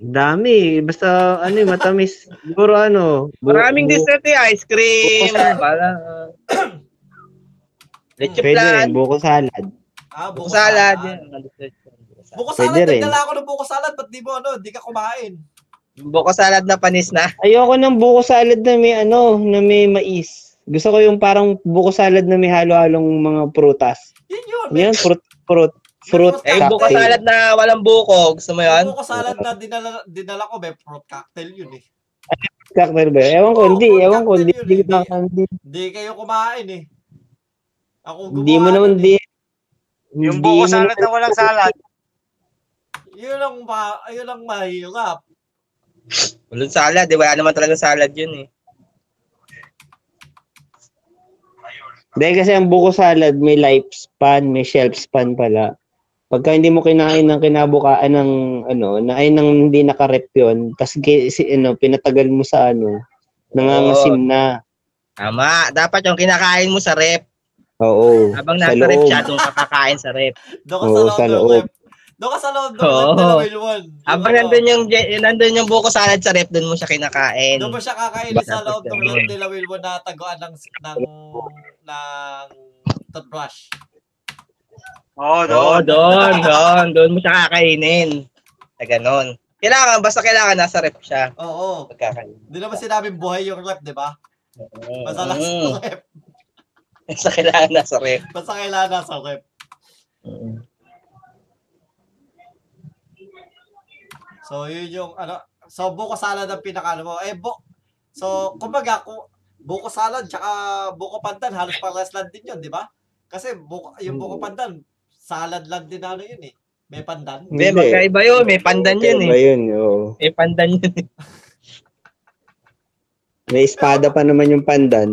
[SPEAKER 4] Dami. Basta, ano eh, matamis. Siguro ano. bu-
[SPEAKER 2] Maraming
[SPEAKER 4] bu-
[SPEAKER 2] dessert eh, ice cream. Pala. Leche
[SPEAKER 4] Pwede
[SPEAKER 2] plan.
[SPEAKER 4] rin, buko salad.
[SPEAKER 1] Ah, buko
[SPEAKER 2] Salad.
[SPEAKER 1] salad.
[SPEAKER 2] yan, mga dessert.
[SPEAKER 1] Buko
[SPEAKER 4] Pwede
[SPEAKER 1] salad,
[SPEAKER 4] rin.
[SPEAKER 1] nagdala ako ng buko salad. Ba't di mo ano, di ka kumain?
[SPEAKER 2] Buko salad na panis na.
[SPEAKER 4] Ayoko ng buko salad na may ano, na may mais. Gusto ko yung parang buko salad na may halo-halong mga prutas.
[SPEAKER 1] Yun yun. may-
[SPEAKER 4] Yan, fruit, fruit, fruit.
[SPEAKER 1] Eh,
[SPEAKER 2] Eh,
[SPEAKER 1] Cocktail.
[SPEAKER 2] buko salad na walang buko. Gusto mo
[SPEAKER 1] Yung
[SPEAKER 2] yun?
[SPEAKER 1] buko salad na dinala, dinala ko, may fruit cocktail yun eh.
[SPEAKER 4] Cocktail ba? Ewan ko,
[SPEAKER 1] Oo,
[SPEAKER 4] hindi,
[SPEAKER 1] fruit
[SPEAKER 4] ewan ko, hindi,
[SPEAKER 1] cocktail
[SPEAKER 4] hindi,
[SPEAKER 1] yun,
[SPEAKER 4] ko na- hindi,
[SPEAKER 1] Di kayo kumain eh. Ako gumawa.
[SPEAKER 4] hindi mo naman,
[SPEAKER 1] nun eh.
[SPEAKER 4] hindi.
[SPEAKER 3] Yung
[SPEAKER 4] hindi
[SPEAKER 3] buko
[SPEAKER 4] mo
[SPEAKER 3] salad
[SPEAKER 4] naman-
[SPEAKER 3] na walang salad.
[SPEAKER 1] Yun ang, ma, yun ang mahirap.
[SPEAKER 2] Walang salad. Eh, wala naman talaga salad yun eh.
[SPEAKER 4] Dahil kasi ang buko salad may lifespan, may shelf span pala. Pagka hindi mo kinain ng kinabukaan ng ano, na ay nang hindi nakarep yun, tapos si, ano, pinatagal mo sa ano, nangangasim na.
[SPEAKER 2] Tama. Dapat yung kinakain mo sa rep.
[SPEAKER 4] Oo.
[SPEAKER 2] Habang
[SPEAKER 4] Sa
[SPEAKER 2] nasa rep
[SPEAKER 4] loob.
[SPEAKER 2] siya, doon ka kakain sa rep.
[SPEAKER 1] Doon ka
[SPEAKER 4] Oo,
[SPEAKER 1] sa
[SPEAKER 4] sa
[SPEAKER 1] loob ng
[SPEAKER 4] loob.
[SPEAKER 1] rep. Doon ka sa loob ng
[SPEAKER 2] Oo.
[SPEAKER 1] rep na level 1.
[SPEAKER 2] Habang nandun yung, yung, nandun yung buko salad sa rep, doon mo siya kinakain.
[SPEAKER 1] Doon mo siya kakainin sa loob ng rep nila will mo na taguan ng, ng, ng toothbrush.
[SPEAKER 2] Oo,
[SPEAKER 3] Oo, doon.
[SPEAKER 2] doon, doon. Doon mo siya kakainin. Sa ganon. Kailangan, basta kailangan nasa rep siya.
[SPEAKER 1] Oo.
[SPEAKER 2] Pagkakain.
[SPEAKER 1] Di naman sinabing buhay yung rep, di ba? Basta lang
[SPEAKER 2] Mm. (laughs)
[SPEAKER 1] sa rep.
[SPEAKER 2] Basta kailangan nasa rep.
[SPEAKER 1] Basta kailangan nasa rep. So, yun yung ano. So, buko salad ang pinakaano mo. Eh, bu so, kumbaga, ku buko salad tsaka buko pandan, halos parehas lang din yun, di ba? Kasi buko, yung buko pandan, salad lang din ano yun eh. May pandan. (laughs)
[SPEAKER 2] Hindi, magkaiba yun. May pandan yun
[SPEAKER 4] Iba
[SPEAKER 2] eh.
[SPEAKER 4] yun, oo.
[SPEAKER 2] May pandan yun (laughs) eh.
[SPEAKER 4] May espada pa naman yung pandan.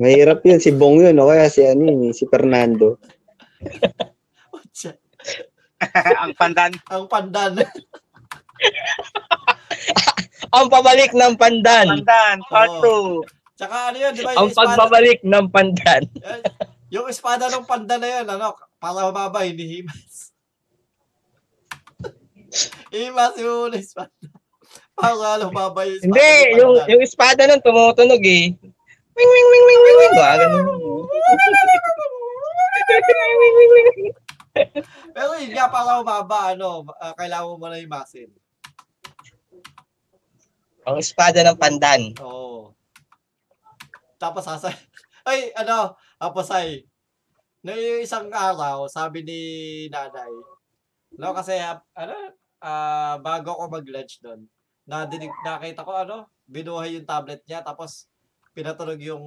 [SPEAKER 4] Mahirap yun, si Bong yun, o kaya si ano yun, si Fernando.
[SPEAKER 3] ang pandan.
[SPEAKER 1] ang pandan.
[SPEAKER 2] Ang pabalik ng pandan.
[SPEAKER 3] Pandan, part
[SPEAKER 1] Oo.
[SPEAKER 3] 2.
[SPEAKER 1] Tsaka ano yun, di ba? Yung
[SPEAKER 2] Ang
[SPEAKER 1] espada,
[SPEAKER 2] pagbabalik ng pandan.
[SPEAKER 1] eh, yung espada ng pandan na yun, ano, para mababa, hinihimas. (laughs) Himas yung espada. Para lumaba yung espada.
[SPEAKER 2] Hindi,
[SPEAKER 1] ng
[SPEAKER 2] yung,
[SPEAKER 1] pandan.
[SPEAKER 2] yung espada nun tumutunog eh. Wing, wing, wing, wing, wing, wing. Ah, ganun. (laughs) Wing, wing, wing, wing.
[SPEAKER 1] Pero yun nga, para mababa, ano, ah, kailangan mo muna himasin.
[SPEAKER 2] Ang espada ng pandan.
[SPEAKER 1] Oo. Tapos sasay. (laughs) Ay, ano, apasay. Na yung isang araw, sabi ni nanay, no, kasi, ah, ano, ah, bago ako mag-lunch doon, nadinig, nakita ko, ano, binuhay yung tablet niya, tapos, pinatunog yung,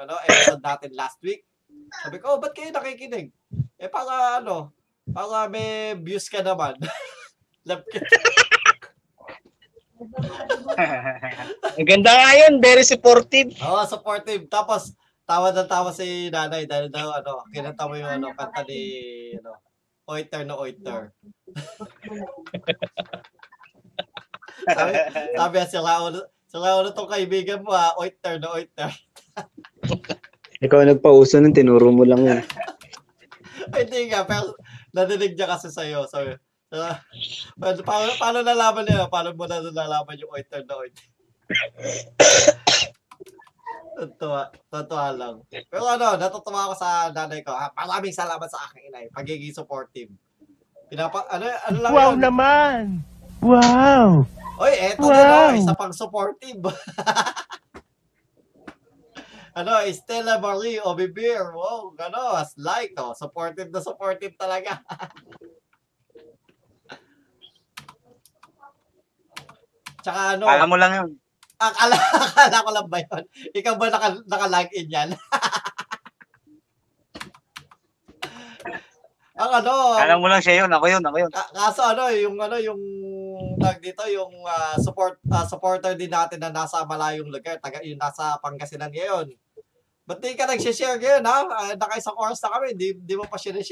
[SPEAKER 1] ano, episode natin last week. Sabi ko, oh, ba't kayo nakikinig? Eh, para, ano, para may views ka naman. (laughs) Love ka.
[SPEAKER 2] Ang ganda nga yun, very supportive.
[SPEAKER 1] Oo, supportive. Tapos, tawa ng tawa si nanay dahil daw, ano, kinanta mo yung, ano, kanta ni, ano, Oiter no Oiter. sabi, sabi niya, si Raul, si Raul na tong kaibigan mo, ha, Oiter no Oiter.
[SPEAKER 4] Ikaw nagpauso nun, tinuro mo lang yun.
[SPEAKER 1] (laughs) Hindi nga, pero nadinig niya kasi sa'yo. Sabi, uh, paano, paano nalaman niya? Paano mo na nalaman yung Oiter no Oiter? Totoo, totoo lang. Pero ano, natutuwa ako sa nanay ko. Ha, maraming salamat sa aking inay. Pagiging supportive. Pinapa, ano, ano lang
[SPEAKER 5] Wow
[SPEAKER 1] yun?
[SPEAKER 5] naman! Wow!
[SPEAKER 1] Oy, eto din oh,
[SPEAKER 5] Wow!
[SPEAKER 1] isa pang supportive. (laughs) ano, Stella Marie Obibir. Wow, ano, as like, oh, supportive na supportive talaga. (laughs) Tsaka ano,
[SPEAKER 3] Alam mo lang yun.
[SPEAKER 1] akala, (laughs) akala ko lang ba yun? Ikaw ba naka, naka-login yan? (laughs) ang ano, ang-
[SPEAKER 3] Alam mo lang siya yun. Ako yun, ako yun.
[SPEAKER 1] Ka- kaso ano, yung ano, yung tag dito, yung ah, support ah, supporter din natin na nasa malayong lugar, taga yung nasa Pangasinan ngayon. Ba't di ka nag-share ngayon, ha? Uh, naka-isang oras na kami, di, di mo pa share.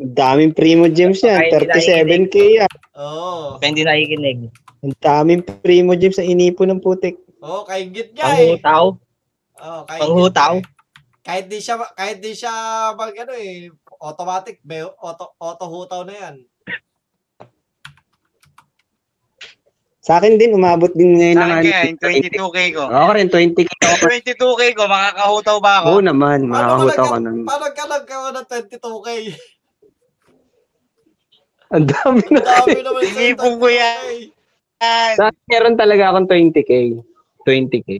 [SPEAKER 4] Ang Daming Primo Gems yan,
[SPEAKER 2] Ay,
[SPEAKER 4] 37k yan.
[SPEAKER 1] Oo. Oh,
[SPEAKER 2] Kaya hindi nakikinig.
[SPEAKER 4] Ang daming Primo Gems na inipo ng putik.
[SPEAKER 1] oh, kaingit nga eh.
[SPEAKER 2] Panghutaw.
[SPEAKER 1] Oh, kaingit
[SPEAKER 2] Panghutaw.
[SPEAKER 1] nga eh. Kahit di siya, kahit di siya mag, ano eh, automatic, may auto, auto hutaw na yan.
[SPEAKER 7] Sa akin din, umabot din ngayon
[SPEAKER 3] Sa
[SPEAKER 7] ng ano.
[SPEAKER 3] akin kaya, yung 22K ko.
[SPEAKER 7] Ako rin, 20k ako.
[SPEAKER 3] 22K ko, makakahutaw ba Ano ako?
[SPEAKER 7] Oo naman, makakahuto ka
[SPEAKER 1] nagka-
[SPEAKER 7] nun.
[SPEAKER 1] Paano ka nagkawa ng 22K?
[SPEAKER 7] Ang dami na
[SPEAKER 1] (laughs) Dami naman sa'yo,
[SPEAKER 3] Inipon ko yan.
[SPEAKER 1] 22K.
[SPEAKER 3] Yan.
[SPEAKER 7] Sa akin, meron talaga akong 20k. 20k.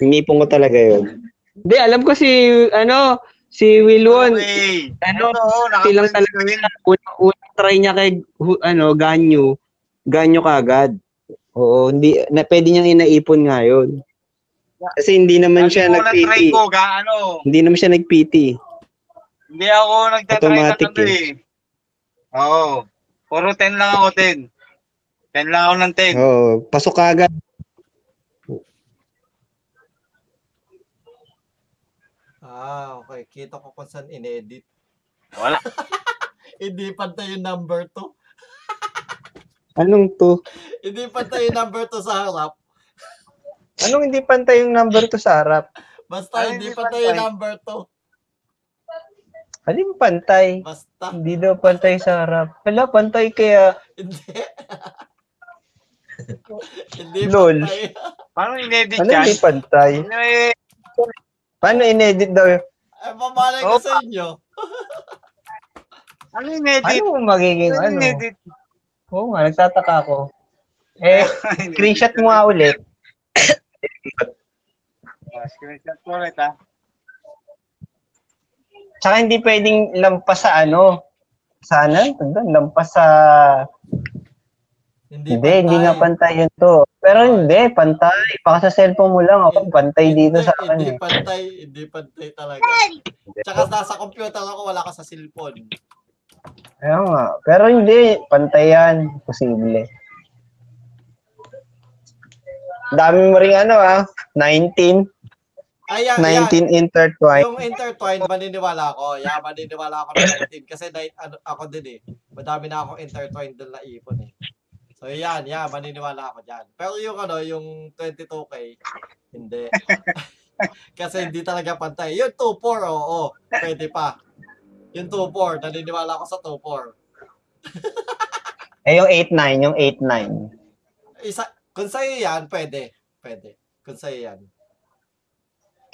[SPEAKER 7] Hinipon ko talaga yun. Hindi, alam ko si, ano, si Wilwon,
[SPEAKER 3] Okay.
[SPEAKER 7] Ano,
[SPEAKER 3] Oo,
[SPEAKER 7] silang
[SPEAKER 3] nakapunta
[SPEAKER 7] talaga
[SPEAKER 3] ko yun.
[SPEAKER 7] unang, unang try niya kay, hu- ano, Ganyo, Ganyo kagad. Oo, hindi, na, pwede niyang inaipon nga yun. Kasi hindi naman siya
[SPEAKER 3] Ang unang try
[SPEAKER 7] nag-PT.
[SPEAKER 3] ko, gaano.
[SPEAKER 7] Hindi naman siya nag-PT.
[SPEAKER 3] Hindi ako nagtatry ng
[SPEAKER 7] Automatic
[SPEAKER 3] ano eh. Oo. Puro 10 lang ako, 10. 10 lang ako ng 10.
[SPEAKER 7] Oo, pasok kagad.
[SPEAKER 1] Ah, okay. Kita ko kung saan inedit.
[SPEAKER 3] Wala.
[SPEAKER 1] Hindi pantay yung number 2.
[SPEAKER 7] Anong to?
[SPEAKER 1] Hindi pantay yung number 2 sa harap.
[SPEAKER 4] Anong hindi pantay yung number to sa harap?
[SPEAKER 1] Basta
[SPEAKER 4] Ay,
[SPEAKER 1] hindi
[SPEAKER 4] hindi
[SPEAKER 1] pantay yung
[SPEAKER 4] pantay.
[SPEAKER 1] number 2.
[SPEAKER 4] Alin pantay?
[SPEAKER 1] Basta.
[SPEAKER 4] Hindi daw pantay sa harap. Wala, pantay kaya.
[SPEAKER 1] Hindi. (laughs) hindi
[SPEAKER 4] Lol.
[SPEAKER 1] pantay.
[SPEAKER 3] Paano inedit
[SPEAKER 4] Ano
[SPEAKER 3] yan?
[SPEAKER 4] hindi pantay?
[SPEAKER 3] Ano eh?
[SPEAKER 4] Paano inedit daw?
[SPEAKER 1] Ay, Eh, mamalay ko
[SPEAKER 3] Oh.
[SPEAKER 1] sa inyo.
[SPEAKER 3] Ano inedit?
[SPEAKER 4] Ano magiging
[SPEAKER 3] Ano
[SPEAKER 4] ano?
[SPEAKER 3] inedit?
[SPEAKER 4] Oo nga, nagtataka ako. Eh, screenshot mo nga ulit.
[SPEAKER 3] Ah, Screenshot ko ulit ah.
[SPEAKER 4] Tsaka hindi pwedeng lampas sa ano. Sana, tandaan, lampas sa...
[SPEAKER 1] Hindi,
[SPEAKER 4] Hindi, hindi nga pantay yun to. Pero hindi, pantay. Baka sa cellphone mo lang, ako pantay dito sa
[SPEAKER 1] Hindi- Hindi
[SPEAKER 4] akin eh.
[SPEAKER 1] pantay, hindi pantay talaga. Tsaka nasa computer ako, wala ka sa cellphone.
[SPEAKER 4] Kaya nga. Pero hindi, pantay yan. Posible. Dami mo rin ano ah, 19.
[SPEAKER 1] Ayan,
[SPEAKER 4] 19 intertwined.
[SPEAKER 1] Yung intertwined, maniniwala ako. Yeah, maniniwala ako ng 19. Kasi na, ano, ako din eh. Madami na akong intertwined doon na ipon eh. So yan, yeah, maniniwala ako dyan. Pero yung ano, yung 22K, hindi. (laughs) Kasi hindi talaga pantay. Yung 2-4, oo, pwede pa. Yung 2-4, naniniwala ako sa 2-4.
[SPEAKER 4] Eh, yung 8-9, yung 8-9.
[SPEAKER 1] Isa, kung sa'yo yan, pwede. Pwede. Kung sa'yo yan.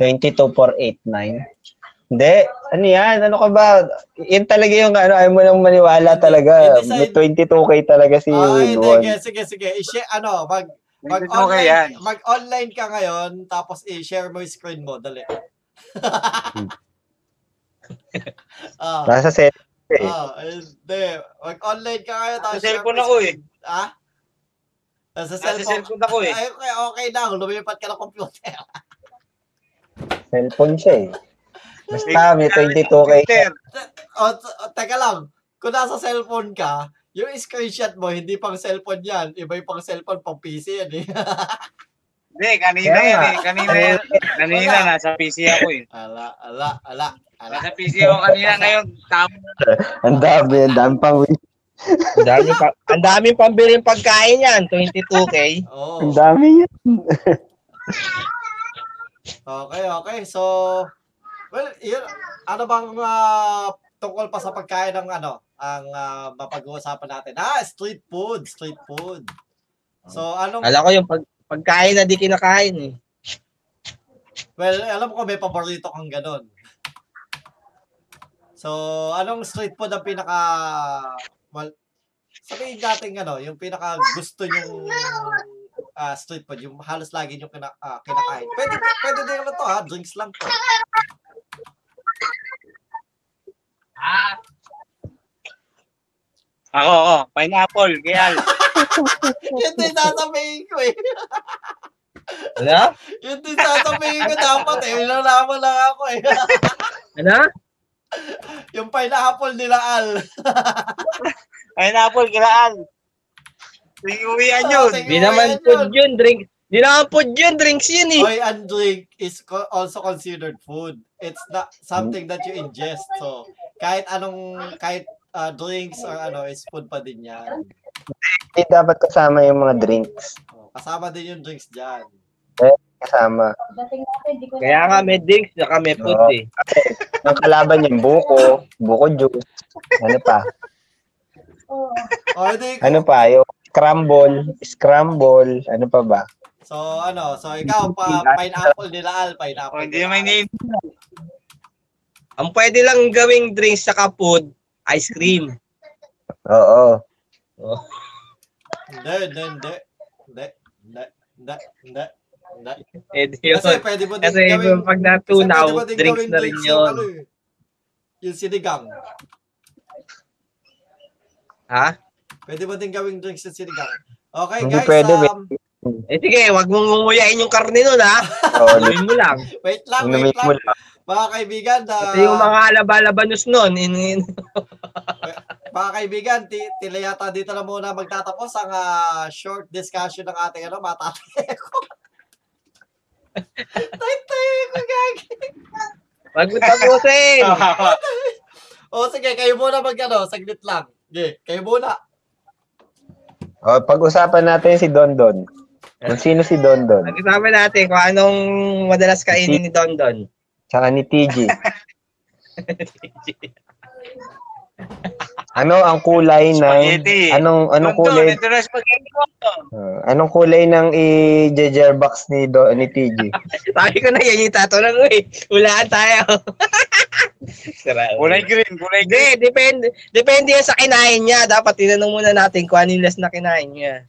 [SPEAKER 4] 22 for 8-9. Hindi. Ano yan? Ano ka ba? Yan talaga yung ano, ayaw mo nang maniwala
[SPEAKER 1] Hindi,
[SPEAKER 4] talaga.
[SPEAKER 1] hindi sa-
[SPEAKER 4] May 22K talaga si
[SPEAKER 1] Ah, hindi.
[SPEAKER 4] Winwon.
[SPEAKER 1] Sige, sige. I-share, ano, mag,
[SPEAKER 3] Okay yan.
[SPEAKER 1] mag-online, mag-online ka ngayon, tapos i-share mo yung screen mo. Dali. ah,
[SPEAKER 4] Nasa set. eh.
[SPEAKER 1] ah, hindi. Mag-online ka ngayon, tapos
[SPEAKER 3] Sa cellphone ako eh.
[SPEAKER 1] Ah? Nasa
[SPEAKER 3] Sa
[SPEAKER 1] cellphone.
[SPEAKER 3] cellphone ako eh.
[SPEAKER 1] Ay, okay, okay lang. Lumipat ka ng computer.
[SPEAKER 4] Cellphone siya eh. Basta Ah, may 22K.
[SPEAKER 3] Computer.
[SPEAKER 1] o, t- o, teka lang. Kung nasa cellphone ka, yung screenshot mo, hindi pang cellphone yan. Iba yung pang cellphone, pang PC yan eh. (laughs)
[SPEAKER 3] Hindi, kanina
[SPEAKER 4] Kaya
[SPEAKER 3] yan
[SPEAKER 4] nga.
[SPEAKER 3] eh. Kanina yan. Kanina,
[SPEAKER 1] Wala.
[SPEAKER 3] nasa PC ako eh.
[SPEAKER 1] ala, ala, ala, ala.
[SPEAKER 3] (laughs) Nasa PC ako kanina ngayon. Tama.
[SPEAKER 4] Ang dami, ang dami pang
[SPEAKER 2] Ang dami pa, ang dami pambiling pagkain yan, 22k.
[SPEAKER 1] Oo.
[SPEAKER 4] (laughs) Ang dami yan.
[SPEAKER 1] Okay, okay. So, well, yun, ano bang ah, tungkol pa sa pagkain ng ano, ang ah, mapag-uusapan natin? Ah, street food, street food. So, anong,
[SPEAKER 2] Alam ko yung pag, pagkain na di kinakain eh.
[SPEAKER 1] well, alam ko may paborito kang ganun. So, anong street food ang pinaka, well, sabihin natin ano, yung pinaka gusto yung ah, street food, yung halos lagi yung kina, ah, kinakain. Pwede, pwede din naman to ha, drinks lang to.
[SPEAKER 3] Ako, ako. Pineapple, Gial.
[SPEAKER 1] (laughs) Yun din sasabihin ko eh.
[SPEAKER 2] Ano?
[SPEAKER 1] Yun din sasabihin ko dapat eh. Nalaman lang ako eh. (laughs)
[SPEAKER 2] Ano?
[SPEAKER 1] Yung pineapple nila Al.
[SPEAKER 3] Pineapple, Gial. Tinguwian yun.
[SPEAKER 1] Tinguwian
[SPEAKER 2] Di naman food yun, drink. Di naman food yun, drinks yun eh.
[SPEAKER 1] Oy, and drink is co- also considered food. It's not something that you ingest. So, kahit anong, kahit uh, drinks or ano, is food pa din yan.
[SPEAKER 4] Hindi dapat kasama yung mga drinks.
[SPEAKER 1] Oh, kasama din yung drinks dyan.
[SPEAKER 4] Kasama.
[SPEAKER 2] Kaya nga may drinks, saka may food eh.
[SPEAKER 4] Ang kalaban yung buko, buko juice. Ano pa?
[SPEAKER 1] O, hindi,
[SPEAKER 4] Ano pa? Yung Scramble, scramble, ano pa ba?
[SPEAKER 1] So, ano, so ikaw, pa, pineapple nila, Al,
[SPEAKER 3] O,
[SPEAKER 1] pineapple
[SPEAKER 3] Oh, hindi
[SPEAKER 1] nila, Al.
[SPEAKER 3] may name.
[SPEAKER 2] Ang pwede lang gawing drink sa food, ice cream.
[SPEAKER 4] Oo.
[SPEAKER 1] Hindi, hindi, hindi. Hindi, hindi, hindi, hindi, hindi.
[SPEAKER 2] Pwede Eh, yun.
[SPEAKER 1] Kasi pwede mo din
[SPEAKER 2] Kasi
[SPEAKER 1] gawin.
[SPEAKER 2] pag
[SPEAKER 1] kasi pwede mo
[SPEAKER 2] natunaw,
[SPEAKER 1] din
[SPEAKER 2] drinks
[SPEAKER 1] gawin
[SPEAKER 2] na rin
[SPEAKER 1] drinks yung
[SPEAKER 2] yun.
[SPEAKER 1] ano eh, Yung sinigang.
[SPEAKER 2] Ha?
[SPEAKER 1] Pwede mo din gawing drinks yung sinigang. Okay,
[SPEAKER 4] Hindi
[SPEAKER 1] guys.
[SPEAKER 4] pwede,
[SPEAKER 1] um,
[SPEAKER 2] Eh sige, wag mong munguyain yung karne nun ha. (laughs)
[SPEAKER 4] Oo,
[SPEAKER 2] Gawin mo lang.
[SPEAKER 1] wait lang,
[SPEAKER 2] Ano
[SPEAKER 4] inumin
[SPEAKER 1] wait
[SPEAKER 4] mo
[SPEAKER 1] lang.
[SPEAKER 4] lang.
[SPEAKER 1] Mga kaibigan, ah, na,
[SPEAKER 2] Kasi yung mga alaba-labanos nun, in, in,
[SPEAKER 1] mga kaibigan, ti, tila yata dito na muna magtatapos ang ah, short discussion ng ating ano, matatay (laughs) ko. Tay-tay ko, gag.
[SPEAKER 2] wag mo tapusin.
[SPEAKER 3] Ah.
[SPEAKER 4] (laughs)
[SPEAKER 1] O sige, kayo muna mag ano, saglit lang. Sige, kayo muna.
[SPEAKER 4] Oh, pag-usapan natin si Don Don.
[SPEAKER 3] (laughs)
[SPEAKER 4] Kung sino si Don Don?
[SPEAKER 2] Pag-usapan natin kung anong madalas kainin ni Don Don.
[SPEAKER 4] Tsaka ni
[SPEAKER 3] (laughs)
[SPEAKER 4] TG. ano ang kulay ng
[SPEAKER 3] Spaghetti.
[SPEAKER 4] anong anong kulay
[SPEAKER 3] Ito na spaghetti ko.
[SPEAKER 4] uh, anong kulay ng i-jejer box ni Do, ni TG?
[SPEAKER 2] Sabi ko na yan yung tatanong ko eh. Hulaan tayo. (laughs) Sira.
[SPEAKER 3] Kulay green, kulay
[SPEAKER 2] Hindi,
[SPEAKER 3] green.
[SPEAKER 2] depende, depende yan sa kinain niya. Dapat tinanong muna natin kung ano yung last na kinain niya.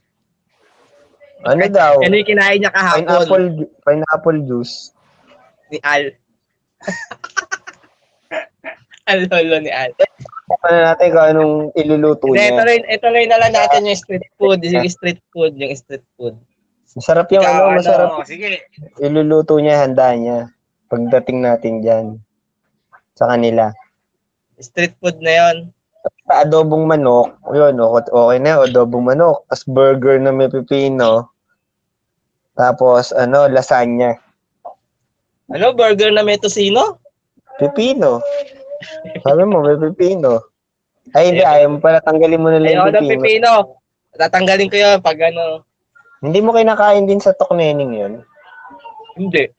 [SPEAKER 4] Ano daw?
[SPEAKER 2] Ano yung kinain niya kahapon
[SPEAKER 4] Pineapple ju- pineapple juice.
[SPEAKER 2] ni Al? (laughs) Al lolo ni Al.
[SPEAKER 4] Ano natin kung anong iluluto
[SPEAKER 2] Hindi, ito
[SPEAKER 4] niya?
[SPEAKER 2] rin, ito rin na lang natin yung street food. Yung street food, yung street food.
[SPEAKER 4] Masarap yung ano,
[SPEAKER 3] Ikaw,
[SPEAKER 4] masarap.
[SPEAKER 3] ano, Sige.
[SPEAKER 4] Iluluto niya, handa niya. Pagdating natin dyan. Sa kanila.
[SPEAKER 2] Street food na yon.
[SPEAKER 4] Sa adobong manok, yun, okay, okay na yun, adobong manok. Tapos burger na may pipino. Tapos, ano, lasagna.
[SPEAKER 2] Ano, burger na may tocino?
[SPEAKER 4] Pipino. Sabi mo, may pipino. Ay, hindi,
[SPEAKER 2] Ayoko.
[SPEAKER 4] ayaw mo pala, tanggalin mo na lang
[SPEAKER 2] Ayoko
[SPEAKER 4] yung
[SPEAKER 2] ng
[SPEAKER 4] pipino.
[SPEAKER 2] pipino. Tatanggalin ko yun pag ano.
[SPEAKER 4] Hindi mo kinakain din sa toknening yun.
[SPEAKER 2] Hindi.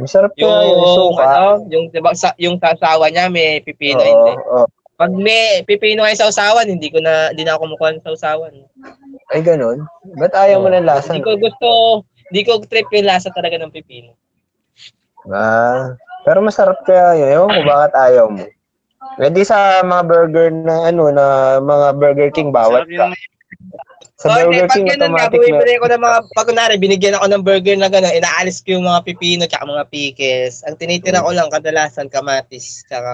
[SPEAKER 4] Masarap
[SPEAKER 2] Yung,
[SPEAKER 4] kaya yun, Ah, suka.
[SPEAKER 2] ano, yung, diba, sa, yung sasawa niya may pipino,
[SPEAKER 4] Oo,
[SPEAKER 2] hindi.
[SPEAKER 4] oo.
[SPEAKER 2] Pag may pipino kayo sa usawan, hindi ko na, hindi na ako kumukuha ng sausawan.
[SPEAKER 4] Ay, ganun. Ba't ayaw mo
[SPEAKER 2] Oo.
[SPEAKER 4] ng lasa?
[SPEAKER 2] Hindi ko gusto, hindi ko trip yung lasa talaga ng pipino.
[SPEAKER 4] Ah, pero masarap kaya yun. Ewan ko bakit ayaw mo. Pwede sa mga burger na ano, na mga Burger King bawat
[SPEAKER 3] Sarap
[SPEAKER 4] ka.
[SPEAKER 3] yung
[SPEAKER 4] Sa
[SPEAKER 2] So, Oh, hindi,
[SPEAKER 4] Burger
[SPEAKER 2] pag
[SPEAKER 4] King
[SPEAKER 2] ganun nga,
[SPEAKER 4] automatic na.
[SPEAKER 2] bumibili ko ng mga, pag kunwari, binigyan ako ng burger na gano'n, inaalis ko yung mga pipino tsaka mga pickles. Ang tinitira ko lang, kadalasan, kamatis, tsaka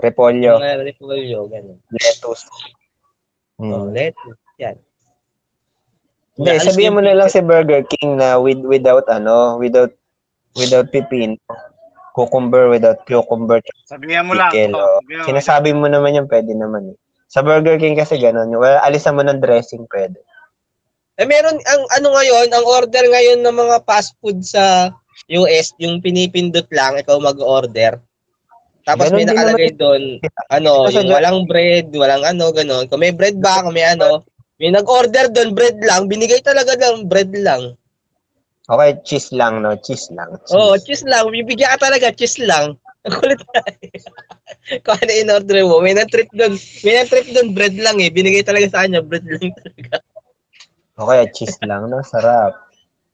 [SPEAKER 4] Repolyo,
[SPEAKER 2] mga repolyo, gano'n.
[SPEAKER 4] lettuce.
[SPEAKER 2] Oh,
[SPEAKER 4] Hmm.
[SPEAKER 2] lettuce, yan.
[SPEAKER 4] Hindi,
[SPEAKER 2] Inaalis
[SPEAKER 4] sabihin
[SPEAKER 2] ko
[SPEAKER 4] mo
[SPEAKER 2] yung
[SPEAKER 4] na lang si Burger King na with without ano, without without pipino. Cucumber without cucumber
[SPEAKER 3] Sabihan mo lang.
[SPEAKER 4] pickle.
[SPEAKER 3] oh,
[SPEAKER 4] oh.
[SPEAKER 3] sabihan mo.
[SPEAKER 4] Sinasabi mo naman yung pwede naman. eh. Sa Burger King kasi ganun. Well, alisan mo ng dressing pwede.
[SPEAKER 2] Eh meron ang ano ngayon, ang order ngayon ng mga fast food sa US, yung pinipindot lang ikaw mag-order. Tapos
[SPEAKER 4] Ganun
[SPEAKER 2] may
[SPEAKER 4] din
[SPEAKER 2] nakalagay doon, ano,
[SPEAKER 4] Kasi
[SPEAKER 2] yung
[SPEAKER 4] dyan-
[SPEAKER 2] walang bread, walang ano, ganun. Kung may bread ba, kung may ano, may nag-order doon, bread lang, binigay talaga lang, bread lang.
[SPEAKER 4] Okay, cheese lang, no? Cheese lang. Cheese.
[SPEAKER 2] Oo, cheese lang, bibigyan ka talaga, cheese lang. (laughs) Ang kulit Kung ano in-order mo, may na-trip doon, may na-trip doon, bread lang eh. Binigay talaga sa kanya, bread lang (laughs) talaga.
[SPEAKER 4] Okay, cheese lang, no? Sarap.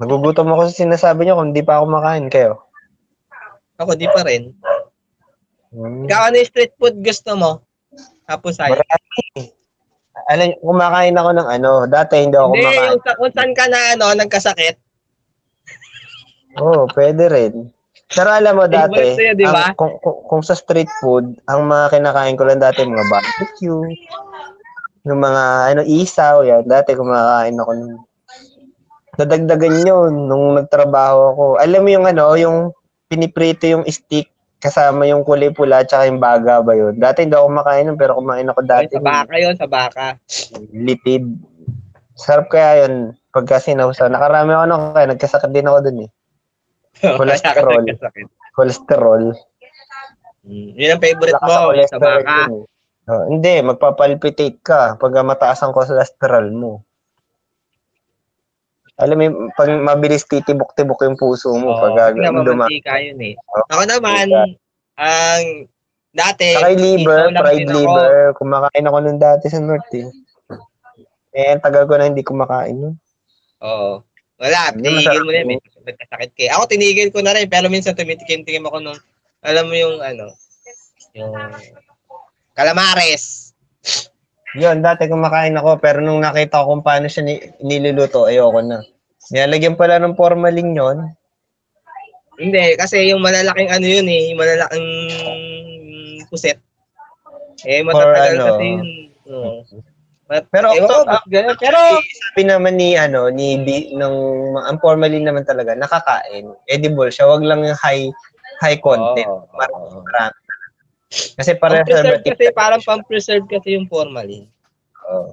[SPEAKER 4] Nagugutom ako sa sinasabi niyo kung di pa ako makain kayo.
[SPEAKER 2] Ako, di pa rin.
[SPEAKER 4] Hmm.
[SPEAKER 2] Ikaw, ano yung street food gusto mo? Tapos ay.
[SPEAKER 4] Marami. Alam niyo, kumakain ako ng ano, dati hindi ako
[SPEAKER 2] Hindi,
[SPEAKER 4] kumakain.
[SPEAKER 2] yung sa, kung saan ka na ano, nagkasakit.
[SPEAKER 4] Oo, oh, pwede rin. Pero alam mo dati,
[SPEAKER 2] Favorite sa'yo, di ba?
[SPEAKER 4] ang- kung, kung, kung sa street food, ang mga kinakain ko lang dati, mga barbecue, yung mga ano, isaw, yan. Dati kumakain ako ng... Nadagdagan yun nung nagtrabaho ako. Alam mo yung ano, yung piniprito yung stick kasama yung kulay pula tsaka yung baga ba yun. Dati hindi ako kumakain nun, pero kumain ako
[SPEAKER 2] Ay,
[SPEAKER 4] dati.
[SPEAKER 2] sa baka yun, sa
[SPEAKER 4] (laughs)
[SPEAKER 2] baka.
[SPEAKER 4] litid. Sarap kaya yun pagka sinawsaw. Nakarami ako nung kaya nagkasakit din ako dun eh. Cholesterol.
[SPEAKER 2] Kaya ka nagkasakit.
[SPEAKER 4] Cholesterol.
[SPEAKER 2] Mm, yun ang favorite
[SPEAKER 4] Malakas ang
[SPEAKER 2] mo, sa
[SPEAKER 4] cholesterol
[SPEAKER 2] baka.
[SPEAKER 4] yun eh. Oh, hindi, magpapalpitate ka pagka mataas ang cholesterol mo. Alam mo, yung- pag mabilis titibok-tibok yung puso mo
[SPEAKER 2] Oo, kasi
[SPEAKER 4] pag Oh,
[SPEAKER 2] namamantika yun eh. Ako naman, ang dati,
[SPEAKER 4] Saka yung
[SPEAKER 2] isaw
[SPEAKER 4] liver,
[SPEAKER 2] lang
[SPEAKER 4] fried
[SPEAKER 2] din ako.
[SPEAKER 4] liver. Kumakain ako nung dati sa North eh. Eh, ang tagal ko na hindi kumakain nun.
[SPEAKER 2] Oo. Wala,
[SPEAKER 4] Hindi
[SPEAKER 2] tinigil
[SPEAKER 4] masarap
[SPEAKER 2] mo na yun.
[SPEAKER 4] yun.
[SPEAKER 2] Medyo nagkasakit kayo. Ako tinigil ko na rin, pero minsan tumitikim-tikim ako nung, alam mo yung ano, yung calamares.
[SPEAKER 4] Yun, dati kumakain ako, pero nung nakita ko kung paano siya ni- niluluto, ayoko na. Nilalagyan pala ng formalin yon.
[SPEAKER 2] Hindi, kasi yung malalaking ano yun eh, yung malalaking puset. Eh, matatagal
[SPEAKER 4] ano?
[SPEAKER 2] kasi yun. Oo. Mat-
[SPEAKER 4] Pero
[SPEAKER 2] Ewan ko,
[SPEAKER 4] octo-
[SPEAKER 2] ba't ganun. Pero,
[SPEAKER 4] Sabi naman ni, ano, ni B, nung, ang formalin naman talaga, nakakain. Edible siya, wag lang yung high, high content.
[SPEAKER 2] Oo.
[SPEAKER 4] Marami, marami. Kasi
[SPEAKER 2] parang
[SPEAKER 4] para sa
[SPEAKER 2] preserve kasi, parang pang-preserve kasi yung formalin.
[SPEAKER 4] Oo.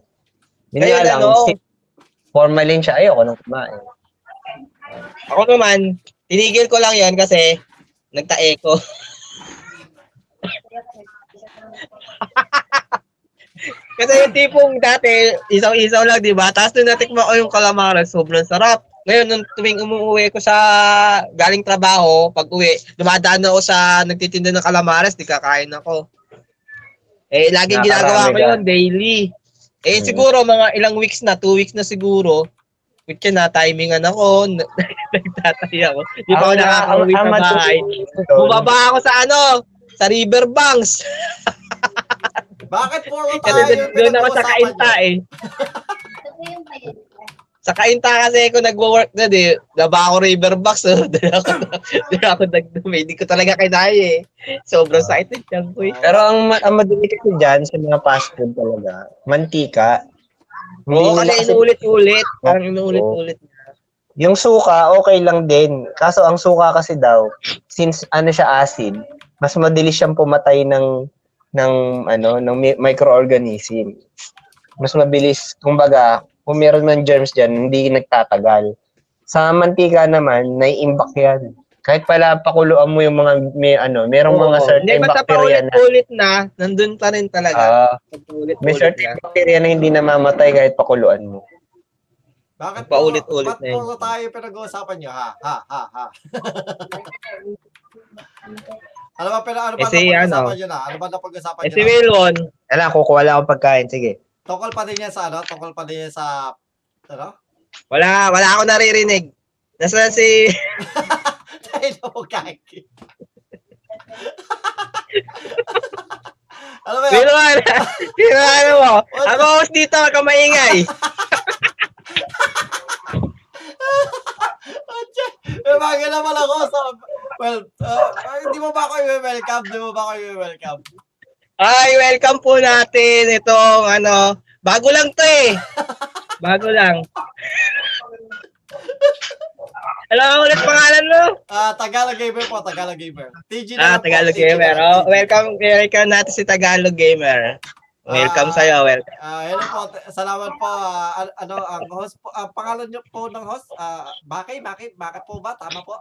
[SPEAKER 4] Yun
[SPEAKER 2] Ayun,
[SPEAKER 4] nga lang,
[SPEAKER 2] ano?
[SPEAKER 4] oh. si- formalin siya, ayoko nang kumain.
[SPEAKER 2] Ako naman, tinigil ko lang yan kasi nagtae ko. kasi yung tipong dati, isaw-isaw lang, di ba? Tapos nung natikman ko yung kalamaran, sobrang sarap. Ngayon, nung tuwing umuwi ko sa galing trabaho, pag uwi, dumadaan na ako sa nagtitinda ng kalamares, di kakain ako. Eh, laging
[SPEAKER 4] Nakarami
[SPEAKER 2] ginagawa ko
[SPEAKER 4] ka.
[SPEAKER 2] yun, daily. Eh,
[SPEAKER 4] Mm.
[SPEAKER 2] siguro, mga ilang weeks na, two weeks na siguro, Kutya na, timingan ako. (laughs) n- Nagtatay ako. Di pa ako
[SPEAKER 4] Ang-
[SPEAKER 2] nakakauwi
[SPEAKER 4] ang-
[SPEAKER 2] sa
[SPEAKER 4] ang
[SPEAKER 2] bahay.
[SPEAKER 4] matutunan doon-
[SPEAKER 2] Bumaba ako sa ano, sa riverbanks.
[SPEAKER 1] Bakit puro tayo
[SPEAKER 2] Kasi doon-
[SPEAKER 1] yung
[SPEAKER 2] doon ako sa
[SPEAKER 1] pinag-uusapan
[SPEAKER 2] kainta
[SPEAKER 1] niyo?
[SPEAKER 2] eh. Sa kainta kasi ako nagwo-work na di, laba ako riverbanks. (laughs) So, doon ako, doon ako nagdumi. Hindi ko talaga kinaya eh. Sobrang
[SPEAKER 4] Ah.
[SPEAKER 2] sakit ng tiyan ko eh.
[SPEAKER 4] Pero ang, ma- ang madali kasi dyan sa mga fast food talaga, mantika. Hindi
[SPEAKER 2] Oo, kasi
[SPEAKER 4] nila kasi-
[SPEAKER 2] inuulit-ulit. Parang inuulit-ulit.
[SPEAKER 4] Yung suka, okay lang din. Kaso ang suka kasi daw, since ano siya acid, mas madali siyang pumatay ng ng ano ng mi- microorganism. Mas mabilis, kumbaga, kung meron man germs diyan, hindi nagtatagal. Sa mantika naman, naiimbak 'yan. Kahit pala pakuluan mo yung mga may ano, merong
[SPEAKER 2] Oo.
[SPEAKER 4] mga
[SPEAKER 2] Hindi,
[SPEAKER 4] certain
[SPEAKER 2] basta
[SPEAKER 4] bacteria na
[SPEAKER 2] paulit-ulit na, nandun pa rin talaga.
[SPEAKER 4] ah, may
[SPEAKER 2] Paulit-ulit na.
[SPEAKER 4] certain bacteria na hindi namamatay kahit pakuluan mo.
[SPEAKER 1] Bakit puro-
[SPEAKER 2] Paulit-ulit na
[SPEAKER 1] ba't
[SPEAKER 2] yun.
[SPEAKER 1] puro tayo yung pinag-uusapan niyo? Ha, ha, ha, ha. (laughs) ano ba pina, ano ba
[SPEAKER 2] Eh, si
[SPEAKER 1] napag-usapan
[SPEAKER 2] ano?
[SPEAKER 1] niyo na? Ano ba napag-usapan niyo
[SPEAKER 2] Eh si
[SPEAKER 1] na?
[SPEAKER 2] Wilwon,
[SPEAKER 4] Alam, kukuha lang ako pagkain. Sige.
[SPEAKER 1] Tungkol pa din yan sa ano? Tungkol pa din yan sa ano? (laughs)
[SPEAKER 2] Wala, wala ako naririnig. Nasaan
[SPEAKER 4] (laughs)
[SPEAKER 2] si...
[SPEAKER 1] Tayo na mo kaki. (laughs) Alam mo yun?
[SPEAKER 2] Sino (laughs) ano? Sino ano mo? Ako host dito, ako maingay.
[SPEAKER 1] May mga ginaman ako sa... Well, uh, hindi mo ba ako i-welcome? Hindi mo ba ako i-welcome?
[SPEAKER 2] Ay, welcome po natin itong ano, bago lang to
[SPEAKER 1] (laughs)
[SPEAKER 2] eh. Bago lang. Alam ko ulit pangalan mo?
[SPEAKER 1] Ah, Tagalog Gamer po, Tagalog Gamer. TG na
[SPEAKER 2] Ah,
[SPEAKER 1] lang po,
[SPEAKER 2] Tagalog
[SPEAKER 1] TG na
[SPEAKER 2] Gamer.
[SPEAKER 1] lang,
[SPEAKER 2] Oh,
[SPEAKER 1] TG.
[SPEAKER 2] welcome, welcome natin si Tagalog Gamer. Welcome
[SPEAKER 1] Ah.
[SPEAKER 2] sa'yo, welcome.
[SPEAKER 1] Ah, hello po. t- Salamat po. ah, an- ano ang host po, ah, pangalan niyo po ng host? Ah, Bakay, Bakay, Bakay po ba? Tama po.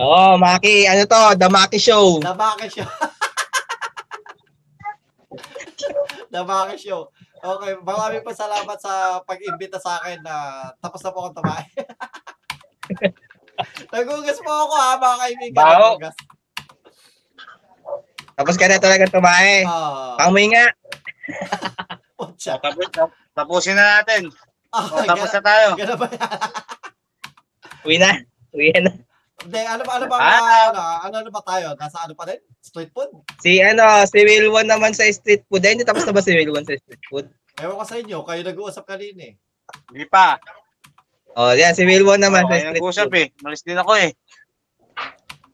[SPEAKER 2] Oo, Maki, ano to, The Maki Show.
[SPEAKER 1] Nabaka siya. Nabaka siya. Okay, maraming po salamat sa pag-imbita sa akin na tapos na po akong tumain. (laughs) Nagugas po ako ha, mga kaibigan.
[SPEAKER 2] Bao.
[SPEAKER 1] Nagugas.
[SPEAKER 2] Tapos ka na talaga
[SPEAKER 3] Eh.
[SPEAKER 2] tumae.
[SPEAKER 1] Ah,
[SPEAKER 2] Pangumahinga.
[SPEAKER 1] putya.
[SPEAKER 3] Tapos, tap- tapusin na natin.
[SPEAKER 1] Ah,
[SPEAKER 3] O, tapos
[SPEAKER 1] gana-
[SPEAKER 3] na tayo.
[SPEAKER 1] gana ba yan?
[SPEAKER 2] Uwi na. Uwi na.
[SPEAKER 1] Hindi, ano ba, ano ba,
[SPEAKER 3] Ah.
[SPEAKER 1] mga, ano, ano, ano ba tayo? Nasa ano pa rin? Street food?
[SPEAKER 2] Si ano, si Wilwon naman sa street food. Ay, hindi tapos na ba si Wilwon sa street food?
[SPEAKER 1] Ewan ko sa inyo, kayo nag-uusap kanina eh.
[SPEAKER 3] Hindi pa.
[SPEAKER 2] Oh, yan, si Wilwon naman sa
[SPEAKER 3] Okay,
[SPEAKER 2] street
[SPEAKER 3] nag-usap
[SPEAKER 2] food.
[SPEAKER 3] eh. Malis din ako eh.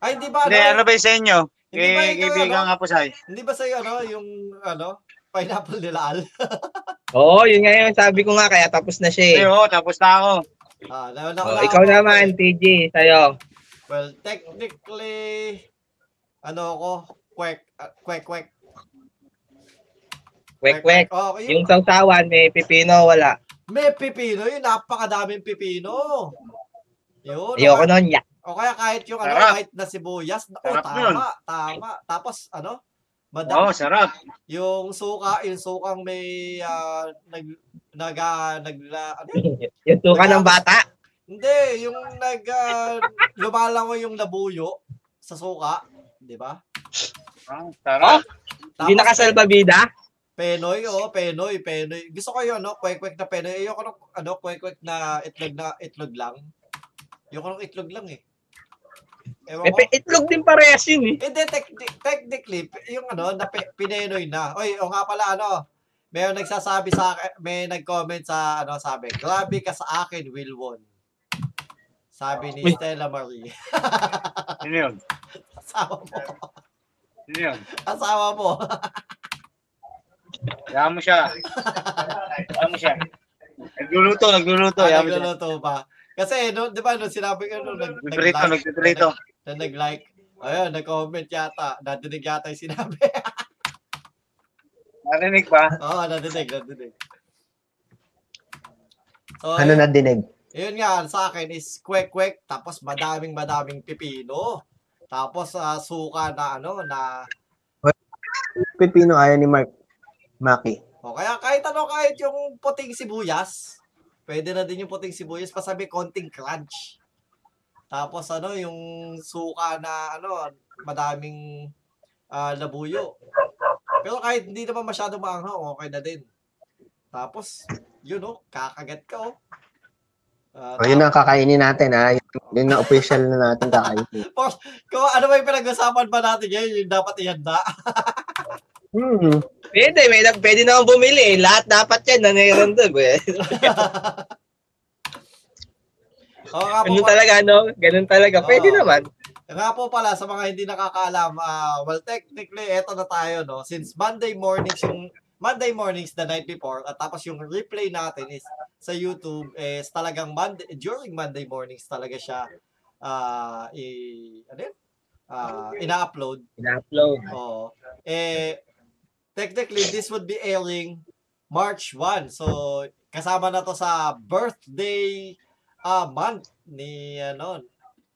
[SPEAKER 1] Ay, di ba, ano?
[SPEAKER 3] Hindi, ano ba yung sa inyo?
[SPEAKER 1] Hindi ba
[SPEAKER 3] Kay
[SPEAKER 1] yung
[SPEAKER 3] kaibigan
[SPEAKER 1] ano?
[SPEAKER 3] nga po sa'yo.
[SPEAKER 1] Hindi ba sa'yo, ano, yung, ano, pineapple nila Al?
[SPEAKER 2] Oo, yun nga yun. Sabi ko nga, kaya tapos na
[SPEAKER 3] Eh,
[SPEAKER 2] siya eh.
[SPEAKER 3] oo, tapos na ako.
[SPEAKER 1] Ah, na, na,
[SPEAKER 2] Oh, ikaw naman, TJ, sa'yo.
[SPEAKER 1] Well, technically, ano ako, kwek, ah, kwek, kwek.
[SPEAKER 2] Wek, wek.
[SPEAKER 1] Oh, yung,
[SPEAKER 2] Yung sawsawan, may pipino, wala.
[SPEAKER 1] may pipino yun, napakadaming pipino. Yun,
[SPEAKER 2] Ayoko
[SPEAKER 1] o, kaya,
[SPEAKER 2] nun, yak.
[SPEAKER 1] o kaya kahit yung ano,
[SPEAKER 3] Sarap.
[SPEAKER 1] kahit na sibuyas, oh,
[SPEAKER 3] Sarap
[SPEAKER 1] tama,
[SPEAKER 3] yun.
[SPEAKER 1] tama. Tapos, ano,
[SPEAKER 3] Oo,
[SPEAKER 1] madam,
[SPEAKER 3] Oh, sarap.
[SPEAKER 1] yung suka, yung sukang may, ah, nag, nag, ah, nagla, ano
[SPEAKER 2] (laughs)
[SPEAKER 1] yun?
[SPEAKER 2] yung tuka ng bata.
[SPEAKER 1] Hindi, yung nag, ah, lumalangoy yung labuyo sa suka, di ba?
[SPEAKER 3] Ah, sarap.
[SPEAKER 2] Hindi nakasalbabida.
[SPEAKER 1] Penoy, oo, penoy, penoy. Gusto ko yun, no? Kwek-kwek na penoy. Ayoko nung, ano, kwek-kwek na itlog na itlog lang. Ayoko nung itlog lang, eh. Ewan
[SPEAKER 2] Eh,
[SPEAKER 1] ko.
[SPEAKER 2] pe- itlog din parehas yun eh.
[SPEAKER 1] Hindi, techni- technically, p- yung ano, na pe- pinenoy na. Oy, o nga pala, ano, may nagsasabi sa akin, may nag-comment sa, ano, sabi, grabe ka sa akin, Will Won. Sabi ni Stella Marie. (laughs)
[SPEAKER 3] Sino yun?
[SPEAKER 1] asawa mo.
[SPEAKER 3] Sino yun?
[SPEAKER 1] Asawa mo.
[SPEAKER 3] Yaman mo siya. Yaman mo siya. Nagluluto, nagluluto.
[SPEAKER 1] Ah,
[SPEAKER 3] Yaman mo siya.
[SPEAKER 1] nagluluto pa. Kasi, no, di ba, no, sinabi ko, no, nag-
[SPEAKER 3] Nagprito,
[SPEAKER 1] nag-like,
[SPEAKER 3] nagprito.
[SPEAKER 1] na nag-like. Ayun, nag-comment yata. Nadinig yata yung sinabi. (laughs)
[SPEAKER 3] Narinig ba?
[SPEAKER 1] Oo, nadinig, nadinig. So,
[SPEAKER 4] Ano na dinig?
[SPEAKER 1] Yun nga, sa akin is kwek-kwek, tapos madaming madaming pipino. Tapos ah, suka na ano, na,
[SPEAKER 4] Pipino ayaw ni Mark Maki.
[SPEAKER 1] o kaya kahit ano, kahit yung puting sibuyas, pwede na din yung puting sibuyas, pasabi konting crunch. Tapos ano, yung suka na ano, madaming ah, labuyo. Pero kahit hindi naman masyado maanghang, okay na din. Tapos, yun o, kakagat ka o. Ah,
[SPEAKER 4] O, Oh, yun ang kakainin natin, ha? Yun, yun ang official na natin kakainin.
[SPEAKER 1] Kung ano ba yung pinag-usapan ba natin ngayon, yung dapat ihanda. (laughs)
[SPEAKER 4] Hmm.
[SPEAKER 2] Pwede, may, na- pwede na akong bumili. eh. Lahat dapat yan na ngayon doon.
[SPEAKER 1] (laughs)
[SPEAKER 2] Eh.
[SPEAKER 1] Oo nga po,
[SPEAKER 2] Ganun talaga, no? Ganun talaga. Pwede
[SPEAKER 1] Oo.
[SPEAKER 2] naman.
[SPEAKER 1] nga po pala sa mga hindi nakakaalam, ah, well technically eto na tayo no since Monday mornings yung Monday mornings the night before at tapos yung replay natin is sa YouTube is talagang Monday, during Monday mornings talaga siya ah i ano yun? Ah, ina-upload.
[SPEAKER 2] Ina-upload.
[SPEAKER 1] Oo. Eh technically this would be airing March 1. So kasama na to sa birthday ah month ni ano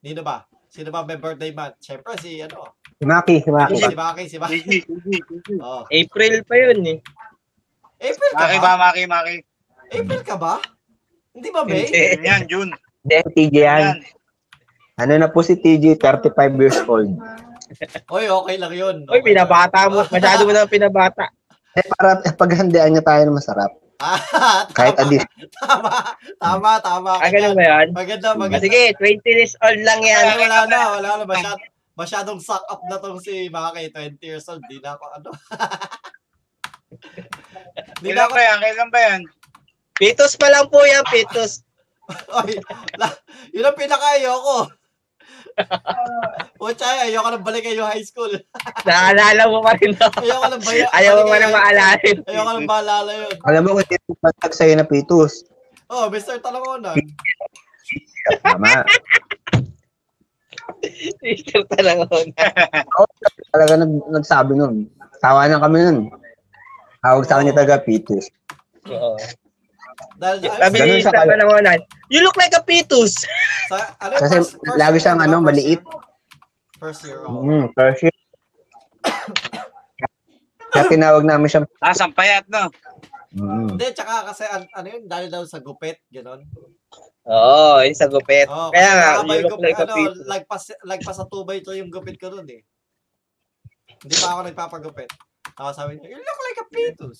[SPEAKER 1] nino ba? Sino ba may birthday month? Siyempre si ano,
[SPEAKER 4] Si Maki, si Maki.
[SPEAKER 1] si Maki, si Maki.
[SPEAKER 3] Gigi, Gigi, Gigi.
[SPEAKER 1] Oh.
[SPEAKER 2] April pa yun eh.
[SPEAKER 1] April ka
[SPEAKER 3] Maki
[SPEAKER 1] ba?
[SPEAKER 3] ba, Maki, Maki?
[SPEAKER 1] April ka ba? Hindi ba May?
[SPEAKER 2] Hindi.
[SPEAKER 3] Yan, June.
[SPEAKER 4] Hindi, TJ yan.
[SPEAKER 3] Yan.
[SPEAKER 4] Ano na po si TJ, 35 years old.
[SPEAKER 1] Oy, okay lang yun.
[SPEAKER 2] (laughs) Uy,
[SPEAKER 1] Okay lang.
[SPEAKER 2] pinabata mo. Masyado mo na pinabata.
[SPEAKER 4] Eh, para paghandian niya tayo ng masarap.
[SPEAKER 1] Ah, (laughs)
[SPEAKER 4] Kahit
[SPEAKER 1] tama,
[SPEAKER 4] adis.
[SPEAKER 1] tama, tama, tama.
[SPEAKER 2] Ah, ganun ba yan?
[SPEAKER 1] Maganda,
[SPEAKER 2] Ah,
[SPEAKER 1] maganda.
[SPEAKER 2] sige, 20 years old lang yan.
[SPEAKER 1] Ay, wala na, wala na. Masyad, masyadong suck up na tong si Maki, 20 years old. Di na ako, ano. (laughs) Di na
[SPEAKER 3] Kailan
[SPEAKER 1] ako,
[SPEAKER 3] ba yan? Kailan ba yan?
[SPEAKER 2] Pitos pa lang po yan, pitos.
[SPEAKER 1] oy, la- yun ang pinaka-ayoko. Pucha, ayoko nang balikan yung high school.
[SPEAKER 2] Naalala mo pa rin. No?
[SPEAKER 1] Ayoko nang baya.
[SPEAKER 2] Ayaw
[SPEAKER 1] balikan
[SPEAKER 2] mo man
[SPEAKER 1] yung high
[SPEAKER 2] maalala. yun.
[SPEAKER 1] school. Ayoko
[SPEAKER 2] (laughs)
[SPEAKER 1] nang maalala yun.
[SPEAKER 4] Alam mo, kung hindi ko patag sa'yo na pitus.
[SPEAKER 1] Oh, Mr. Talamonan.
[SPEAKER 4] Tama.
[SPEAKER 2] Teacher talaga.
[SPEAKER 4] Talaga nag, nagsabi nun. Tawanan kami nun. Tawag sa kanya talaga pitus.
[SPEAKER 2] Oo.
[SPEAKER 1] Dahil,
[SPEAKER 2] Sabi
[SPEAKER 4] Ganun
[SPEAKER 2] ni Isa
[SPEAKER 4] siya kayo.
[SPEAKER 2] Panahonan, you look like a pitos.
[SPEAKER 1] sa, ano,
[SPEAKER 4] Kasi lagi siyang,
[SPEAKER 1] di ba?
[SPEAKER 4] ano,
[SPEAKER 1] First
[SPEAKER 4] maliit.
[SPEAKER 1] year? First year, oh.
[SPEAKER 4] Mm, first year. Kaya tinawag namin siya.
[SPEAKER 3] Ah, sampayat, no?
[SPEAKER 4] Mm.
[SPEAKER 1] Hindi, tsaka kasi an- ano yun, dahil daw sa gupit, gano'n.
[SPEAKER 2] Oo, yung sa gupit.
[SPEAKER 1] Oh,
[SPEAKER 2] Kaya nga,
[SPEAKER 1] mahaba
[SPEAKER 2] you
[SPEAKER 1] yung
[SPEAKER 2] look
[SPEAKER 1] gupit,
[SPEAKER 2] like a
[SPEAKER 1] ano,
[SPEAKER 2] pitos.
[SPEAKER 1] lagpas, lagpas sa tubay to yung gupit ko nun eh. Hindi pa ako nagpapagupit. Tapos sabi niya, you look like a fetus.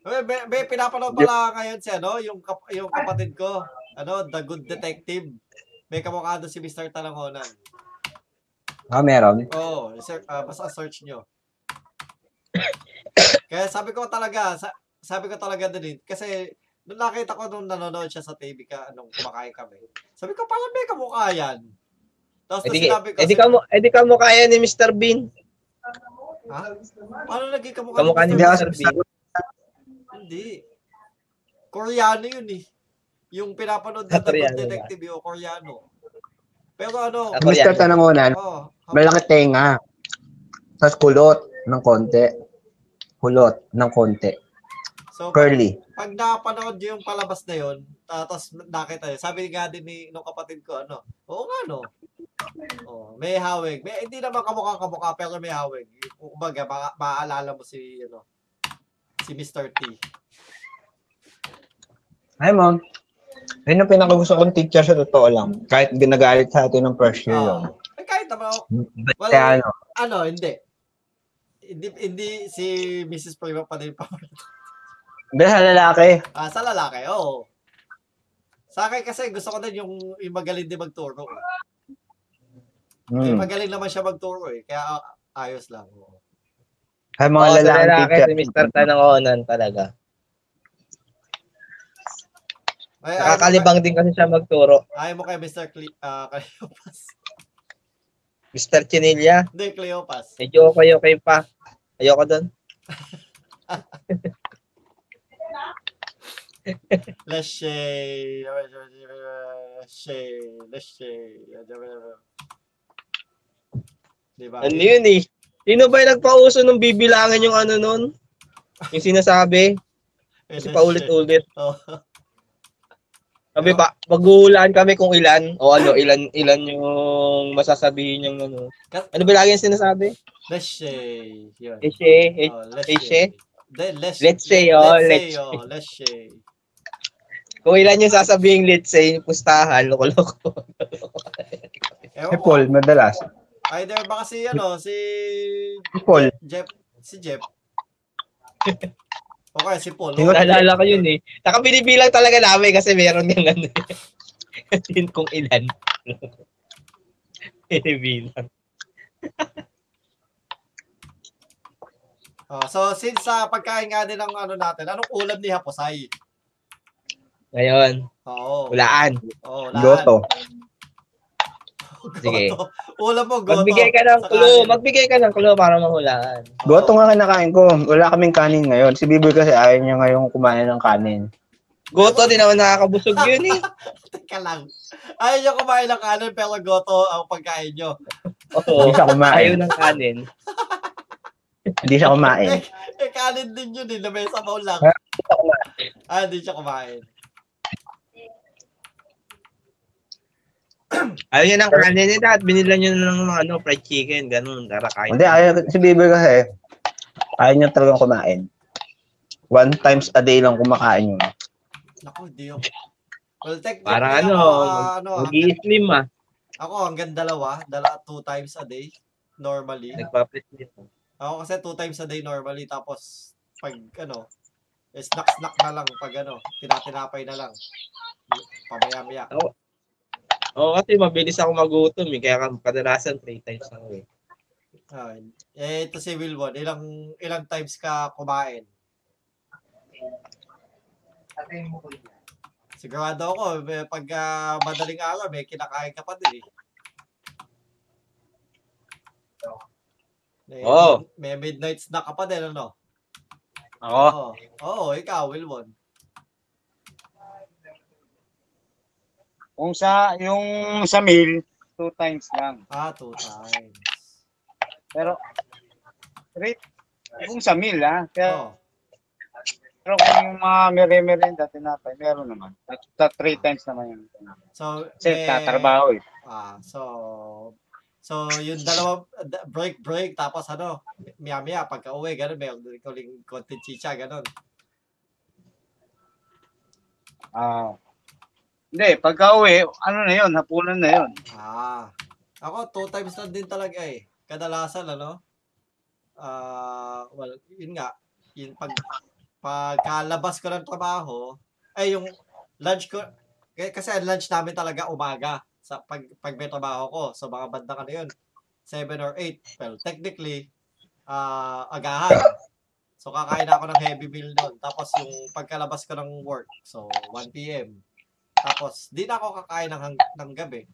[SPEAKER 1] May, may, may pinapanood pala ngayon si ano, yung, kap, yung kapatid ko, ano, The Good Detective. May kamukha doon si Mr. Talangonan.
[SPEAKER 4] Ah, meron.
[SPEAKER 1] Oo, oh, sir, ah, basta search
[SPEAKER 2] (coughs)
[SPEAKER 1] nyo. Kaya sabi ko talaga, sa, sabi ko talaga din, kasi nung nakita ko nung nanonood siya sa TV ka, nung kumakain kami, sabi ko, parang may kamukha yan. Tapos na
[SPEAKER 2] Edi,
[SPEAKER 1] sinabi ko,
[SPEAKER 2] edi,
[SPEAKER 1] sabi-
[SPEAKER 2] eh, ka mo, edi ka mo kaya ni Mr. Bean.
[SPEAKER 1] ha? Paano naging kamukha,
[SPEAKER 2] Kamukha ni
[SPEAKER 4] Hindi ako
[SPEAKER 1] Mr.
[SPEAKER 2] Mr.
[SPEAKER 1] Bean?
[SPEAKER 2] Bean.
[SPEAKER 1] Hindi. Koreano yun eh. Yung pinapanood na The
[SPEAKER 2] Ah,
[SPEAKER 1] Good
[SPEAKER 2] Koreano ba?
[SPEAKER 1] Detective yung Koreano. Pero ano,
[SPEAKER 2] Ah,
[SPEAKER 4] Mr. Tanangunan,
[SPEAKER 1] oh,
[SPEAKER 4] malaki tenga. Tapos kulot ng konti. Kulot ng konti.
[SPEAKER 1] so,
[SPEAKER 4] Curly.
[SPEAKER 1] pag napanood niyo yung palabas na yun, ta- tapos nakita niyo, sabi nga din ni nung kapatid ko, ano, oo nga no. Oh, may hawig. May, hindi naman kamukha kamukha, pero may hawig. Kumbaga, ma- maaalala mo si, ano, si Mr. T.
[SPEAKER 4] Ay, ma'am. Ayun ang pinakagusto kong teacher sa totoo lang. Kahit ginagalit sa atin ng first year
[SPEAKER 1] Ah,
[SPEAKER 4] yun.
[SPEAKER 1] eh, kahit naman, ako-
[SPEAKER 4] Basta
[SPEAKER 1] Well,
[SPEAKER 4] ano,
[SPEAKER 1] ano, hindi. hindi, hindi si Mrs. Prima pa (laughs) din pa.
[SPEAKER 4] Hindi, sa lalaki.
[SPEAKER 1] Ah, sa lalaki, oo. Sa akin kasi gusto ko din yung, yung magaling din magturo. Eh,
[SPEAKER 4] Hmm.
[SPEAKER 1] magaling naman siya magturo eh. Kaya ah, ayos lang. oo.
[SPEAKER 4] Ay,
[SPEAKER 2] Oo,
[SPEAKER 4] mga
[SPEAKER 2] Oh, sa
[SPEAKER 4] lalaki,
[SPEAKER 2] lalaki,
[SPEAKER 4] teacher.
[SPEAKER 2] si Mr. Tanangonan talaga.
[SPEAKER 1] Ay, ayaw mo
[SPEAKER 2] Nakakalibang din kasi siya magturo.
[SPEAKER 1] kay- Ayaw mo kay (laughs) Mr. Cle- ah, Cleopas.
[SPEAKER 2] Mr. Chinilla,
[SPEAKER 1] Hindi, Cleopas.
[SPEAKER 2] medyo okay-okay pa. Ayoko doon.
[SPEAKER 1] Leshe. Leshe. Leshe. Diba?
[SPEAKER 2] Ano yun eh? Sino ba yung nagpauso nung bibilangin yung ano nun? Yung sinasabi?
[SPEAKER 1] Eh,
[SPEAKER 2] Kasi
[SPEAKER 1] (laughs)
[SPEAKER 2] paulit-ulit.
[SPEAKER 1] Oo.
[SPEAKER 2] Sabi pa, maghuhulaan kami kung ilan. O ano, ilan ilan yung masasabihin yung ano. Ano ba lagi yung sinasabi?
[SPEAKER 1] Leshe. Yun.
[SPEAKER 2] Eh, eh, eh.
[SPEAKER 1] Oh,
[SPEAKER 2] Leshe?
[SPEAKER 1] De, leshe.
[SPEAKER 2] Let's say, oh, let's-
[SPEAKER 1] say, oh, leshe.
[SPEAKER 2] Kung ilan yung sasabihin, let's say, yung pustahan, loko-loko.
[SPEAKER 1] Ewan
[SPEAKER 4] Si
[SPEAKER 1] ko.
[SPEAKER 4] Paul, madalas.
[SPEAKER 1] Eh, ah, Either baka si, ano, si...
[SPEAKER 4] Si Paul.
[SPEAKER 1] Jeff. Si
[SPEAKER 2] (laughs)
[SPEAKER 1] Jeff. O kaya si Paul. oh.
[SPEAKER 4] Siguro-
[SPEAKER 2] (laughs) Naalala ko yun eh. Saka binibilang talaga namin kasi meron yung ano. (laughs) Yun kung ilan. (laughs) binibilang.
[SPEAKER 1] Oh, so, since sa pagkain nga din ng ano natin, anong ulam ni Haposay?
[SPEAKER 2] Ngayon,
[SPEAKER 1] Oo.
[SPEAKER 2] hulaan.
[SPEAKER 1] Oo, lahat. (laughs)
[SPEAKER 4] Goto.
[SPEAKER 1] Goto.
[SPEAKER 2] Sige.
[SPEAKER 1] Ulam mo, goto.
[SPEAKER 2] Magbigay ka ng
[SPEAKER 1] Sa
[SPEAKER 2] clue.
[SPEAKER 1] kanin.
[SPEAKER 2] Magbigay ka ng clue para mahulaan.
[SPEAKER 1] Oo.
[SPEAKER 4] Goto nga kinakain ko. Wala kaming kanin ngayon. Si Biboy kasi ayaw niya ngayong kumain ng kanin.
[SPEAKER 2] Goto, di naman nakakabusog yun eh.
[SPEAKER 1] Teka lang. Ayaw nyo kumain ng kanin, pero goto ang pagkain nyo.
[SPEAKER 2] (laughs) Oo.
[SPEAKER 4] Hindi siya
[SPEAKER 2] Ayaw
[SPEAKER 4] kumain.
[SPEAKER 2] ng kanin.
[SPEAKER 4] Hindi siya
[SPEAKER 1] (laughs)
[SPEAKER 4] kumain.
[SPEAKER 1] Eh, eh, kanin din yun eh. May sabaw lang. Ah, di siya kumain.
[SPEAKER 2] Ayaw niya ng kanin eh. Dahil binila niya ng mga ano, fried chicken. Ganun. Tara kain.
[SPEAKER 4] Hindi, ayaw, si Biboy kasi, ayaw niya talagang kumain. One times a day lang kumakain yun.
[SPEAKER 1] Naku, di yun. Well, technically, ako,
[SPEAKER 2] Parang ano,
[SPEAKER 1] ah, ano, hanggang,
[SPEAKER 2] Mag-i-slim ah.
[SPEAKER 1] ako hanggang dalawa, dala two times a day, normally.
[SPEAKER 2] Nagpa-slim.
[SPEAKER 1] Ako kasi two times a day normally, tapos pag ano, eh, snack-snack na lang pag ano, tinatinapay na lang. Pamaya-maya.
[SPEAKER 2] Oo, kasi mabilis ako magutom eh. Kaya kam- kadalasan three times na ako eh.
[SPEAKER 1] Ah, eh, ito si Wilbon, ilang ilang times ka kumain? Sigurado ako, may, pag ah, madaling araw, may kinakain ka pa din eh. May,
[SPEAKER 2] Oo.
[SPEAKER 1] may midnight snack ka pa din, ano?
[SPEAKER 3] Ako,
[SPEAKER 1] Oo, oh, ikaw, Wilbon.
[SPEAKER 3] kung sa, yung sa meal, two times lang.
[SPEAKER 1] Ah, two times.
[SPEAKER 3] Pero, three, kung sa meal, ha? Kaya,
[SPEAKER 1] Oo.
[SPEAKER 3] pero kung yung mga mere-merenda, tinapay, meron naman. At sa three times naman yun.
[SPEAKER 1] So, eh,
[SPEAKER 3] Kasi tatrabaho eh.
[SPEAKER 1] Ah, so, so yung dalawa, da- break, break, tapos ano, miya-miya, pagka-uwi, ganun, may kuling konti chicha, ganun.
[SPEAKER 3] Ah. Hindi, pagka uwi, ano na yun, hapunan na yun.
[SPEAKER 1] Ah, ako, two times na din talaga eh. Kadalasan, ano, ah, well, yun nga, yun pag, pagkalabas ko ng trabaho, ay, yung lunch ko, k- kasi ang lunch namin talaga umaga sa pag, pag may trabaho ko, sa mga bandang ano yun, 7 or 8. Well, technically, ah, agahan. So, kakain ako ng heavy meal doon. Tapos, yung pagkalabas ko ng work, so, 1 p.m. Tapos, di na ako kakain ng, hang- ng gabi.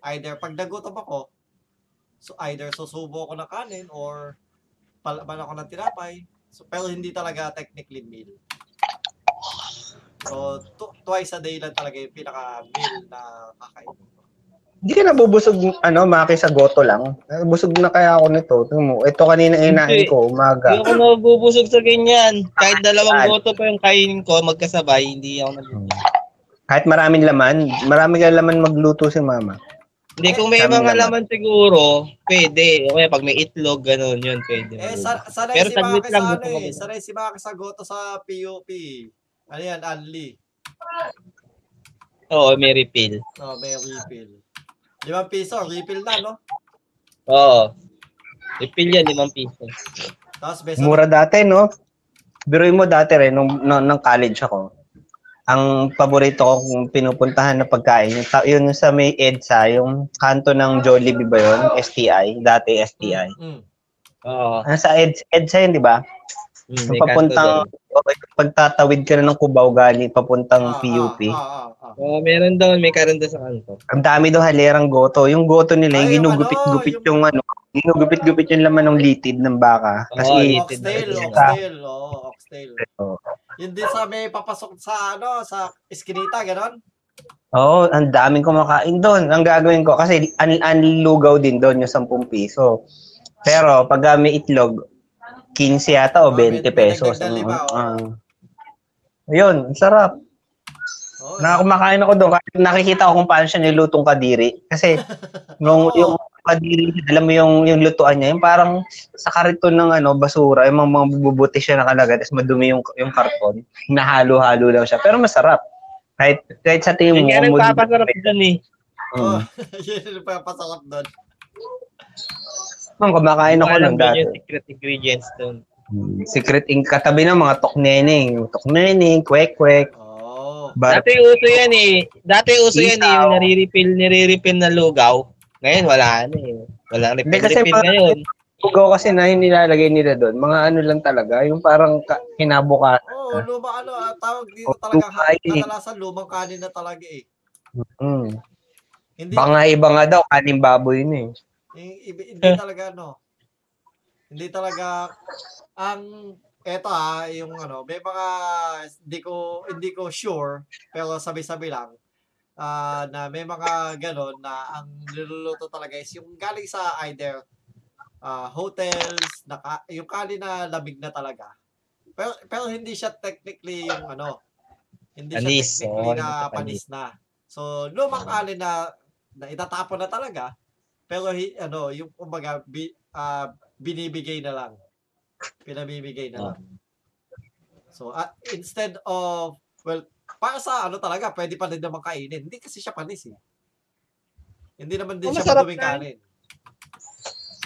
[SPEAKER 1] Either pag nagutom ako, so either susubo ako ng kanin or palaban ako ng tinapay. So, pero hindi talaga technically meal. So, tw- twice a day lang talaga yung pinaka-meal na kakain.
[SPEAKER 4] Hindi ka nabubusog, ano, maki sa goto lang. Busog na kaya ako nito. Tingnan mo, ito kanina
[SPEAKER 2] Hindi.
[SPEAKER 4] inahin
[SPEAKER 2] Hindi
[SPEAKER 4] ko, umaga.
[SPEAKER 2] ako nabubusog sa ganyan. Kahit dalawang
[SPEAKER 4] Saan?
[SPEAKER 2] goto pa yung kainin ko, magkasabay, hindi ako nabubusog.
[SPEAKER 4] Kahit maraming laman, maraming laman magluto si mama.
[SPEAKER 2] Hindi, kung may
[SPEAKER 4] Kami
[SPEAKER 2] mga
[SPEAKER 4] naman.
[SPEAKER 2] laman siguro, pwede. O kaya pag may itlog, ganun, yun, pwede.
[SPEAKER 1] Eh, sa, sanay
[SPEAKER 2] Pero
[SPEAKER 1] si
[SPEAKER 2] saglit
[SPEAKER 1] Maki
[SPEAKER 2] lang,
[SPEAKER 1] sa ano
[SPEAKER 2] gusto ko
[SPEAKER 1] eh.
[SPEAKER 2] din.
[SPEAKER 1] Sanay si Maki sa goto sa PUP. Ano yan, Anli?
[SPEAKER 2] Oo, may refill.
[SPEAKER 1] Oh, may refill. Limang piso, refill na, no?
[SPEAKER 2] Oo. Refill yan, limang piso.
[SPEAKER 1] Tapos based on
[SPEAKER 4] Mura dati, no? Biruin mo dati rin, nung, nung, nung college ako, ang paborito ko kung pinupuntahan na pagkain, yung, ta- yun sa may EDSA, yung kanto ng Jollibee ba yun? STI, dati STI.
[SPEAKER 1] Mm.
[SPEAKER 2] Oo.
[SPEAKER 4] Ah, sa EDSA, EDSA yun, di ba?
[SPEAKER 2] Mm,
[SPEAKER 4] Yung
[SPEAKER 2] may kanto
[SPEAKER 4] papuntang,
[SPEAKER 2] doon.
[SPEAKER 4] okay, pagtatawid ka na ng Cubao galing, papuntang
[SPEAKER 1] Ah,
[SPEAKER 4] PUP.
[SPEAKER 1] ah, ah, ah, ah.
[SPEAKER 2] Oo, meron doon. May karon doon sa kanto.
[SPEAKER 4] Ang dami daw halerang goto. Yung goto nila,
[SPEAKER 1] Ay,
[SPEAKER 4] yung
[SPEAKER 1] yung
[SPEAKER 4] ginugupit-gupit
[SPEAKER 1] ano,
[SPEAKER 4] yung ano, ginugupit-gupit yung laman ng litid ng baka.
[SPEAKER 2] Oo,
[SPEAKER 4] Kasi,
[SPEAKER 2] litid.
[SPEAKER 1] Oxtail,
[SPEAKER 2] Ito, ito.
[SPEAKER 1] oxtail, oo, oxtail.
[SPEAKER 4] Oo.
[SPEAKER 1] Yun din sa may papasok sa ano, sa iskinita, ganon?
[SPEAKER 4] Oo, ang daming kumakain doon. Ang gagawin ko, kasi an anlugaw din doon yung 10 piso. Pero pag ah, may itlog, 15 yata
[SPEAKER 1] Ah,
[SPEAKER 4] o
[SPEAKER 1] may-
[SPEAKER 4] 20
[SPEAKER 1] may
[SPEAKER 4] pesos.
[SPEAKER 1] dagdag na lima, oo.
[SPEAKER 4] Ang- ang- yun, ang sarap.
[SPEAKER 1] Oo,
[SPEAKER 4] Nakakumakain ako doon. Kahit Nakikita ko kung paano siya nilutong kadiri. Kasi nung
[SPEAKER 1] Oo.
[SPEAKER 4] yung kadiri, alam mo yung, yung lutuan niya, yung parang sa kariton ng ano, basura, yung mga, mga bubuti siya nakalagay, tapos madumi yung, yung karton. Nahalo-halo daw siya. Pero masarap. Kahit, kahit sa tingin
[SPEAKER 2] Yung
[SPEAKER 4] mo,
[SPEAKER 2] kaya
[SPEAKER 4] mud-
[SPEAKER 2] nagpapasarap doon eh.
[SPEAKER 4] Mm.
[SPEAKER 1] Oo, (laughs) yun yung papasarap doon.
[SPEAKER 4] Ma'am, kumakain ako
[SPEAKER 2] Alam
[SPEAKER 4] lang
[SPEAKER 2] doon
[SPEAKER 4] dati.
[SPEAKER 2] yung secret ingredients doon.
[SPEAKER 4] Secret ink katabi ng mga tokneneng. Tokneneng, kwek-kwek.
[SPEAKER 1] Oo.
[SPEAKER 4] Bar-
[SPEAKER 2] Dati uso yan eh. Dati uso yan eh.
[SPEAKER 4] Ikaw.
[SPEAKER 2] Yung nare-refill, nare-refill na lugaw. Ngayon, wala na eh. Walang
[SPEAKER 4] Hindi kasi
[SPEAKER 2] refill-refill ngayon.
[SPEAKER 4] parang- Ugaw kasi na yung nilalagay nila doon. Mga ano lang talaga. Yung parang ka- kinabukas.
[SPEAKER 1] Oo, luma ano, ah, tawag dito
[SPEAKER 4] Oh,
[SPEAKER 1] talaga, ha-
[SPEAKER 4] lumain eh.
[SPEAKER 1] kadalasan lumang kanin na talaga eh.
[SPEAKER 4] Mm.
[SPEAKER 1] Hindi,
[SPEAKER 4] Banga-ibanga daw. Kaning baboy yun eh.
[SPEAKER 1] Yung ibi- hindi talaga ano. Hindi talaga ang eto ah, yung ano, may mga hindi ko hindi ko sure pero sabi-sabi lang ah, na may mga ganon na ang niluluto talaga is yung galing sa either ah, hotels, na, ka- yung kali na lamig na talaga. Pero, pero hindi siya technically yung ano, hindi
[SPEAKER 2] Panis,
[SPEAKER 1] siya technically
[SPEAKER 2] oo,
[SPEAKER 1] na
[SPEAKER 2] hindi siya
[SPEAKER 1] panis na. So, lumang kali na, na itatapon na talaga, pero hi- ano, yung kumbaga bi, ah, binibigay na lang. Pinabibigay
[SPEAKER 2] Ah.
[SPEAKER 1] na lang. So ah, instead of well, para sa ano talaga, pwede pa rin naman kainin. Hindi kasi siya panis eh. Hindi naman din
[SPEAKER 2] Oh,
[SPEAKER 1] siya
[SPEAKER 2] masarap
[SPEAKER 1] maduming
[SPEAKER 2] na.
[SPEAKER 1] kanin.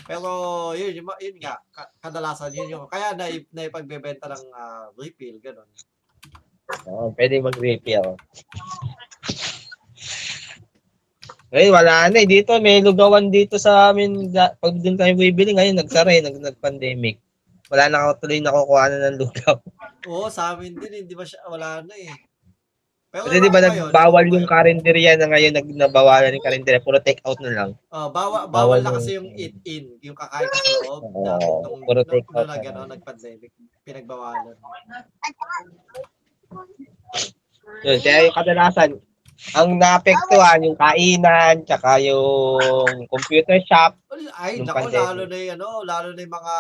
[SPEAKER 1] Pero yun, yun, yun nga, ka- kadalasan yun yung kaya na naipagbebenta ng ah, refill ganun.
[SPEAKER 2] Oo, pwede mag-refill. Ngayon, wala na eh. Dito, may lugawan dito sa amin. Da- Pag doon tayo bibili, ngayon, nagsara eh. Nag- nag-pandemic. Wala na ako tuloy nakukuha na ng lugaw.
[SPEAKER 1] Oo, sa amin din hindi masya, wala na eh. Pero
[SPEAKER 2] Kasi di
[SPEAKER 1] ewan ko
[SPEAKER 2] ba
[SPEAKER 1] ngayon,
[SPEAKER 2] nagbawal
[SPEAKER 1] ewan ko
[SPEAKER 2] yung
[SPEAKER 1] ngayon.
[SPEAKER 2] karinderya na ngayon, nag- nabawalan yung karinderya. Puro take out na lang.
[SPEAKER 1] Oh, bawa, bawal
[SPEAKER 2] Bawal
[SPEAKER 1] na
[SPEAKER 2] na
[SPEAKER 1] kasi
[SPEAKER 2] yun.
[SPEAKER 1] yung eat-in, yung kakain ka sa loob
[SPEAKER 2] Oo,
[SPEAKER 1] dati nung
[SPEAKER 2] puro
[SPEAKER 1] nung,
[SPEAKER 2] take
[SPEAKER 1] nung
[SPEAKER 2] out
[SPEAKER 1] nag,
[SPEAKER 2] na
[SPEAKER 1] ano,
[SPEAKER 2] lang.
[SPEAKER 1] nag-pandemic, pinagbawalan.
[SPEAKER 2] Yun, kaya yung kadalasan, ang naapektuhan yung kainan, tsaka yung computer shop.
[SPEAKER 1] Well, Ay,
[SPEAKER 2] Nung
[SPEAKER 1] nako,
[SPEAKER 2] pandemic.
[SPEAKER 1] lalo na yung, ano, lalo na yung mga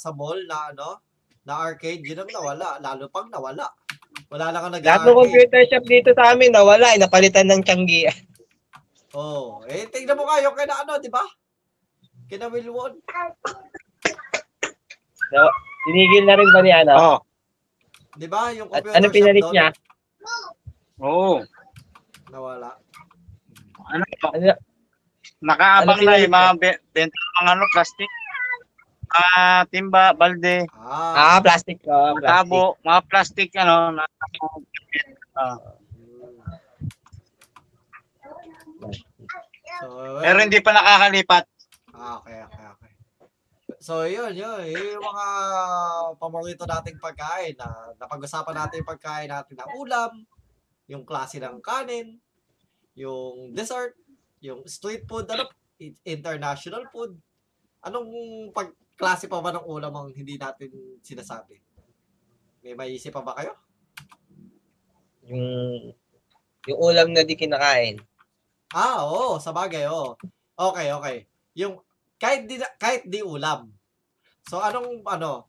[SPEAKER 1] sa mall na, ano, na arcade, yun ang nawala, lalo pang nawala. Wala na kang
[SPEAKER 2] Lahat ng
[SPEAKER 1] nag-arcade.
[SPEAKER 2] computer shop dito sa amin, nawala. eh, Napalitan ng Changi.
[SPEAKER 1] Oh, eh, tingnan mo nga yung kina, ano, di ba? Kina Wilwon.
[SPEAKER 2] No, (laughs) tinigil na rin ba ni ano?
[SPEAKER 3] Oo.
[SPEAKER 1] Di ba? Yung
[SPEAKER 2] At
[SPEAKER 1] computer
[SPEAKER 2] ano pinalit
[SPEAKER 1] shop doon,
[SPEAKER 2] niya?
[SPEAKER 3] Oo.
[SPEAKER 1] nawala.
[SPEAKER 3] Ano?
[SPEAKER 2] Ano,
[SPEAKER 3] Nakaabang
[SPEAKER 2] Ano
[SPEAKER 3] na eh,
[SPEAKER 2] pinalit
[SPEAKER 3] mga be- benta ng mga ano, plastic. Mga timba, balde,
[SPEAKER 1] Ah.
[SPEAKER 2] ah, plastic. Oh, plastic.
[SPEAKER 3] tabo, mga plastic, ano, na, Ah.
[SPEAKER 1] Mm. So, well,
[SPEAKER 3] pero hindi pa nakakalipat.
[SPEAKER 1] Ah, okay, okay, okay. So, yun, yun. Yun yung mga paborito nating pagkain na napag-usapan natin yung pagkain natin na ulam, yung klase ng kanin, yung dessert, yung street food, ano, i- international food. Anong pag klase pa ba ng ulam ang hindi natin sinasabi? May maisip pa ba kayo?
[SPEAKER 2] Yung, yung ulam na di kinakain.
[SPEAKER 1] Ah, oo, sa bagay, oo. Okay, okay. Yung kahit di na- kahit di ulam. So anong ano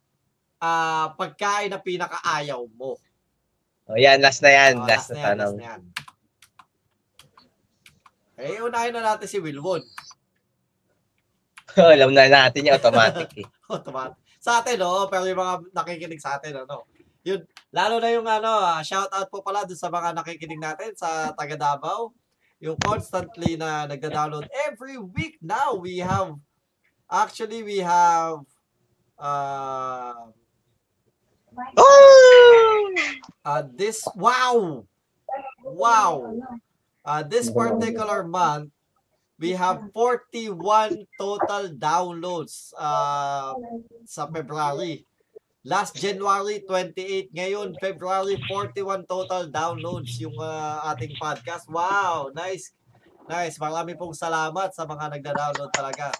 [SPEAKER 1] ah pagkain na pinakaayaw mo?
[SPEAKER 2] O yan, last na yan.
[SPEAKER 1] Oh,
[SPEAKER 2] last,
[SPEAKER 1] last na
[SPEAKER 2] na
[SPEAKER 1] yan,
[SPEAKER 2] tanong.
[SPEAKER 1] last
[SPEAKER 2] (laughs)
[SPEAKER 1] na yan. Eh, unahin na natin si Wilwon.
[SPEAKER 2] Alam na natin yung automatic eh.
[SPEAKER 1] (laughs) Automatic. Sa atin, oo, pero yung mga nakikinig sa atin, ano, yun, lalo na yung ano, ah, shout out po pala dun sa mga nakikinig natin sa taga Davao, yung constantly na nagda-download every week now, we have, actually, we have, uh, Ah! uh, this wow wow uh, this particular month we have 41 total downloads uh, sa February last January 28 ngayon February 41 total downloads yung uh, ating podcast wow nice nice marami pong salamat sa mga nagda-download talaga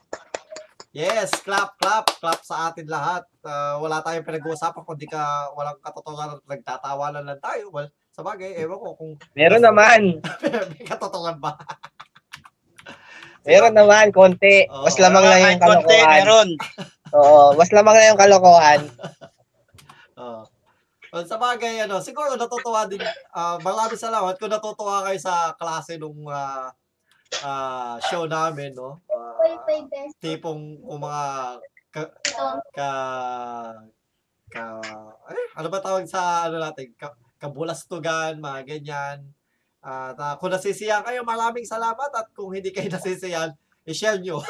[SPEAKER 1] Yes, clap, clap, clap sa atin lahat. Ah, wala tayong pinag-uusapan kundi ka walang katotohanan at nagtatawanan lang tayo. Well, sa bagay, ewan ko kung (laughs)
[SPEAKER 2] Meron naman.
[SPEAKER 1] may katotohanan ba.
[SPEAKER 2] Meron naman, konti.
[SPEAKER 1] Oo.
[SPEAKER 2] Mas lamang lang
[SPEAKER 3] Ah, Kahit
[SPEAKER 2] yung
[SPEAKER 3] konti,
[SPEAKER 2] kalokohan.
[SPEAKER 3] meron.
[SPEAKER 2] Oo, mas lamang lang yung kalokohan.
[SPEAKER 1] Oo. well, sa bagay, ano, siguro natutuwa din. ah, marami salamat kung natutuwa kayo sa klase nung ah, ah, show namin, no? Ah, tipong kung mga ka, ka, ka, eh, ano ba tawag sa ano natin? Ka, kabulastugan, mga ganyan. At ah, kung nasisiyahan kayo, maraming salamat. At kung hindi kayo (laughs) nasisiyahan, i-share nyo.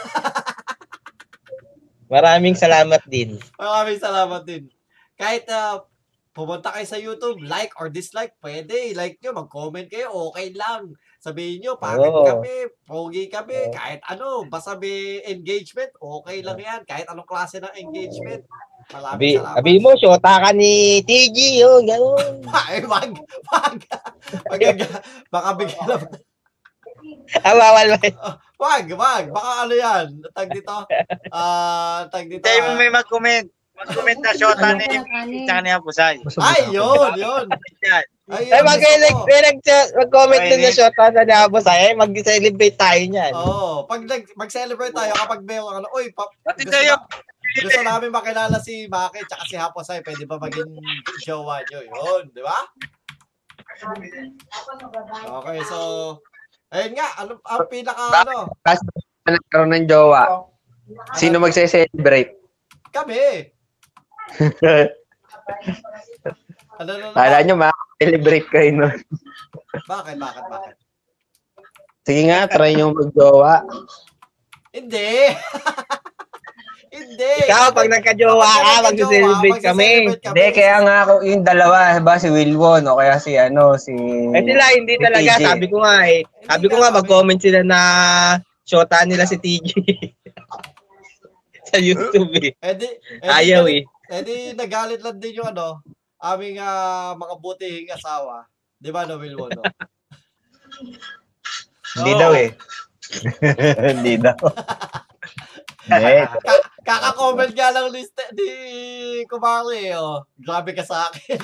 [SPEAKER 2] Maraming salamat din.
[SPEAKER 1] Maraming salamat din. Kahit ah, pumunta kayo sa YouTube, like or dislike, pwede. Like nyo, mag-comment kayo, okay lang. Sabihin nyo, pangit
[SPEAKER 2] Oo.
[SPEAKER 1] kami, pogi kami,
[SPEAKER 2] Oo.
[SPEAKER 1] kahit ano, basta may engagement, okay lang yan. Kahit anong klase ng engagement. Maraming
[SPEAKER 2] Abi,
[SPEAKER 1] salamat.
[SPEAKER 2] abi mo, shota ka ni TG, yun, gano'n.
[SPEAKER 1] (laughs)
[SPEAKER 2] (laughs)
[SPEAKER 1] Ay, wag, wag. (laughs) wag baka bigla
[SPEAKER 2] Ah, bawal ba?
[SPEAKER 1] Wag, wag. Baka ano yan. Tag dito. Ah, tag dito.
[SPEAKER 3] Hindi mo may mag-comment. Mag-comment na shota
[SPEAKER 2] Ano?
[SPEAKER 3] ni Tsaka ni Hapusay.
[SPEAKER 1] Ay, yun, yun.
[SPEAKER 3] Yan.
[SPEAKER 1] Ay,
[SPEAKER 2] Ay, mag
[SPEAKER 1] gusto
[SPEAKER 2] like,
[SPEAKER 1] ko.
[SPEAKER 2] may nag- mag-comment
[SPEAKER 3] Ay,
[SPEAKER 2] doon na
[SPEAKER 3] eh.
[SPEAKER 2] shota sa Davos, ay, mag-celebrate tayo niyan.
[SPEAKER 1] Oo. pag nag- mag-celebrate tayo kapag may ano, oy, pa,
[SPEAKER 3] Pati
[SPEAKER 1] gusto,
[SPEAKER 3] tayo.
[SPEAKER 1] na- gusto namin makilala si Maki tsaka si Haposay, pwede ba maging jowa nyo? Yun, di ba? Okay, so, ayun nga, ano, ang pinaka, ano,
[SPEAKER 8] Tapos, nagkaroon ng jowa. Sino magse-celebrate? (laughs)
[SPEAKER 1] kami. Ano na
[SPEAKER 8] Kala
[SPEAKER 1] naman?
[SPEAKER 8] nyo, makaka-celebrate kayo nun.
[SPEAKER 1] Bakit, bakit, bakit?
[SPEAKER 8] Sige nga, try nyo mag-jowa.
[SPEAKER 1] Hindi! (laughs) Hindi!
[SPEAKER 2] Ikaw, pag nagka-jowa ka, mag-celebrate kami.
[SPEAKER 1] Magse-celebrate
[SPEAKER 8] Hindi, kaya nga ako, yung dalawa, ba, si Wilwon, o kaya si, ano, si...
[SPEAKER 2] Eh sila, hindi
[SPEAKER 8] Si
[SPEAKER 2] talaga.
[SPEAKER 8] TG.
[SPEAKER 2] Sabi ko nga eh. Sabi ko nga, mag-comment sila na shota nila si TG. (laughs) sa YouTube eh.
[SPEAKER 1] Eh di, eh di-
[SPEAKER 2] Ayaw eh.
[SPEAKER 1] Eh di nagalit lang din yung ano, aming ah, mga butihing asawa. Di ba, no, Wilwon? No?
[SPEAKER 8] Hindi
[SPEAKER 1] Oo.
[SPEAKER 8] daw eh. (laughs) Hindi daw. (laughs) Hindi.
[SPEAKER 1] Ka- kaka-comment nga lang ni, Ste- ni Kumari, eh, oh. Grabe ka sa akin.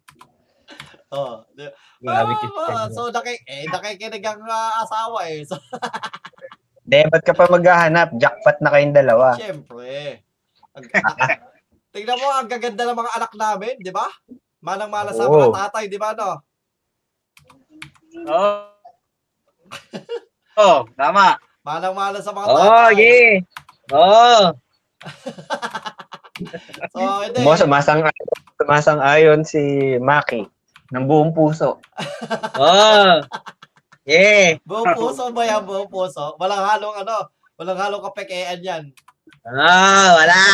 [SPEAKER 1] (laughs) oh, di-
[SPEAKER 8] Grabe
[SPEAKER 1] Ah,
[SPEAKER 8] ka sa
[SPEAKER 1] ah,
[SPEAKER 8] akin.
[SPEAKER 1] so, naki, eh, nakikinig ang ah, asawa eh. So,
[SPEAKER 8] Hindi, ba't ka pa maghahanap? Jackpot na kayong dalawa.
[SPEAKER 1] syempre. Ang, (laughs) tignan mo, ang gaganda ng mga anak namin, di ba? Manang-mana sa
[SPEAKER 8] Oo.
[SPEAKER 1] mga tatay, di ba, no?
[SPEAKER 3] Oo.
[SPEAKER 2] Oh.
[SPEAKER 3] Oo, Oh, tama.
[SPEAKER 1] Manang-mana sa mga tatay.
[SPEAKER 2] Oo, Oh, yeah. Oh, Oo.
[SPEAKER 1] So, hindi.
[SPEAKER 8] Mo, sumasang, sumasang ayon si Maki ng buong puso.
[SPEAKER 2] Oo. oh. Yeah.
[SPEAKER 1] Buong puso ba yan? Buong puso? Walang halong ano? Walang halong kapekean yan.
[SPEAKER 2] Oo, Oh, wala.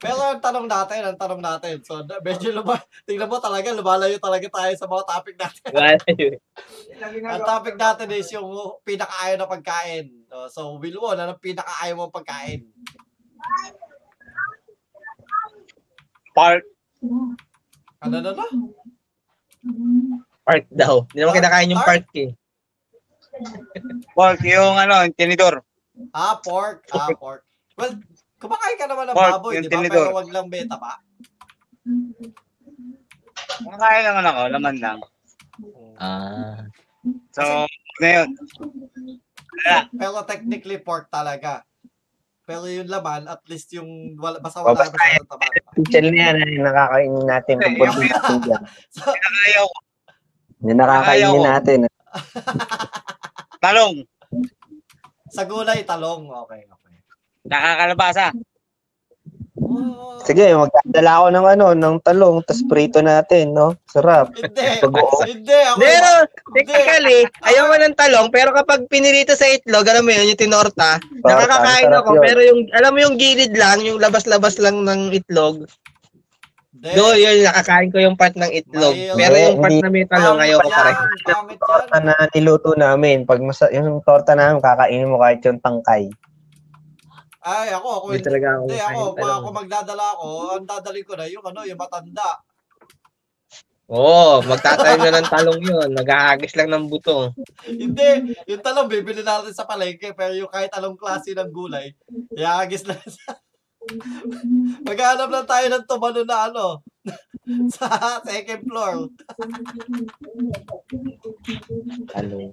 [SPEAKER 1] Pero ang tanong natin, ang tanong natin. So, na- medyo luma, tingnan mo talaga, lumalayo talaga tayo sa mga topic natin.
[SPEAKER 2] (laughs) Wala yun.
[SPEAKER 1] Ang topic natin is yung pinakaayaw na pagkain. Uh, So, Wilwon, ano ang pinakaayaw mong pagkain?
[SPEAKER 3] Park.
[SPEAKER 1] Ano na na?
[SPEAKER 2] Part daw. Hindi naman kinakain yung part eh.
[SPEAKER 3] Pork yung ano, yung tinidor.
[SPEAKER 1] Ah, pork. Ah, pork. Well, kumakain ka naman ng
[SPEAKER 3] Pork,
[SPEAKER 1] baboy,
[SPEAKER 3] yung
[SPEAKER 1] di ba?
[SPEAKER 3] tinidor.
[SPEAKER 1] Pero wag lang beta pa.
[SPEAKER 3] Kumakain naman ako, laman lang.
[SPEAKER 2] Ah.
[SPEAKER 3] So, ngayon,
[SPEAKER 1] Pero technically pork talaga. Pero yung laman, at least yung wala, basta
[SPEAKER 8] O,
[SPEAKER 1] wala
[SPEAKER 8] basta
[SPEAKER 1] masyadong taba.
[SPEAKER 8] Pichel na yan, eh, nakakainin natin.
[SPEAKER 3] Eh,
[SPEAKER 8] Pagpunta natin dyan.
[SPEAKER 1] So,
[SPEAKER 3] nakayaw ko.
[SPEAKER 8] Yung nakakainin
[SPEAKER 3] Ayaw.
[SPEAKER 8] natin.
[SPEAKER 3] Talong.
[SPEAKER 1] Sa gulay, talong. Okay, okay.
[SPEAKER 3] Nakakalabasa.
[SPEAKER 1] Oh,
[SPEAKER 8] Sige, magdadala ako ng ano, ng talong, tapos prito natin, no? Sarap.
[SPEAKER 1] Hindi.
[SPEAKER 8] Pag-uong.
[SPEAKER 1] Hindi. Ako,
[SPEAKER 2] Pero,
[SPEAKER 1] Hindi.
[SPEAKER 2] technically, ayaw mo ng talong, pero kapag pinirito sa itlog, alam mo yun, yung tinorta,
[SPEAKER 8] Torta,
[SPEAKER 2] nakakakain
[SPEAKER 8] masarap
[SPEAKER 2] ako,
[SPEAKER 8] yun.
[SPEAKER 2] pero yung, alam mo yung gilid lang, yung labas-labas lang ng itlog,
[SPEAKER 1] Hindi.
[SPEAKER 2] Do, yun, nakakain ko yung part ng itlog.
[SPEAKER 1] Mayo.
[SPEAKER 2] Pero yung part
[SPEAKER 4] Hindi.
[SPEAKER 2] na may talong,
[SPEAKER 1] Pangit
[SPEAKER 2] ayoko
[SPEAKER 1] yan,
[SPEAKER 2] pa rin.
[SPEAKER 1] Pangit yan.
[SPEAKER 4] torta na niluto namin, pag masa, yung torta namin, kakainin mo kahit yung tangkay.
[SPEAKER 1] Ay, ako, ako
[SPEAKER 2] Hindi
[SPEAKER 1] hindi.
[SPEAKER 2] talaga ako.
[SPEAKER 1] Hindi, ako,
[SPEAKER 2] kain ng
[SPEAKER 1] pag
[SPEAKER 2] talong.
[SPEAKER 1] ako magdadala ako, ang dadalhin ko na yung ano, yung matanda.
[SPEAKER 2] Oo, oh, magtatayo na ng talong yun. Naghahagis lang ng buto.
[SPEAKER 1] Hindi, yung talong bibili natin sa palengke, pero yung kahit anong klase ng gulay, iagis na sa... (laughs) Maghanap lang tayo ng tumano na ano, (laughs) sa second floor.
[SPEAKER 4] Ano.
[SPEAKER 2] Talong.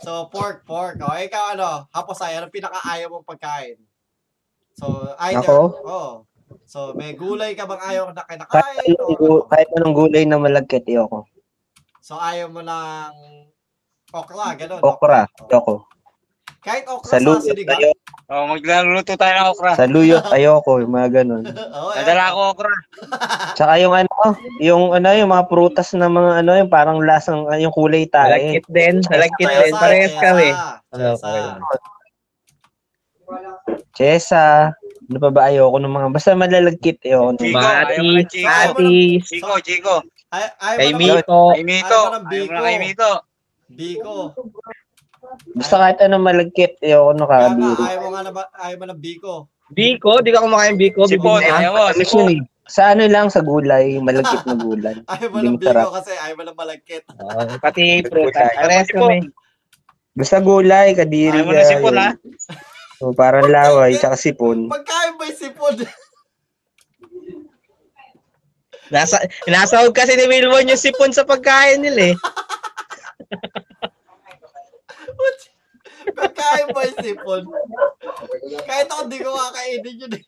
[SPEAKER 1] So, pork, pork. O, ikaw ano, haposay, anong pinakaayaw mong pagkain? So, either,
[SPEAKER 4] Ako?
[SPEAKER 1] Oh, so, may gulay ka bang ayaw na
[SPEAKER 4] Kahit,
[SPEAKER 1] kinakain?
[SPEAKER 4] anong
[SPEAKER 1] O,
[SPEAKER 4] gu- kahit anong gulay na malagkit, ayoko.
[SPEAKER 1] so, ayaw mo ng okra, ganun.
[SPEAKER 4] Okra,
[SPEAKER 1] O,
[SPEAKER 4] ayoko.
[SPEAKER 1] Kahit okra sa ah.
[SPEAKER 4] Saluyot,
[SPEAKER 1] sinigang.
[SPEAKER 4] ayoko.
[SPEAKER 3] Oh, magluluto tayo ng okra.
[SPEAKER 4] Saluyot, ayoko. Yung mga ganun.
[SPEAKER 1] Oo, eh. ayan.
[SPEAKER 3] Nadala ko okra.
[SPEAKER 4] Tsaka yung ano, yung ano, yung mga prutas na mga ano, yung parang lasang, yung kulay tae.
[SPEAKER 2] Malagkit din. Malagkit
[SPEAKER 1] Chesa,
[SPEAKER 2] din. Parehas
[SPEAKER 1] chesa,
[SPEAKER 2] kami. Ano,
[SPEAKER 1] chesa.
[SPEAKER 2] okay.
[SPEAKER 4] Chesa, ano pa ba ayoko ng mga, basta malalagkit, ayoko. ng-
[SPEAKER 3] Chico, ayaw
[SPEAKER 2] Mati,
[SPEAKER 3] mo na Chico.
[SPEAKER 2] Mati,
[SPEAKER 3] Chico, Chico.
[SPEAKER 1] Ay, ayaw
[SPEAKER 2] kay
[SPEAKER 1] mo naman,
[SPEAKER 2] Mito.
[SPEAKER 3] Kay Mito.
[SPEAKER 1] Ayaw mo Oh, ano ng
[SPEAKER 3] Ayaw mo
[SPEAKER 1] biko.
[SPEAKER 3] na kay Mito.
[SPEAKER 1] Biko.
[SPEAKER 4] Basta kahit anong malagkit, ayoko
[SPEAKER 1] Kaya
[SPEAKER 4] ng
[SPEAKER 1] nga,
[SPEAKER 4] kakabiri.
[SPEAKER 1] ayaw mo nga naman, ayaw mo ng biko.
[SPEAKER 2] Biko, di ka kumakain Biko.
[SPEAKER 3] Sipon,
[SPEAKER 2] Bibili ka.
[SPEAKER 3] ayaw mo.
[SPEAKER 4] Matamis
[SPEAKER 3] Sipon.
[SPEAKER 4] yun eh. Sa ano lang, sa gulay, yung malagkit na gulay.
[SPEAKER 1] Ayaw mo
[SPEAKER 4] Hindi
[SPEAKER 1] ng biko
[SPEAKER 4] masarap.
[SPEAKER 1] kasi ayaw mo ng malagkit.
[SPEAKER 2] Oo, pati prutas.
[SPEAKER 3] Ayaw mo
[SPEAKER 2] Parehas
[SPEAKER 3] sipon.
[SPEAKER 2] kami.
[SPEAKER 4] Basta gulay, kadiri
[SPEAKER 3] Ayaw mo na sipon,
[SPEAKER 4] yun.
[SPEAKER 3] ha?
[SPEAKER 4] So, parang laway, tsaka sipon.
[SPEAKER 1] Pagkain ba yung sipon?
[SPEAKER 2] Nasa, nasahog kasi ni Wilwon yung sipon sa pagkain nila eh.
[SPEAKER 1] Pagkain ba yung sipon? Kahit ako di ko kakainin yun eh.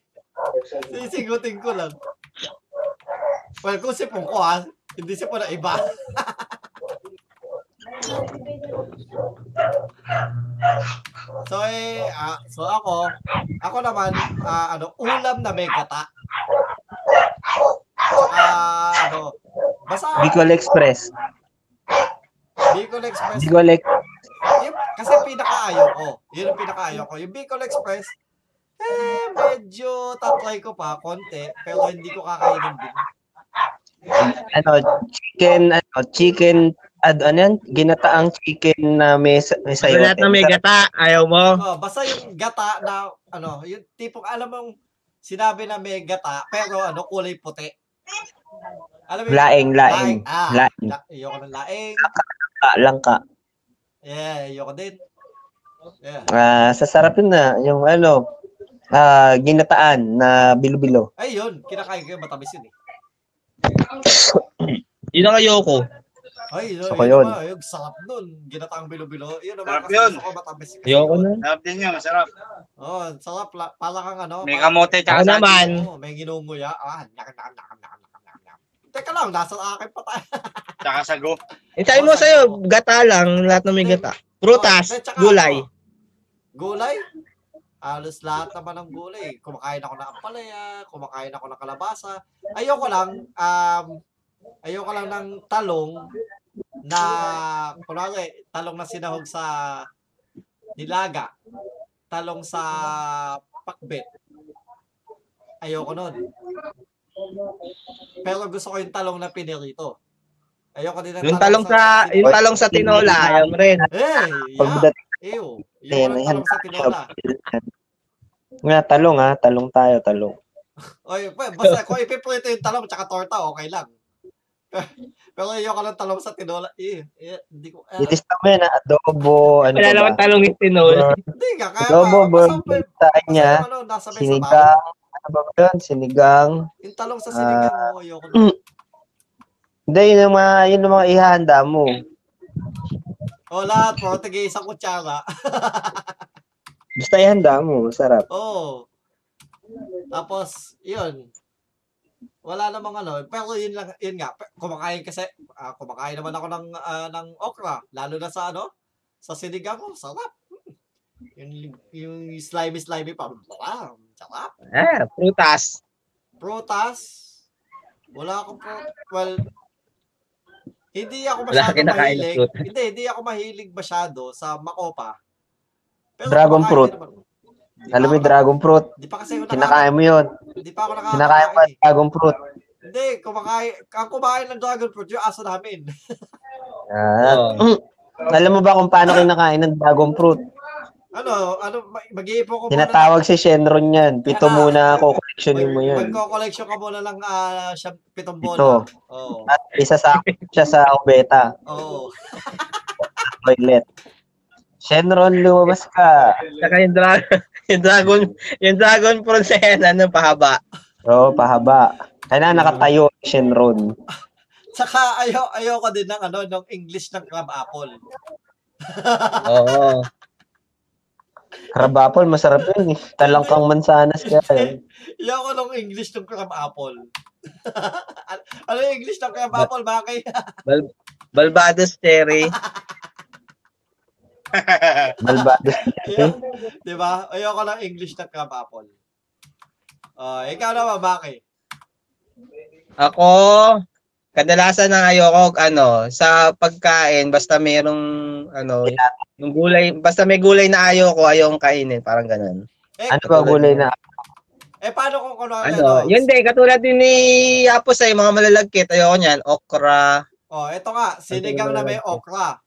[SPEAKER 1] Sisigutin ko lang. Well, kung sipon ko ha, hindi sipon na iba. (laughs) so eh, ah, so ako, ako naman, ah, ano, ulam na may gata. Tsaka, ano, basta,
[SPEAKER 4] Bicol Express.
[SPEAKER 1] Bicol Express
[SPEAKER 4] Bicol Express.
[SPEAKER 1] Yung, kasi pinakaayaw ko. Yun ang pinakaayaw ko. Yung Bicol Express, eh, medyo tatlay ko pa, konti, pero hindi ko kakainin din.
[SPEAKER 4] ano, chicken, ano, chicken, ad, ano yan, ginataang chicken na may, sa- may
[SPEAKER 2] Sa lahat na may
[SPEAKER 4] sayote.
[SPEAKER 2] gata, ayaw mo.
[SPEAKER 1] Oh, basta yung gata na, ano, yung tipong, alam mong, sinabi na may gata, pero ano, kulay puti. Alam mo yun?
[SPEAKER 4] Laing, laing,
[SPEAKER 1] Ah,
[SPEAKER 4] laing.
[SPEAKER 1] La, ayoko ng laing.
[SPEAKER 4] Langka, langka.
[SPEAKER 1] Yeah, ayoko din. Yeah.
[SPEAKER 4] Ah, sasarap yun na, yung ano, ah, ginataan na bilo-bilo.
[SPEAKER 1] Ay, yun, kinakain ko yung matamis yun eh.
[SPEAKER 2] Yun ang ayoko.
[SPEAKER 1] Ay, yun,
[SPEAKER 4] Gusto ko
[SPEAKER 1] yun,
[SPEAKER 4] yun.
[SPEAKER 1] naman, yung sarap nun. Ginataang bilo-bilo. Yun naman,
[SPEAKER 3] Sarap
[SPEAKER 1] kasi
[SPEAKER 3] yun.
[SPEAKER 1] gusto ko matamis. kasi
[SPEAKER 2] Ayoko
[SPEAKER 1] yun.
[SPEAKER 2] na.
[SPEAKER 3] Sarap din yun, masarap.
[SPEAKER 1] Oh, sarap la, pala kang ano.
[SPEAKER 3] May
[SPEAKER 1] parang-
[SPEAKER 3] kamote tsaka
[SPEAKER 2] Ako
[SPEAKER 3] saging.
[SPEAKER 2] naman.
[SPEAKER 1] Oo, may ginunguya. Ah, nakam, nakam, nakam, nakam, nakam, nakam, nakam. Teka lang, nasa akin pa tayo.
[SPEAKER 3] Tsaka sago.
[SPEAKER 2] Itay mo sa'yo, gata lang, lahat na may gata. Prutas,
[SPEAKER 1] Oh, tsaka
[SPEAKER 2] gulay.
[SPEAKER 1] ano, gulay? Alos lahat naman ng gulay. Kumakain ako ng ampalaya, kumakain ako ng kalabasa. Ayoko lang, um, ayoko lang ng talong na, kunwari, talong na sinahog sa nilaga, talong sa pakbet. Ayoko nun. Pero gusto ko yung talong na pinirito. Ayoko din ng Eh,
[SPEAKER 2] Yung talong sa, yung talong sa tinola, ayaw mo rin.
[SPEAKER 1] Hey, yeah.
[SPEAKER 4] Pagdating
[SPEAKER 1] Ew. Yung
[SPEAKER 4] yan,
[SPEAKER 1] walang
[SPEAKER 4] ayan,
[SPEAKER 1] talong sa tinola.
[SPEAKER 4] Nga, talong ha, talong tayo, talong.
[SPEAKER 1] Oy, pa- basta kung ipiprito yung talong tsaka torta, okay lang. (laughs) Pero ayoko ng talong sa tinola. Eh, eh, hindi ko, eh,
[SPEAKER 4] Ilista mo yan ha, adobo, ano
[SPEAKER 2] Ah. Wala
[SPEAKER 4] ba
[SPEAKER 2] naman
[SPEAKER 4] ba?
[SPEAKER 2] talong yung tinola.
[SPEAKER 1] hindi ka, kaya
[SPEAKER 4] Adobo,
[SPEAKER 1] pa, basta,
[SPEAKER 4] burger, tayo
[SPEAKER 1] basta
[SPEAKER 4] niya,
[SPEAKER 1] yung ano, nasa may sabaw.
[SPEAKER 4] sinigang, ano ba ba yun, sinigang,
[SPEAKER 1] Yung talong sa
[SPEAKER 4] Ah.
[SPEAKER 1] sinigang, oh, ayoko
[SPEAKER 4] Mm.
[SPEAKER 1] na.
[SPEAKER 4] Hindi, yun yung mga, yun yung mga ihahanda mo.
[SPEAKER 1] O Oh, lahat, Portuguese ang kutsara.
[SPEAKER 4] Basta ihanda mo, sarap.
[SPEAKER 1] Oh. Tapos, yun. Wala namang ano. Pero yun lang, yun nga. pe- Kumakain kasi, ah, kumakain naman ako ng, ah, ng okra. Lalo na sa ano, sa sinigang ko. Sarap. Hmm. Yung, yung slimy-slimy pa. Wow, sarap.
[SPEAKER 2] Ah, prutas.
[SPEAKER 1] Prutas. Wala akong pro Well, hindi ako
[SPEAKER 2] Wala
[SPEAKER 1] masyado
[SPEAKER 2] kang kinakain na
[SPEAKER 1] mahilig.
[SPEAKER 2] fruit.
[SPEAKER 1] Hindi, hindi ako mahilig masyado sa makopa. Pero
[SPEAKER 4] Dragon
[SPEAKER 1] kumakain
[SPEAKER 4] fruit.
[SPEAKER 1] din naman. Di
[SPEAKER 4] Alam
[SPEAKER 1] pa
[SPEAKER 4] mo yung
[SPEAKER 1] ako-
[SPEAKER 4] dragon fruit.
[SPEAKER 1] Di pa kasi ako nakaka-
[SPEAKER 4] Kinakain mo yun.
[SPEAKER 1] Di pa ako eh. nakaka-
[SPEAKER 4] Kinakain mo yung dragon fruit.
[SPEAKER 1] Hindi, kumakain. Ang kumain ng dragon fruit, yung aso namin.
[SPEAKER 2] Oh.
[SPEAKER 4] Ah. Alam mo ba kung paano kinakain ng dragon fruit?
[SPEAKER 1] ano, ano, ma- mag-iipon ko muna.
[SPEAKER 4] Tinatawag si Shenron yan. Pito
[SPEAKER 1] Kaya-
[SPEAKER 4] muna ako. Collectionin mo
[SPEAKER 1] Mag-
[SPEAKER 4] yan.
[SPEAKER 1] Magko-collection ka muna lang ah, siyam, pitong bola.
[SPEAKER 4] Pito.
[SPEAKER 1] Oo.
[SPEAKER 4] At isa sa siya sa Obeta.
[SPEAKER 1] Oo.
[SPEAKER 4] Toilet. Shenron, lumabas ka.
[SPEAKER 2] Saka yung dragon, (laughs) yung dragon, yung dragon fruit na yan, ano, pahaba.
[SPEAKER 4] Oo, pahaba. Kaya na, nakatayo si Shenron.
[SPEAKER 1] Tsaka ayaw, ayaw ko din ng ano, ng English ng crab apple.
[SPEAKER 2] Oo.
[SPEAKER 4] Crab apple, masarap yun eh. Talangkang mansanas ka. eh.
[SPEAKER 1] Ayaw ko ng English ng crab apple. (laughs) Ano- ano yung English ng crab apple, Maki?
[SPEAKER 2] Bal- Balbados cherry.
[SPEAKER 4] Malbados.
[SPEAKER 1] Ayaw- (laughs) Di ba? Ayaw ko ng English ng crab apple. Ah, ikaw naman, Maki.
[SPEAKER 2] Ako, kadalasan na ayoko, ano, sa pagkain, basta merong, ano, yung gulay, basta may gulay na ayoko, ayokong kainin, parang ganun.
[SPEAKER 1] Eh,
[SPEAKER 4] Ano ba gulay na?
[SPEAKER 1] eh paano kung kuno
[SPEAKER 2] Ano, yun din, katulad din ni Apo sa mga malalagkit, ayoko niyan, okra.
[SPEAKER 1] Oh, eto nga, sinigang na may okra.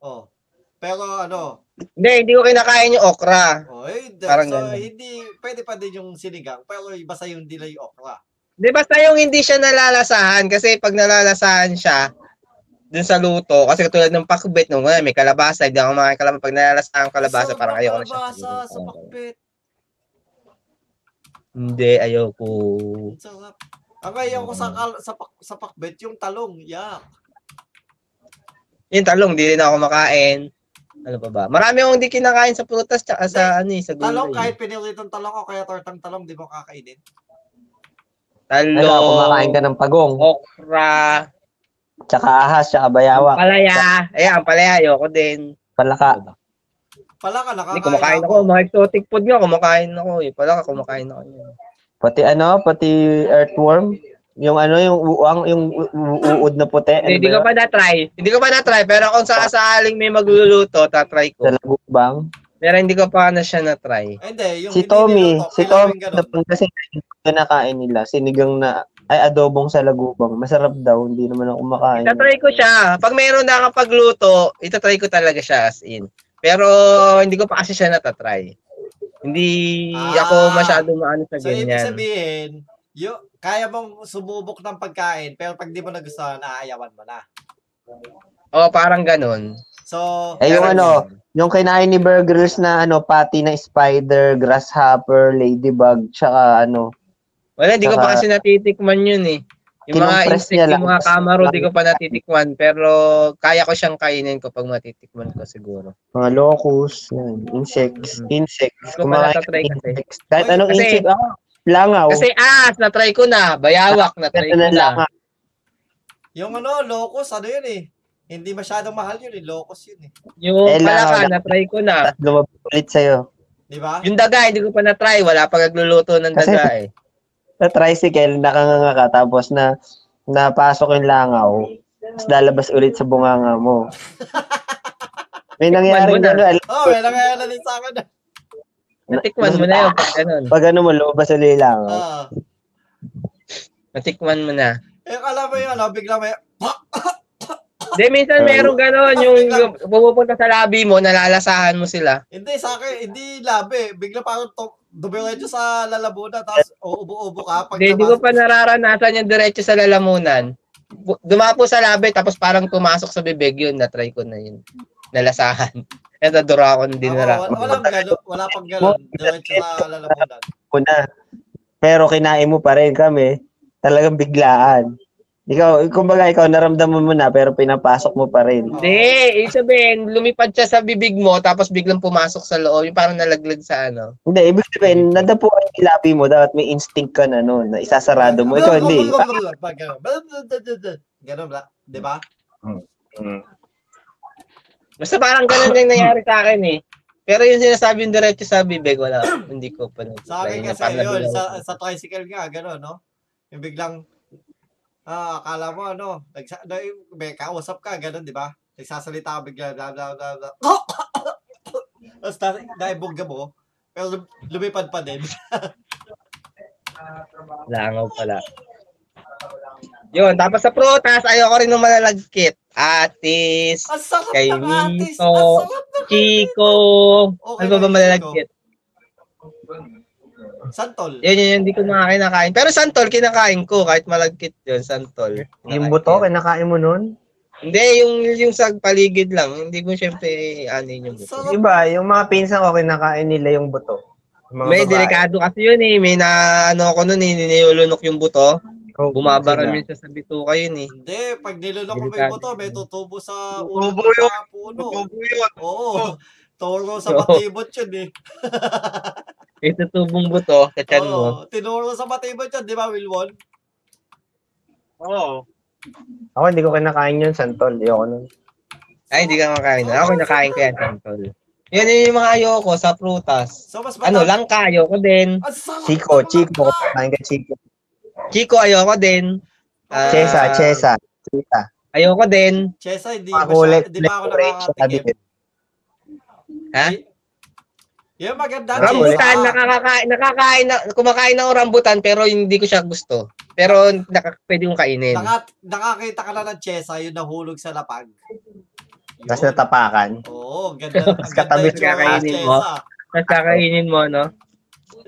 [SPEAKER 1] Oh. Pero ano,
[SPEAKER 2] Hindi, hindi ko kinakain yung okra.
[SPEAKER 1] oh, eh,
[SPEAKER 2] Parang
[SPEAKER 1] so,
[SPEAKER 2] ganun.
[SPEAKER 1] hindi, pwede pa din yung sinigang, pero basta yung dilay okra.
[SPEAKER 2] Di basta yung hindi siya nalalasahan kasi pag nalalasahan siya dun sa luto, kasi katulad ng pakbet nung ano, may kalabasa, hindi ako mga kalabasa. Pag nalalasahan ang kalabasa,
[SPEAKER 1] Sobrang
[SPEAKER 2] parang ayoko na siya.
[SPEAKER 1] Kalabasa sa
[SPEAKER 2] Parang-
[SPEAKER 1] pakpit.
[SPEAKER 2] Hindi, ayoko.
[SPEAKER 1] Ang sarap. Ang ayaw ko sa, kal- sa, pak- sa pakbit, yung talong. Yak.
[SPEAKER 2] Yung talong, hindi rin ako makain. Ano pa ba? Marami akong hindi kinakain sa prutas tsaka sa ano eh, sa gulay.
[SPEAKER 1] Talong, kahit pinilitong talong o kaya tortang talong, di mo kakainin.
[SPEAKER 2] Talong,
[SPEAKER 4] Ano, kumakain ka ng pagong.
[SPEAKER 2] okra,
[SPEAKER 4] Tsaka ahas, tsaka bayawak.
[SPEAKER 2] palaya. Eh, ang palaya, ayoko din.
[SPEAKER 4] Palaka.
[SPEAKER 1] Pala ka,
[SPEAKER 2] Hindi,
[SPEAKER 1] nakakain
[SPEAKER 2] kumakain ako. Mga exotic food nga, kumakain ako. Eh, pala ka, kumakain ako. yun.
[SPEAKER 4] Pati ano, pati earthworm. Yung ano, yung uang, yung u- u- uod na puti. Ano
[SPEAKER 2] Hindi, hindi ko
[SPEAKER 4] ba yun?
[SPEAKER 2] pa na-try. Hindi ko pa na-try, pero kung sakasaling may magluluto, tatry
[SPEAKER 4] Sa
[SPEAKER 2] ko.
[SPEAKER 4] lagubang.
[SPEAKER 2] Pero hindi ko pa na siya na-try.
[SPEAKER 1] Eh, Hindi, yung
[SPEAKER 4] Si
[SPEAKER 1] hindi
[SPEAKER 4] Tommy,
[SPEAKER 1] niluto,
[SPEAKER 4] si
[SPEAKER 1] kilawin
[SPEAKER 4] Tommy,
[SPEAKER 1] ganun.
[SPEAKER 4] kasi ito na kain nila. Sinigang na, ay adobong sa lagubang. Masarap daw, hindi naman ako kumakain.
[SPEAKER 2] Itatry ko siya. Pag meron na pagluto, itatry ko talaga siya as in. Pero hindi ko pa kasi siya natatry. Hindi
[SPEAKER 1] Ah.
[SPEAKER 2] ako masyado maano sa
[SPEAKER 1] So, ibig
[SPEAKER 2] ganyan.
[SPEAKER 1] sabihin, yo kaya mong sumubok ng pagkain, pero pag di mo nagustuhan, aayawan mo na.
[SPEAKER 2] O parang ganun.
[SPEAKER 1] So,
[SPEAKER 4] Eh, yung
[SPEAKER 2] Parang
[SPEAKER 4] ano,
[SPEAKER 2] ganun.
[SPEAKER 4] yung kinain ni Burgers na ano, pati na spider, grasshopper, ladybug, tsaka ano,
[SPEAKER 2] Wala, hindi ko pa
[SPEAKER 4] Saka-
[SPEAKER 2] kasi natitikman yun eh. Yung mga
[SPEAKER 4] Kinumpress
[SPEAKER 2] insect, yung
[SPEAKER 4] niya lang,
[SPEAKER 2] mga
[SPEAKER 4] tapos
[SPEAKER 2] kamaro, di ko pa
[SPEAKER 4] lang-
[SPEAKER 2] natitikman. Pero kaya ko siyang kainin ko pag matitikman ko siguro.
[SPEAKER 4] mga locust, yan, insects,
[SPEAKER 2] Mm.
[SPEAKER 4] insects,
[SPEAKER 2] Hindi ko pa
[SPEAKER 4] kumakain ka
[SPEAKER 2] natatry
[SPEAKER 4] ng
[SPEAKER 2] kasi.
[SPEAKER 4] insects. Kahit
[SPEAKER 1] Oy,
[SPEAKER 4] anong
[SPEAKER 2] kasi-
[SPEAKER 4] insect ah, ako, langaw.
[SPEAKER 2] Kasi ahas, natry ko na. Bayawak, natry
[SPEAKER 4] Oh. Ganun
[SPEAKER 2] ko
[SPEAKER 4] ang
[SPEAKER 2] na.
[SPEAKER 4] langaw.
[SPEAKER 1] yung ano, locust, ano yun eh. Hindi masyadong mahal yun eh, locust yun eh.
[SPEAKER 2] Yung
[SPEAKER 4] Eh,
[SPEAKER 2] palaka,
[SPEAKER 4] langaw lang.
[SPEAKER 2] natry ko na.
[SPEAKER 4] At lumabas ulit sa'yo.
[SPEAKER 1] Di ba?
[SPEAKER 2] Yung daga, hindi ko pa na-try. Wala pa nagluluto ng
[SPEAKER 4] Kasi-
[SPEAKER 2] daga eh.
[SPEAKER 4] Sa tricycle, nakanganga ka, tapos na napasok yung langaw, tapos lalabas ulit sa
[SPEAKER 2] (laughs)
[SPEAKER 4] bunganga mo. May nangyari
[SPEAKER 2] mo na.
[SPEAKER 4] gano'n, alam
[SPEAKER 1] Oh, may nangyayala din sa
[SPEAKER 2] Ah.
[SPEAKER 1] akin.
[SPEAKER 2] Natikman mo na yun pag ganun.
[SPEAKER 4] (laughs) pag ano mo, lumabas ulit yung langaw.
[SPEAKER 1] Ah.
[SPEAKER 2] Natikman mo na.
[SPEAKER 1] eh, alam mo yun, ano, bigla may,
[SPEAKER 2] Hindi, minsan merong ganun. Yung, yung pumupunta sa labi mo, nalalasahan mo sila.
[SPEAKER 1] hindi sa akin, hindi labi. Bigla parang to, dumiretso sa lalabunan, tapos uubo-ubo ka. Pag
[SPEAKER 2] Hindi, hindi ko
[SPEAKER 1] nabas-
[SPEAKER 2] pa nararanasan yung diretso sa lalamunan. Bu- Dumapo sa labi, tapos parang tumasok sa bibig yun. Natry ko na yun. Nalasahan. (laughs) Kaya nadura ako, hindi
[SPEAKER 1] Ako,
[SPEAKER 2] na
[SPEAKER 1] Ah, wala, walang gano'n, wala pang gano'n. Diretso sa lalabunan.
[SPEAKER 4] Una. Pero kinain mo pa rin kami, talagang biglaan. Ikaw, kumbaga ikaw naramdaman mo na pero pinapasok mo pa rin.
[SPEAKER 2] Hindi, ibig sabihin, lumipad siya sa bibig mo, tapos biglang pumasok sa loob. Yung parang nalaglag sa ano.
[SPEAKER 4] Hindi, ibig sabihin, nadapuan yung labi mo, dapat may instinct ka na noon, na isasarado mo. Ikaw, hindi.
[SPEAKER 1] Pag ganun. Ganun ba? Di ba?
[SPEAKER 2] Basta parang ganun yung nangyari sa akin eh. Pero yung sinasabi yung diretso sa bibig, wala. hindi ko pa nag
[SPEAKER 1] Sa akin kasi, yun, sa, sa tricycle nga, gano'n, no? Yung biglang, ah, akala mo, ano, nagsa, na, yung may kausap ka, gano'n, di ba? (coughs) Nagsasalita ka bigla, bla, bla, bla, bla. Tapos, na, naibog ka mo. Pero lum- lumipad pa din. (laughs)
[SPEAKER 2] Langaw pala. Yun, tapos sa prutas, ayoko rin ng malalagkit. Atis,
[SPEAKER 1] Ang sarap
[SPEAKER 2] Kay
[SPEAKER 1] ng atis.
[SPEAKER 2] Mito.
[SPEAKER 1] Ang sarap ng
[SPEAKER 2] Chico.
[SPEAKER 1] Okay,
[SPEAKER 2] ano ba ba
[SPEAKER 1] Chico.
[SPEAKER 2] malalagkit?
[SPEAKER 1] Santol.
[SPEAKER 2] Yun, yun, yun, hindi ko na kinakain. Pero santol, kinakain ko. Kahit malagkit yun, santol.
[SPEAKER 4] Yung
[SPEAKER 2] Kinakain
[SPEAKER 4] buto,
[SPEAKER 2] ko yun.
[SPEAKER 4] kinakain mo nun?
[SPEAKER 2] Hindi, yung, yung sa paligid lang. Hindi ko syempre anin yung
[SPEAKER 1] Ang
[SPEAKER 2] buto.
[SPEAKER 1] sarap.
[SPEAKER 4] Iba, yung mga pinsan ko, kinakain nila yung buto. Yung mga
[SPEAKER 2] May
[SPEAKER 4] babae.
[SPEAKER 2] delikado kasi yun eh. May na, ano ko nun eh, nilulunok yung buto.
[SPEAKER 4] Oh,
[SPEAKER 2] Bumabaral
[SPEAKER 4] sila.
[SPEAKER 2] minsan sa bituka yun eh.
[SPEAKER 1] Hindi, pag nilunok ko may
[SPEAKER 2] Delikado.
[SPEAKER 1] buto, may tutubo sa ulo
[SPEAKER 3] Tutubo
[SPEAKER 1] ko
[SPEAKER 3] yun.
[SPEAKER 1] sa puno.
[SPEAKER 3] Tutubo Oh. yun.
[SPEAKER 1] Oo. Toro sa
[SPEAKER 2] (laughs) Oo.
[SPEAKER 1] matibot yun eh.
[SPEAKER 2] May tutubong buto sa tiyan mo.
[SPEAKER 1] Oo, Tinuro sa matibot yun, di ba, Wilwon?
[SPEAKER 3] Oo.
[SPEAKER 4] Ako, hindi ko kinakain yun, santol. Ayoko nun.
[SPEAKER 2] Ay, hindi ka makain. Ako nakain ko yan, santol. Yun, yun yung mga ayoko sa prutas.
[SPEAKER 1] So, mas madami-
[SPEAKER 2] Ano, langka ayoko din.
[SPEAKER 1] Ang sarap
[SPEAKER 4] Chico,
[SPEAKER 1] ng
[SPEAKER 4] Chico.
[SPEAKER 1] langka.
[SPEAKER 4] Kain ka, Chico.
[SPEAKER 2] Chico ayoko din. Ah,
[SPEAKER 4] Chesa, Chesa. Chesa.
[SPEAKER 2] Ayoko din.
[SPEAKER 1] Chesa, hindi ba
[SPEAKER 4] Mga kulay,
[SPEAKER 1] siya, di ba ako
[SPEAKER 4] kulay,
[SPEAKER 1] nakakatikim?
[SPEAKER 4] sabi ko.
[SPEAKER 2] Ha?
[SPEAKER 1] Yung maganda,
[SPEAKER 2] Rambutan,
[SPEAKER 1] Chesa.
[SPEAKER 2] nakakakain, nakakain, na, kumakain ng rambutan pero hindi ko siya gusto. Pero naka, pwede kong kainin.
[SPEAKER 1] Naka, nakakita ka na ng Chesa, yung nahulog sa lapag. Yun.
[SPEAKER 4] Tapos natapakan.
[SPEAKER 1] Oo, ang ganda. Ang ganda
[SPEAKER 4] katabi
[SPEAKER 1] yung
[SPEAKER 4] siya,
[SPEAKER 1] tsura ng
[SPEAKER 2] kainin mo.
[SPEAKER 1] Chesa.
[SPEAKER 2] Tapos kakainin mo, no?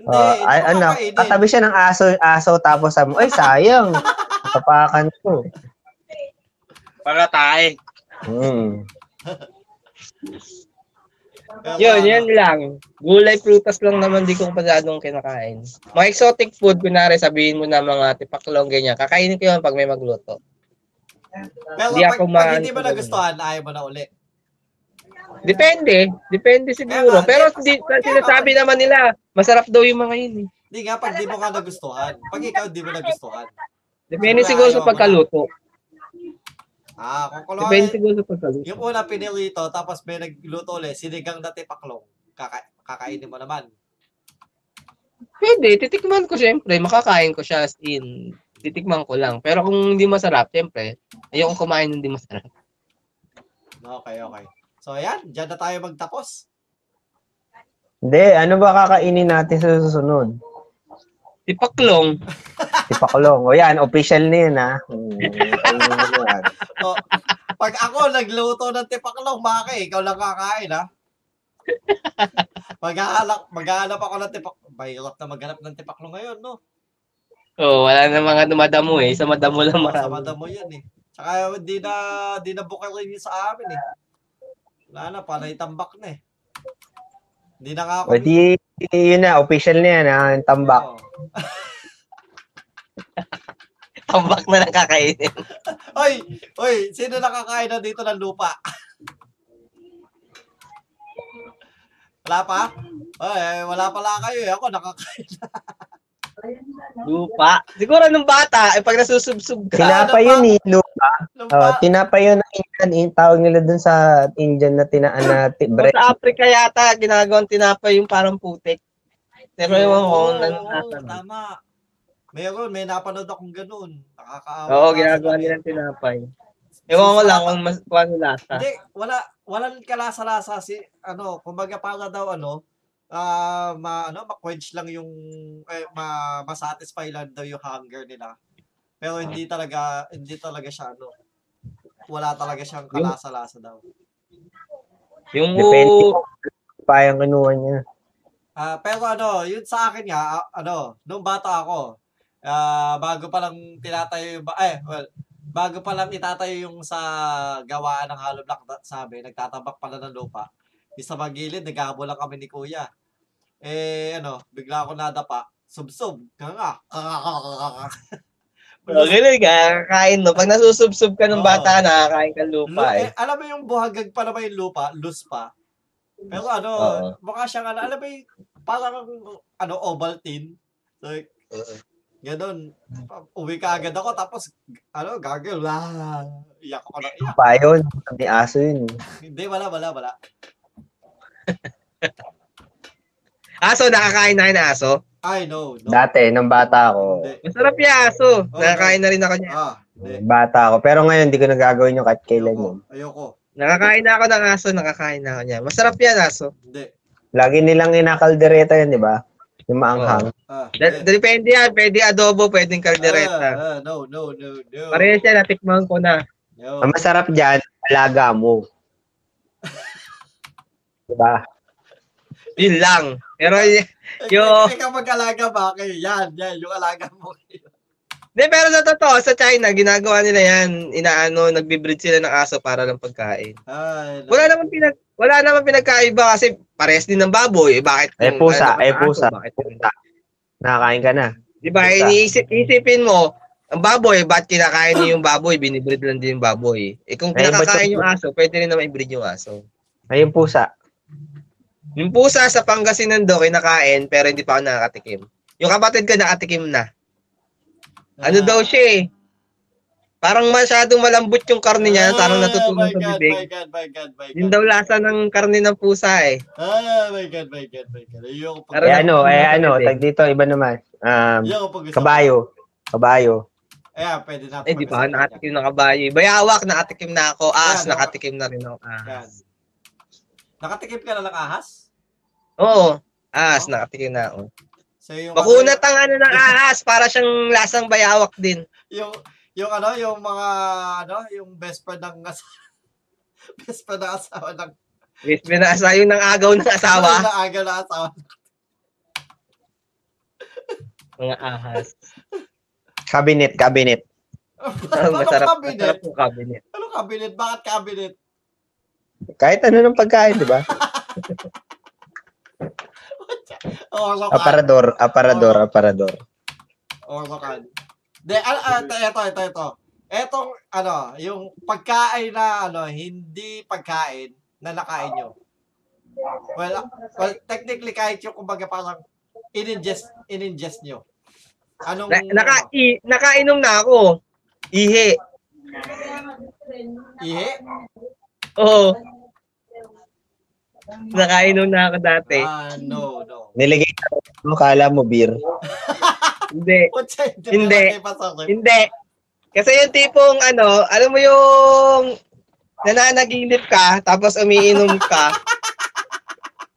[SPEAKER 1] Hindi,
[SPEAKER 4] Uh,
[SPEAKER 1] hindi
[SPEAKER 4] ay,
[SPEAKER 1] ko
[SPEAKER 4] ano,
[SPEAKER 1] kakainin.
[SPEAKER 4] katabi siya ng aso, aso tapos sabi mo, ay, sayang. Natapakan ko.
[SPEAKER 3] Para tae.
[SPEAKER 4] Hmm.
[SPEAKER 1] Pero
[SPEAKER 2] Yun,
[SPEAKER 1] ano,
[SPEAKER 2] yun lang. Gulay, prutas lang naman di ko masyadong kinakain. Mga exotic food, kunwari sabihin mo na mga tipaklong, ganyan. Kakainin ko yun pag may magluto.
[SPEAKER 1] Pero
[SPEAKER 2] Hindi
[SPEAKER 1] pag,
[SPEAKER 2] ako
[SPEAKER 1] pag
[SPEAKER 2] ma-
[SPEAKER 1] hindi mo nagustuhan, ayaw mo na uli.
[SPEAKER 2] Depende. Depende
[SPEAKER 1] Kaya
[SPEAKER 2] siguro.
[SPEAKER 1] nga,
[SPEAKER 2] Pero
[SPEAKER 1] di-
[SPEAKER 2] hindi, sinasabi naman nila, masarap daw yung mga yun. eh.
[SPEAKER 1] Hindi nga, pag di mo ka nagustuhan. Pag ikaw di mo nagustuhan.
[SPEAKER 2] Depende siguro sa pagkaluto.
[SPEAKER 1] Ah, kung kulawari,
[SPEAKER 2] Depende siguro sa pagkaluto.
[SPEAKER 1] yung una pinili ito, tapos may nagluto ulit, sinigang na tipaklong. Kaka- kakainin mo naman.
[SPEAKER 2] Pwede, titikman ko syempre. Makakain ko siya as in. Titikman ko lang. Pero kung hindi masarap, syempre, ayoko kumain ng hindi masarap.
[SPEAKER 1] Okay, okay. So, ayan. Diyan na tayo magtapos.
[SPEAKER 4] Hindi, ano ba kakainin natin sa susunod?
[SPEAKER 2] Tipaklong.
[SPEAKER 4] Tipaklong. O yan, official na yun, ha? Hmm. (laughs) ayun na yan.
[SPEAKER 1] O, pag ako nagluto ng tipaklong, Maki, ikaw lang kakain, ha? Maghahanap, maghahanap ako ng tipak... Mahirap na maghanap ng tipaklong ngayon, no?
[SPEAKER 2] Oo, oh, wala na mga dumadamo eh. Sa madamo lang
[SPEAKER 1] (laughs)
[SPEAKER 2] marami.
[SPEAKER 1] Masama mo yan, eh. Tsaka di na, di na bukal rin yun sa amin, eh. Wala na, panay tambak na, eh. Hindi na nga ako... oh.
[SPEAKER 4] O di, yun na, official na yan, ha? Yung tambak.
[SPEAKER 1] Oo.
[SPEAKER 2] Tambak na lang kakainin.
[SPEAKER 1] Oy, oy, sino nakakain na dito ng lupa? (laughs) wala pa? Oy, wala pala kayo eh. Ako nakakain.
[SPEAKER 2] Lupa. Siguro nung bata, eh, pag nasusubsub ka.
[SPEAKER 4] Tinapay
[SPEAKER 1] ano
[SPEAKER 4] yun, eh, lupa. Oh,
[SPEAKER 2] Ah.
[SPEAKER 1] Lupa.
[SPEAKER 4] tinapay yun ng Indian. eh. Tawag nila dun sa Indian na tinaan na ti-
[SPEAKER 2] O
[SPEAKER 4] bread.
[SPEAKER 2] sa Africa yata, ginagawang tinapay yung parang putik. Pero ewan ko,
[SPEAKER 1] Oo,
[SPEAKER 2] kung ano
[SPEAKER 1] oo,
[SPEAKER 2] nasa nun.
[SPEAKER 1] tama. Mayroon, may napanood akong ganun. Nakakaawa.
[SPEAKER 2] Oo,
[SPEAKER 1] nga
[SPEAKER 2] ginagawa
[SPEAKER 1] sila eh.
[SPEAKER 2] nilang tinapay.
[SPEAKER 1] Si
[SPEAKER 2] Ewan ko
[SPEAKER 1] Sara-
[SPEAKER 2] lang kung mas kung ano lasa.
[SPEAKER 1] (laughs) Hindi, wala, walang kalasa-lasa si, ano, kumbaga para daw, ano, ah ma, ano, ma-quench lang yung, eh, ma, ma-satisfy lang daw yung hunger nila. Pero hindi talaga, hindi talaga siya, ano, wala talaga siyang
[SPEAKER 2] Yung-
[SPEAKER 1] kalasa-lasa daw.
[SPEAKER 2] Yung
[SPEAKER 4] Depende kung pa yung kinuha niya.
[SPEAKER 1] Ah, pero ano, yun sa akin nga, ah, ano, nung bata ako, ah, bago pa lang tinatayo yung, ba- eh, well, bago pa lang itatayo yung sa gawaan ng hollow block na- sa amin, nagtatabak pala ng lupa. Yung sa magilid, naghahabol lang kami ni kuya. Eh, ano, bigla ako nadapa. Sub-sub. Kanga.
[SPEAKER 2] Oh, galing ka, kakain no. Pag nasusubsob ka ng
[SPEAKER 1] Oo.
[SPEAKER 2] bata, nakakain ka
[SPEAKER 1] Lu-
[SPEAKER 2] lupa eh.
[SPEAKER 1] eh, alam mo yung buhagag pa naman yung lupa, loose pa. Pero ano,
[SPEAKER 2] Oo.
[SPEAKER 1] mukha siyang ano, alam mo yung parang ano, Ovaltine. Like, Ganon. Pa- Uwi ka agad ako, tapos, ano, gargle, ah, iyak ako ng iyak.
[SPEAKER 4] Pa yun. May aso yun. eh.
[SPEAKER 1] Hindi, wala, wala, wala.
[SPEAKER 2] Aso, nakakain na kayo ng aso?
[SPEAKER 1] I know, no.
[SPEAKER 4] Dati, nung bata ako,
[SPEAKER 1] Hindi.
[SPEAKER 2] Masarap yung aso.
[SPEAKER 1] Oo.
[SPEAKER 2] Nakakain na rin ako niya.
[SPEAKER 1] Ah, hindi.
[SPEAKER 4] bata ako. Pero ngayon, hindi ko nagagawin yung kahit kailan
[SPEAKER 1] Ayoko,
[SPEAKER 4] yun.
[SPEAKER 1] ayoko.
[SPEAKER 2] Nakakain na ako ng aso, nakakain na ako niya. Masarap yan aso.
[SPEAKER 1] Hindi.
[SPEAKER 4] Lagi nilang inakaldereta yun, di ba? Yung maanghang.
[SPEAKER 1] Ah,
[SPEAKER 2] Da- Depende yan. Pwede adobo, pwedeng kaldereta.
[SPEAKER 1] Ah, ah, no, no, no, no.
[SPEAKER 2] Parehas yan, natikman ko na.
[SPEAKER 1] No.
[SPEAKER 4] Ang masarap dyan, alaga
[SPEAKER 2] (laughs)
[SPEAKER 4] mo. di ba?
[SPEAKER 2] Yun lang. Pero, eh, y- Yo.
[SPEAKER 1] Eh, Ikaw mag-alaga ba? Kayo, yan, yan, yung alaga mo.
[SPEAKER 2] de, pero sa totoo, sa China, ginagawa nila yan. Inaano, nagbibreed sila ng aso para lang pagkain.
[SPEAKER 1] Ay,
[SPEAKER 2] Wala naman pinag wala naman pinagkaiba kasi parehas din ng baboy. Eh, bakit?
[SPEAKER 4] Eh,
[SPEAKER 2] kung ano
[SPEAKER 4] pusa,
[SPEAKER 2] naman
[SPEAKER 4] eh,
[SPEAKER 2] aso,
[SPEAKER 4] pusa.
[SPEAKER 2] bakit-
[SPEAKER 4] Nakakain ka na.
[SPEAKER 2] Di ba? eh,
[SPEAKER 4] Pusa.
[SPEAKER 2] Iniisip, isipin mo, ang baboy, ba't kinakain niyo yung baboy? Binibreed lang din yung baboy. Eh kung
[SPEAKER 4] Eh, ba't
[SPEAKER 2] kinakain
[SPEAKER 4] yung-
[SPEAKER 2] yung aso, pwede rin naman i-breed yung aso.
[SPEAKER 4] Ay, yung pusa.
[SPEAKER 2] Yung pusa sa Pangasinan daw, kinakain, pero hindi pa ako nakakatikim. Yung kapatid ko, nakatikim na.
[SPEAKER 1] Ah.
[SPEAKER 2] Ano daw siya eh? Parang masyadong malambot yung karne niya, parang natutunan
[SPEAKER 1] Ah,
[SPEAKER 2] Ano sa
[SPEAKER 1] My
[SPEAKER 2] bibig.
[SPEAKER 1] God, my God, my God.
[SPEAKER 2] Yun daw lasa ng karne ng pusa eh.
[SPEAKER 1] Ah, my God, my God, my God. Ayoko pag-
[SPEAKER 2] Pero
[SPEAKER 4] Eh ano, eh
[SPEAKER 2] nakakain
[SPEAKER 4] ano,
[SPEAKER 2] din.
[SPEAKER 4] tag dito, iba naman. Um,
[SPEAKER 1] Ayoko pag-
[SPEAKER 4] kabayo. Kabayo.
[SPEAKER 1] Ayan, pwede na.
[SPEAKER 2] Eh, di ba?
[SPEAKER 1] pag-usapan yan.
[SPEAKER 2] Nakatikim na kabayo. eh. Bayawak, nakatikim na ako. Ahas,
[SPEAKER 1] Yan,
[SPEAKER 2] nakatikim na rin ako. Ah.
[SPEAKER 1] Yan.
[SPEAKER 2] Ahas.
[SPEAKER 1] Nakatikip ka na lang ahas?
[SPEAKER 2] Oo. Ahas, nakatikim na ako.
[SPEAKER 1] So, yung
[SPEAKER 2] Bakunat
[SPEAKER 1] ano,
[SPEAKER 2] ang ano ng ahas para siyang lasang bayawak din.
[SPEAKER 1] yung, yung ano, yung mga, ano, yung best friend ng asawa. (laughs) best friend ng asawa ng
[SPEAKER 2] Yes, binasa yun ng agaw ng
[SPEAKER 1] (laughs)
[SPEAKER 2] asawa.
[SPEAKER 1] Na aga na asawa.
[SPEAKER 2] Mga ahas.
[SPEAKER 4] Cabinet, cabinet.
[SPEAKER 2] Ang
[SPEAKER 1] (laughs) Anong
[SPEAKER 2] masarap,
[SPEAKER 1] Ano cabinet?
[SPEAKER 2] masarap yung cabinet.
[SPEAKER 1] Ano cabinet? Bakit cabinet?
[SPEAKER 4] Kahit ano ng pagkain, di ba?
[SPEAKER 1] Orlokan.
[SPEAKER 2] Ah,
[SPEAKER 4] Aparador, aparador, aparador.
[SPEAKER 1] Orlokan. De, al- ah, ito, ito, ito, ito. Etong, ano, yung pagkain na, ano, hindi pagkain na nakain nyo. Well, ah, well technically, kahit yung, kumbaga, parang, in-ingest, in-ingest nyo. Anong,
[SPEAKER 2] Na, naka, i, nakainom na ako. Ihe.
[SPEAKER 1] ano, ihi?
[SPEAKER 2] Oo. Nakainom na ako dati.
[SPEAKER 1] Ah, no, no.
[SPEAKER 4] Niligay mo, kala mo beer.
[SPEAKER 2] Hindi.
[SPEAKER 1] Pucha,
[SPEAKER 2] Hindi.
[SPEAKER 1] natin pasok eh.
[SPEAKER 2] Hindi. Kasi yung tipong ano, alam mo yung nananaginip ka, tapos umiinom ka.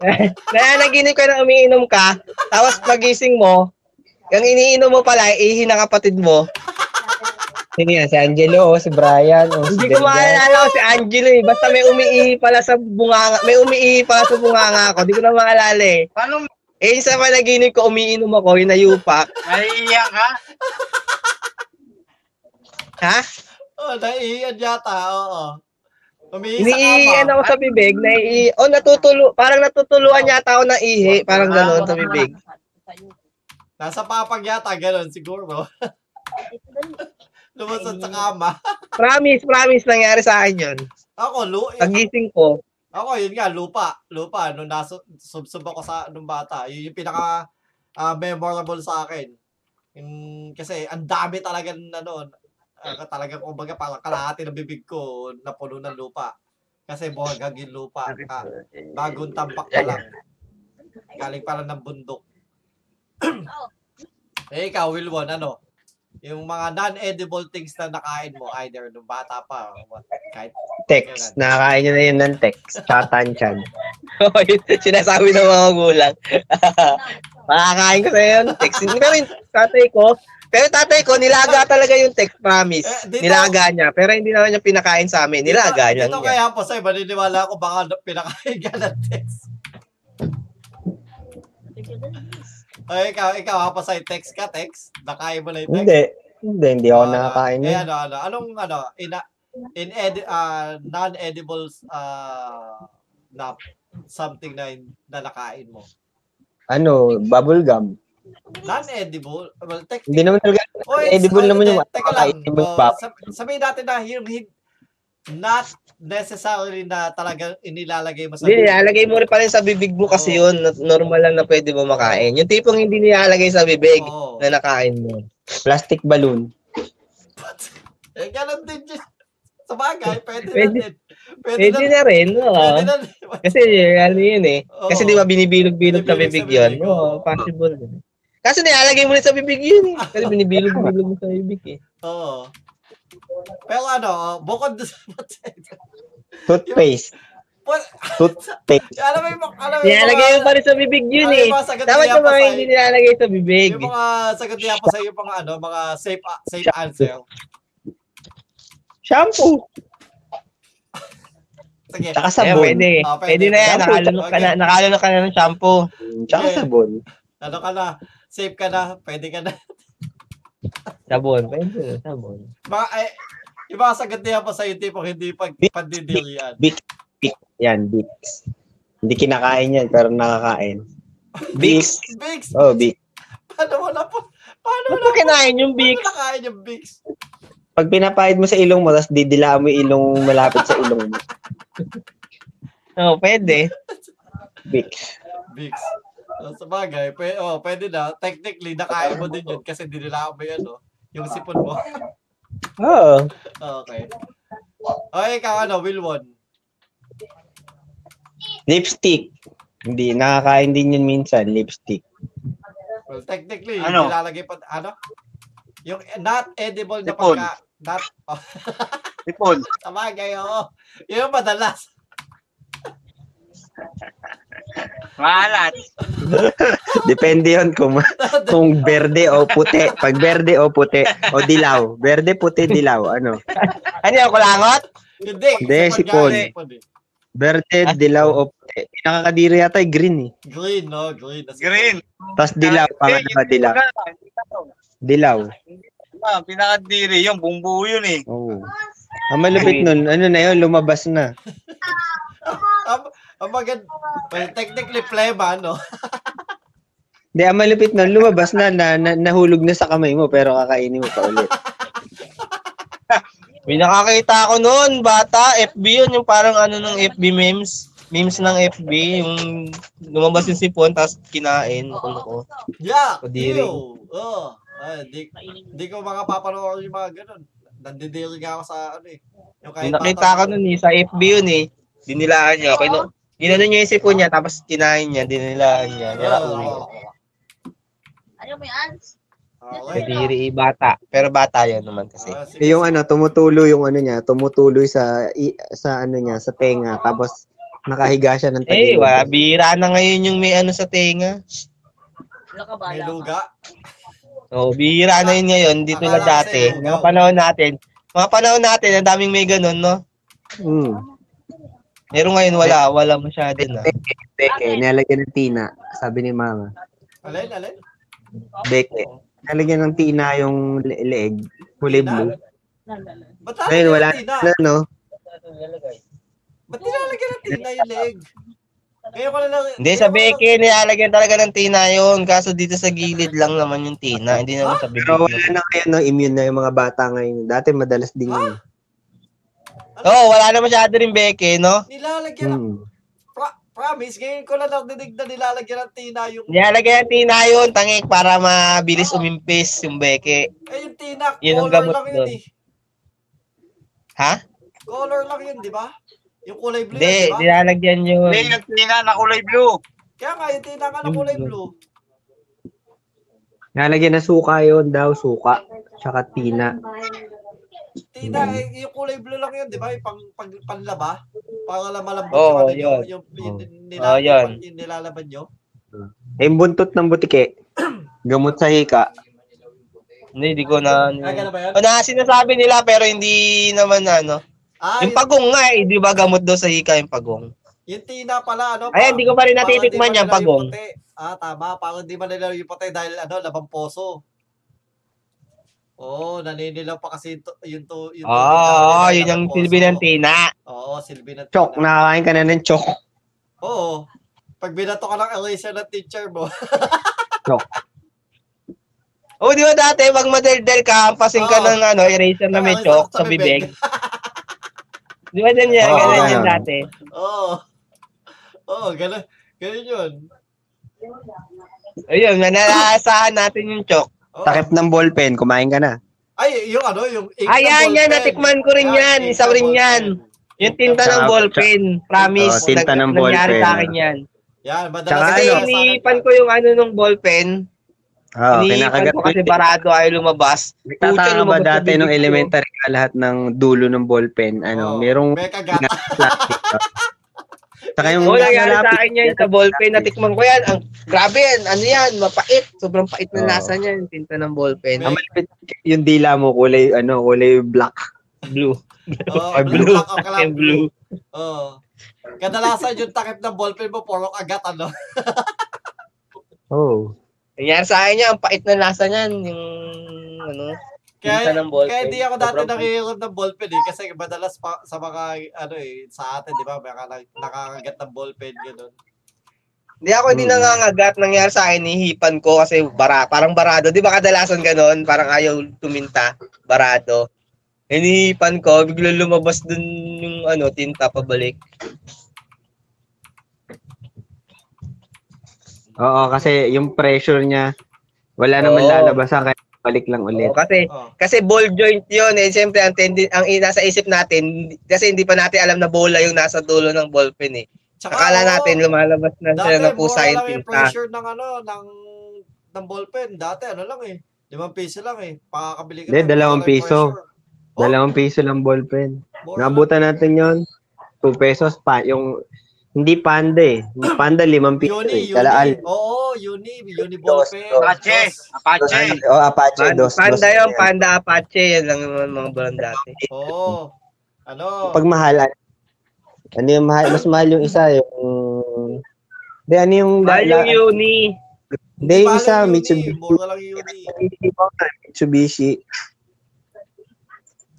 [SPEAKER 2] (laughs) nananaginip ka na umiinom ka, tapos pagising mo, yung iniinom mo pala, ihi na kapatid mo.
[SPEAKER 4] Sino yan? Si Angelo o si Brian o si
[SPEAKER 2] Hindi ko
[SPEAKER 4] Daniel?
[SPEAKER 2] maalala ko si Angelo eh. Basta may umiihi pala sa bunganga. May umiihi pala sa bunganga ko. Hindi ko na maalala eh.
[SPEAKER 3] Paano
[SPEAKER 2] Eh, isa pa naginip ko, umiinom ako, yung nayupak.
[SPEAKER 3] naiiyak ka?
[SPEAKER 2] Ha?
[SPEAKER 1] Oh, naiiyan yata, oo. Umiisa ka ba?
[SPEAKER 2] Iniiyan ako sa bibig, na oh natutulo, parang
[SPEAKER 1] Oh.
[SPEAKER 2] natutuluan yata ako ng ihi, parang
[SPEAKER 1] Ah,
[SPEAKER 2] gano'n sa bibig.
[SPEAKER 1] Nasa papag yata, ganun siguro. (laughs) Lumusot sa kama.
[SPEAKER 2] Promise, promise, nangyari sa akin yun.
[SPEAKER 1] Ako, lu
[SPEAKER 2] Pagising ko, (laughs)
[SPEAKER 1] ako, yun nga, lupa. Lupa, nung nasa, subsub ako sa, nung bata. Yun yung pinaka ah, memorable sa akin. Yung, kasi, ang dami talaga, ano, uh, talaga, kumbaga, parang kalahati ng bibig ko, napuno ng lupa. Kasi buhagag yung lupa. Ka, bagong tampak pa lang. Galing pa lang ng bundok. eh, ikaw, Wilwon, ano? Yung mga non-edible things na nakain mo, either nung bata pa, or what, kahit
[SPEAKER 4] Text. Nakakain nyo na yun ng text. Tatanchan.
[SPEAKER 2] sinasabi ng mga gulang. (laughs) Makakain ko na yun, text. Pero yung tatay ko, pero tatay ko, nilaga talaga yung text, promise.
[SPEAKER 1] Eh, dito-
[SPEAKER 2] Nilaga niya, pero hindi naman niya pinakain sa amin. Nilaga niya.
[SPEAKER 1] Ito kaya po sa'yo, maniniwala ako baka na- pinakain ka ng text. O ikaw, ikaw ha pa text ka, text? Nakain mo na yung text?
[SPEAKER 4] Hindi. Hindi, hindi ako
[SPEAKER 1] Ah,
[SPEAKER 4] nakakain
[SPEAKER 1] Eh,
[SPEAKER 4] yun.
[SPEAKER 1] ano, ano, anong, ano, ina, in edi, ah, non-edible, ah, na, something na, na nakain mo.
[SPEAKER 4] Ano, bubble gum.
[SPEAKER 1] Non-edible, well, text,
[SPEAKER 4] Hindi naman talaga.
[SPEAKER 1] Oh, it's-
[SPEAKER 4] Edible
[SPEAKER 1] ah,
[SPEAKER 4] naman yung
[SPEAKER 1] te- Teka lang.
[SPEAKER 4] makakainin mo yung
[SPEAKER 1] Oh,
[SPEAKER 4] bubble.
[SPEAKER 1] sab- sabihin natin na yung hin- not necessarily na talaga inilalagay mo sa
[SPEAKER 2] Hindi, nilalagay mo rin pa rin sa bibig mo kasi
[SPEAKER 1] Oo.
[SPEAKER 2] yun. na- Normal lang na pwede mo makain. Yung tipong hindi nilalagay sa bibig
[SPEAKER 1] Oo.
[SPEAKER 2] na nakain mo.
[SPEAKER 4] Plastic balloon.
[SPEAKER 1] Eh, ganun din yun. Sa bagay, pwede,
[SPEAKER 2] Pwede-
[SPEAKER 1] na din. Pwede,
[SPEAKER 2] Pwede
[SPEAKER 1] na,
[SPEAKER 2] na ah. rin, oo.
[SPEAKER 1] Pwede na din.
[SPEAKER 2] Kasi ano yun eh. Kasi
[SPEAKER 1] Oo.
[SPEAKER 2] di ba binibilog-bilog
[SPEAKER 1] Binibilog sa
[SPEAKER 2] sa bibig yun?
[SPEAKER 1] bibig,
[SPEAKER 2] Oo,
[SPEAKER 1] oo.
[SPEAKER 2] possible. din. Kasi nilalagay mo rin sa bibig yun eh. Kasi binibilog-bilog mo sa bibig eh.
[SPEAKER 1] Oo. Pero ano, bukod doon sa
[SPEAKER 4] Toothpaste.
[SPEAKER 1] Well,
[SPEAKER 9] Toothpaste.
[SPEAKER 1] alam mo yung, alam mo yung
[SPEAKER 2] Nilalagay mo pa rin sa bibig
[SPEAKER 1] alam
[SPEAKER 2] yun
[SPEAKER 1] mo
[SPEAKER 2] eh.
[SPEAKER 1] yung mga sagot
[SPEAKER 2] Dapat
[SPEAKER 1] niya
[SPEAKER 2] yung
[SPEAKER 1] pa
[SPEAKER 2] mga
[SPEAKER 1] sa-
[SPEAKER 2] hindi nilalagay sa bibig.
[SPEAKER 1] Yung mga sagot niya pa sa iyo pang ano, mga safe a- safe answer.
[SPEAKER 2] Shampoo.
[SPEAKER 1] Sige.
[SPEAKER 2] Tsaka
[SPEAKER 1] Eh,
[SPEAKER 2] sabon. pwede.
[SPEAKER 1] Ah,
[SPEAKER 2] pwede. na yan.
[SPEAKER 1] Shampoo,
[SPEAKER 2] Nakalunok ka na,
[SPEAKER 1] okay.
[SPEAKER 2] nakalunok ka na ng shampoo.
[SPEAKER 4] Tsaka
[SPEAKER 1] Okay.
[SPEAKER 4] sabon.
[SPEAKER 1] Ano ka na? Safe ka na. Pwede ka na.
[SPEAKER 2] Sabon. Pwede. Sabon.
[SPEAKER 1] Mga, eh, yung mga sagot niya pa sa iyo tipong hindi pag pandidilian.
[SPEAKER 4] Yan, Bix. Hindi kinakain yan, pero nakakain. Bix.
[SPEAKER 1] Bix,
[SPEAKER 4] Oh, Bix.
[SPEAKER 1] paano mo na po? Paano
[SPEAKER 2] Ano
[SPEAKER 1] mo na po?
[SPEAKER 2] kinain yung big?
[SPEAKER 1] Paano nakain yung Bix?
[SPEAKER 4] Pag pinapahid mo sa ilong mo, tapos didilaan mo yung ilong malapit sa ilong mo.
[SPEAKER 2] Oo, Oh, pwede.
[SPEAKER 4] Bix.
[SPEAKER 1] Bix. So, sa bagay, pwede, oh, pwede na. Technically, nakain mo din yun kasi dinilaan mo yun, oh. Yung sipon mo. (laughs)
[SPEAKER 4] Oo.
[SPEAKER 1] okay. Okay, ikaw ano, Wilwon.
[SPEAKER 4] Lipstick. Hindi, nakakain din yun minsan, lipstick.
[SPEAKER 1] Well, technically,
[SPEAKER 3] Ano?
[SPEAKER 1] nilalagay pa, ano? Yung not edible na
[SPEAKER 3] Sipon.
[SPEAKER 1] pagka, not, oh, (laughs)
[SPEAKER 3] Ipon.
[SPEAKER 1] sabagay, oo. Yun yung madalas.
[SPEAKER 3] Maalat.
[SPEAKER 4] Depende yun kung, kung berde o puti. Pag berde o puti, o dilaw. Berde, puti, dilaw. Ano?
[SPEAKER 2] Ano yung kulangot?
[SPEAKER 1] Hindi,
[SPEAKER 4] Hindi,
[SPEAKER 1] sipon
[SPEAKER 4] sipon.
[SPEAKER 1] nga, sipon eh.
[SPEAKER 4] Berde, dilaw, o puti. Nakakadiri yata yung green eh.
[SPEAKER 1] Green, no? Green. na sipon.
[SPEAKER 3] Green.
[SPEAKER 4] Tapos dilaw, pangalan ba dilaw? Dilaw.
[SPEAKER 3] Ah, pinakadiri yung bumbuo yun eh.
[SPEAKER 4] Oo. Ang malupit nun, ano na yun, lumabas na.
[SPEAKER 1] Ang, ang maganda, well, technically, plema, no?
[SPEAKER 4] Hindi, ang malupit nun, lumabas na, na, na, nahulog na sa kamay mo, pero kakainin mo pa ulit.
[SPEAKER 2] May nakakita ako noon, bata. FB yun. Yung parang ano ng FB memes. Memes ng FB. Yung lumabas yung sipon, tapos kinain. Ano ko.
[SPEAKER 1] Yeah,
[SPEAKER 2] Kadiri.
[SPEAKER 1] ew. Oh, ay, di, di ko mga papanood yung mga ganun. Nandidiri nga ako sa ano eh. Yung
[SPEAKER 2] Yung
[SPEAKER 1] kahit
[SPEAKER 2] nakita ko
[SPEAKER 1] bata-
[SPEAKER 2] noon eh, sa FB yun eh. Dinilaan niya. Okay, no? Ginanon niya yung sipon niya, tapos kinain niya, dinilaan niya. Kaya
[SPEAKER 1] Oo.
[SPEAKER 2] uwi.
[SPEAKER 10] Ano mo yan?
[SPEAKER 1] Okay.
[SPEAKER 2] Kadiri eh, bata. Pero bata yan naman kasi.
[SPEAKER 1] Ah, sige,
[SPEAKER 4] Eh, yung ano, tumutuloy yung ano niya, tumutuloy sa, i- sa ano niya, sa tenga, tapos nakahiga siya
[SPEAKER 2] Eh,
[SPEAKER 4] ng tagilid.
[SPEAKER 2] wala. Bira na ngayon yung may ano sa tenga.
[SPEAKER 10] Wala ka
[SPEAKER 1] May
[SPEAKER 10] bala ka.
[SPEAKER 1] luga.
[SPEAKER 2] Oh, bihira na yun ngayon, hindi tulad
[SPEAKER 1] Akala ko
[SPEAKER 2] dati.
[SPEAKER 1] sa'yo,
[SPEAKER 2] Mga
[SPEAKER 1] ikaw.
[SPEAKER 2] panahon natin, mga panahon natin, ang daming may ganun, no?
[SPEAKER 4] Mm.
[SPEAKER 2] Pero ngayon wala, wala masyado na.
[SPEAKER 4] Beke, beke, nilalagyan ng tina, sabi ni mama.
[SPEAKER 1] Alin, alin?
[SPEAKER 4] Beke, nilalagyan ng tina yung le- leeg, kulib mo.
[SPEAKER 1] Ba't
[SPEAKER 4] Ngayon, wala
[SPEAKER 1] nilalagyan ng tina?
[SPEAKER 4] na, no?
[SPEAKER 1] Ba't nilalagyan ng tina yung leg? Ngayon ko na lang.
[SPEAKER 2] Hindi sa beke, nilalagyan talaga ng tina yun. Kaso dito sa gilid lang naman yung tina, hindi naman sa bibig.
[SPEAKER 4] Pero
[SPEAKER 2] Oo,
[SPEAKER 4] wala na ngayon, no? Immune na yung mga bata ngayon. Dati madalas din yun.
[SPEAKER 2] oh, wala na masyado rin beke, no?
[SPEAKER 1] Nilalagyan ng...
[SPEAKER 4] Mm.
[SPEAKER 2] Hmm.
[SPEAKER 1] Pra- promise, ngayon ko na lang dinig na nilalagyan ng tina yung...
[SPEAKER 2] Nilalagyan ng tina yun, tangik, para mabilis umimpis yung beke.
[SPEAKER 1] Eh, yung tina,
[SPEAKER 2] Yun ang
[SPEAKER 1] color
[SPEAKER 2] gamot
[SPEAKER 1] lang yun
[SPEAKER 2] doon.
[SPEAKER 1] eh.
[SPEAKER 2] Ha?
[SPEAKER 1] Color lang yun, di ba? Yung kulay blue yun,
[SPEAKER 2] Hindi,
[SPEAKER 1] di ba?
[SPEAKER 2] nilalagyan
[SPEAKER 4] Hmm.
[SPEAKER 2] yun.
[SPEAKER 3] Hindi, yung tina na kulay blue.
[SPEAKER 1] Kaya nga, yung tina nga na kulay blue.
[SPEAKER 4] Nalagyan na suka yon daw, suka. Tsaka tina.
[SPEAKER 1] Tina,
[SPEAKER 2] Mm.
[SPEAKER 1] eh, yung kulay blue lang yun, di ba? Yung pang, pang, panlaba. Para lang malambot
[SPEAKER 2] Oo,
[SPEAKER 1] yung, ano,
[SPEAKER 2] yun.
[SPEAKER 1] yung, yung, yung,
[SPEAKER 2] Oo,
[SPEAKER 1] nila-
[SPEAKER 2] yun.
[SPEAKER 1] yung nilalaban nyo.
[SPEAKER 4] Eh, yung buntot ng butike. Gamot sa hika.
[SPEAKER 2] Hindi, hindi ko na... ano
[SPEAKER 1] Ah, ganun ba yun?
[SPEAKER 2] O na sinasabi nila pero hindi naman ano.
[SPEAKER 1] Ah,
[SPEAKER 2] Yung pagong nga eh, di ba gamot daw sa hika yung pagong?
[SPEAKER 1] Yung tina pala, ano?
[SPEAKER 2] Ayan, di ko pa rin natitikman
[SPEAKER 1] yan,
[SPEAKER 2] yan, pagong.
[SPEAKER 1] Ah, tama. Parang di manilaw yung puti dahil, ano, labang poso. Oo, oh, naninilaw pa kasi yung, tu- yung, tu- yung tubig na kulay
[SPEAKER 2] Oo,
[SPEAKER 1] dahil
[SPEAKER 2] Ah, yun yung
[SPEAKER 1] labang
[SPEAKER 2] silbi
[SPEAKER 1] poso.
[SPEAKER 2] ng tina.
[SPEAKER 1] Oo, silbi ng tina.
[SPEAKER 4] Chok, nakakain ka na ng chok.
[SPEAKER 1] Oo. Pag binato ka ng eraser ng teacher mo. (laughs)
[SPEAKER 2] O, Oh, di ba dati, pag madeldel ka, hampasin ka
[SPEAKER 1] Oo.
[SPEAKER 2] ng ano, eraser na may
[SPEAKER 1] Ang eraser
[SPEAKER 2] chok sa bibig. (laughs) Di ba dyan yan?
[SPEAKER 4] Oo,
[SPEAKER 2] Ganun
[SPEAKER 4] ganun.
[SPEAKER 2] yan dati.
[SPEAKER 1] Oo. Oo, ganun. Ganun yun.
[SPEAKER 2] Ayun, nanalasahan natin yung chok.
[SPEAKER 1] Oo.
[SPEAKER 4] Takip ng ballpen, kumain ka na.
[SPEAKER 1] Ay, yung ano, yung ink na
[SPEAKER 2] Ayan, yan,
[SPEAKER 1] ballpen.
[SPEAKER 2] natikman ko rin yan.
[SPEAKER 1] ink
[SPEAKER 2] Isa
[SPEAKER 1] na
[SPEAKER 2] rin yan.
[SPEAKER 1] ballpen.
[SPEAKER 2] Yung tinta ng
[SPEAKER 4] Tsaka-
[SPEAKER 2] ballpen. Promise.
[SPEAKER 4] Oo, tinta ng
[SPEAKER 2] Nangyari
[SPEAKER 4] ballpen.
[SPEAKER 2] sa akin yan.
[SPEAKER 1] Yan, madalas
[SPEAKER 4] Tsaka
[SPEAKER 2] Kasi
[SPEAKER 4] ano?
[SPEAKER 2] iniipan ko yung ano nung ballpen. iniipan
[SPEAKER 4] Oo, kinakagat
[SPEAKER 2] ko kasi barado ayaw lumabas. Pucha,
[SPEAKER 4] Tatanga ba
[SPEAKER 2] lumabas na
[SPEAKER 4] dati
[SPEAKER 2] bibig ko.
[SPEAKER 4] nung ano,
[SPEAKER 1] Oh,
[SPEAKER 4] elementary ka lahat ng dulo ng ballpen? Ano,
[SPEAKER 2] (laughs)
[SPEAKER 1] Oo,
[SPEAKER 4] merong
[SPEAKER 1] Mega gata.
[SPEAKER 4] Saka yung
[SPEAKER 2] Oo, nangyari sa
[SPEAKER 4] lalapit-
[SPEAKER 2] akin yan sa ballpen. Natikman ko yan. Ang, grabe yan. Ano yan? Mapait. Sobrang pait na
[SPEAKER 4] Oo.
[SPEAKER 2] lasa niya. Yung pinto ng ballpen.
[SPEAKER 4] Ang malapit yung dila mo kulay ano, kulay black.
[SPEAKER 2] Blue.
[SPEAKER 1] Oh,
[SPEAKER 2] Or blue.
[SPEAKER 1] black ang kalam-
[SPEAKER 2] Yung blue.
[SPEAKER 1] Oo. Oh. Kadalasan yung takip ng ballpen mo, puro agat, ano?
[SPEAKER 4] Oh.
[SPEAKER 2] Nangyari sa akin yan. Ang pait na lasa niyan. Yung ano. Pinta
[SPEAKER 1] Kaya,
[SPEAKER 2] ng ballpen.
[SPEAKER 1] kaya hindi ako dati
[SPEAKER 2] Sobrang-
[SPEAKER 1] nakikilam ng ballpen eh. Kasi madalas pa, sa mga, ano eh, sa atin, di ba? May naka- nakakagat ng ballpen, gano'n.
[SPEAKER 2] Hindi ako hindi
[SPEAKER 4] Mm.
[SPEAKER 11] Hmm.
[SPEAKER 2] nangangagat. Nangyari sa akin, nihipan ko kasi bara, parang barado. Di ba kadalasan ganon? Parang ayaw tuminta. Barado. Hinihipan ko, bigla lumabas dun yung ano, tinta pabalik.
[SPEAKER 4] Oo, kasi yung pressure niya wala naman
[SPEAKER 2] Oo.
[SPEAKER 4] lalabasan kaya balik lang ulit.
[SPEAKER 2] Oo, kasi
[SPEAKER 1] Oh.
[SPEAKER 2] Kasi ball joint yun eh. Siyempre, ang, tendi, ang i- nasa isip natin, hindi- kasi hindi pa natin alam na bola yung nasa dulo ng ballpen eh. Akala
[SPEAKER 1] oo,
[SPEAKER 2] natin lumalabas na
[SPEAKER 1] dati,
[SPEAKER 2] sila na Ah, pusa
[SPEAKER 1] mura
[SPEAKER 2] yung
[SPEAKER 1] lang
[SPEAKER 3] ah?
[SPEAKER 1] yung
[SPEAKER 2] tinta.
[SPEAKER 1] pressure ng, ano, ng, ng ballpen. Dati, ano lang eh. Limang piso lang eh. Pakakabili ka.
[SPEAKER 4] Hindi,
[SPEAKER 1] ng-
[SPEAKER 4] dalawang
[SPEAKER 1] mura lang yung
[SPEAKER 4] piso.
[SPEAKER 1] pressure. Oo,
[SPEAKER 4] Dalawang piso lang ballpen.
[SPEAKER 1] mura lang.
[SPEAKER 4] Nabutan natin yon 2 pesos pa. Yung, hindi panda eh. Yung Panda, limang piso
[SPEAKER 1] Uni,
[SPEAKER 4] eh.
[SPEAKER 1] uni.
[SPEAKER 4] Talaan.
[SPEAKER 1] Oo, uni. Uni ballpen.
[SPEAKER 3] Apache! Apache!
[SPEAKER 11] Oh, Apache,
[SPEAKER 2] Pan-
[SPEAKER 11] dos.
[SPEAKER 2] panda
[SPEAKER 11] dos
[SPEAKER 2] yun,
[SPEAKER 11] yan.
[SPEAKER 2] panda apache. Yan lang yung mga bola dati.
[SPEAKER 1] Oo. Ano?
[SPEAKER 4] Pag mahal, ano- ano yung mahal? Mas mahal yung isa, yung... Hindi, ano yung...
[SPEAKER 2] Mahal yung uni.
[SPEAKER 4] Hindi, yung isa,
[SPEAKER 1] Palang
[SPEAKER 4] Mitsubishi.
[SPEAKER 1] Mura lang yung uni.
[SPEAKER 4] Mitsubishi.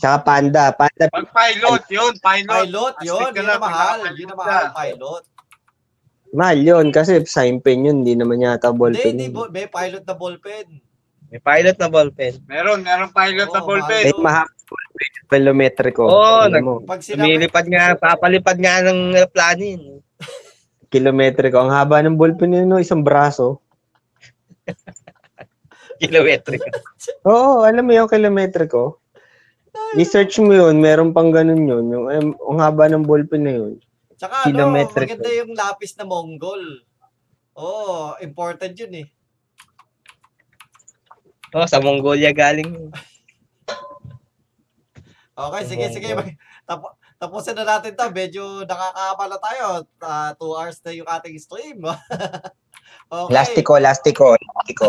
[SPEAKER 4] Tsaka Panda. Panda,
[SPEAKER 3] Pag pilot, yun, pilot.
[SPEAKER 1] Pilot,
[SPEAKER 3] Astig
[SPEAKER 1] yun.
[SPEAKER 3] ka
[SPEAKER 1] Yun
[SPEAKER 3] na,
[SPEAKER 1] na mahal.
[SPEAKER 3] pinapalot
[SPEAKER 1] Yun na mahal,
[SPEAKER 3] ka.
[SPEAKER 1] pilot.
[SPEAKER 4] mahal yun. Kasi sign pen yun. Hindi naman yata
[SPEAKER 1] Hindi,
[SPEAKER 4] ballpen.
[SPEAKER 1] hindi.
[SPEAKER 4] yun.
[SPEAKER 1] bo- May pilot na ballpen.
[SPEAKER 2] May pilot na ballpen.
[SPEAKER 3] Meron, meron pilot na
[SPEAKER 1] Oo,
[SPEAKER 3] ballpen.
[SPEAKER 4] Eh, mahal. Kilometriko.
[SPEAKER 2] Oo,
[SPEAKER 4] Alam
[SPEAKER 2] nag-
[SPEAKER 4] mo,
[SPEAKER 1] Pag sinabi,
[SPEAKER 2] Lumilipad nga, papalipad nga ng plano yun.
[SPEAKER 4] kilometriko. Ang haba ng ballpen yun, no? isang braso.
[SPEAKER 1] (laughs)
[SPEAKER 2] Kilometric.
[SPEAKER 4] Oo, alam mo yung kilometriko. I-search mo yun, meron pang ganun yun. Yung, em, ang haba ng ballpen na yun.
[SPEAKER 1] tsaka ano,
[SPEAKER 4] kilometric.
[SPEAKER 1] maganda yung lapis na Mongol. Oo, oh, important yun eh.
[SPEAKER 2] Oh, sa Mongolia galing. yun.
[SPEAKER 1] Okay, sige, sige. mag- (laughs) Tapo, tapusin na natin to. Medyo nakakahaba na tayo. 2 two hours na yung ating stream. (laughs) okay.
[SPEAKER 11] Lastiko, lastiko, lastiko.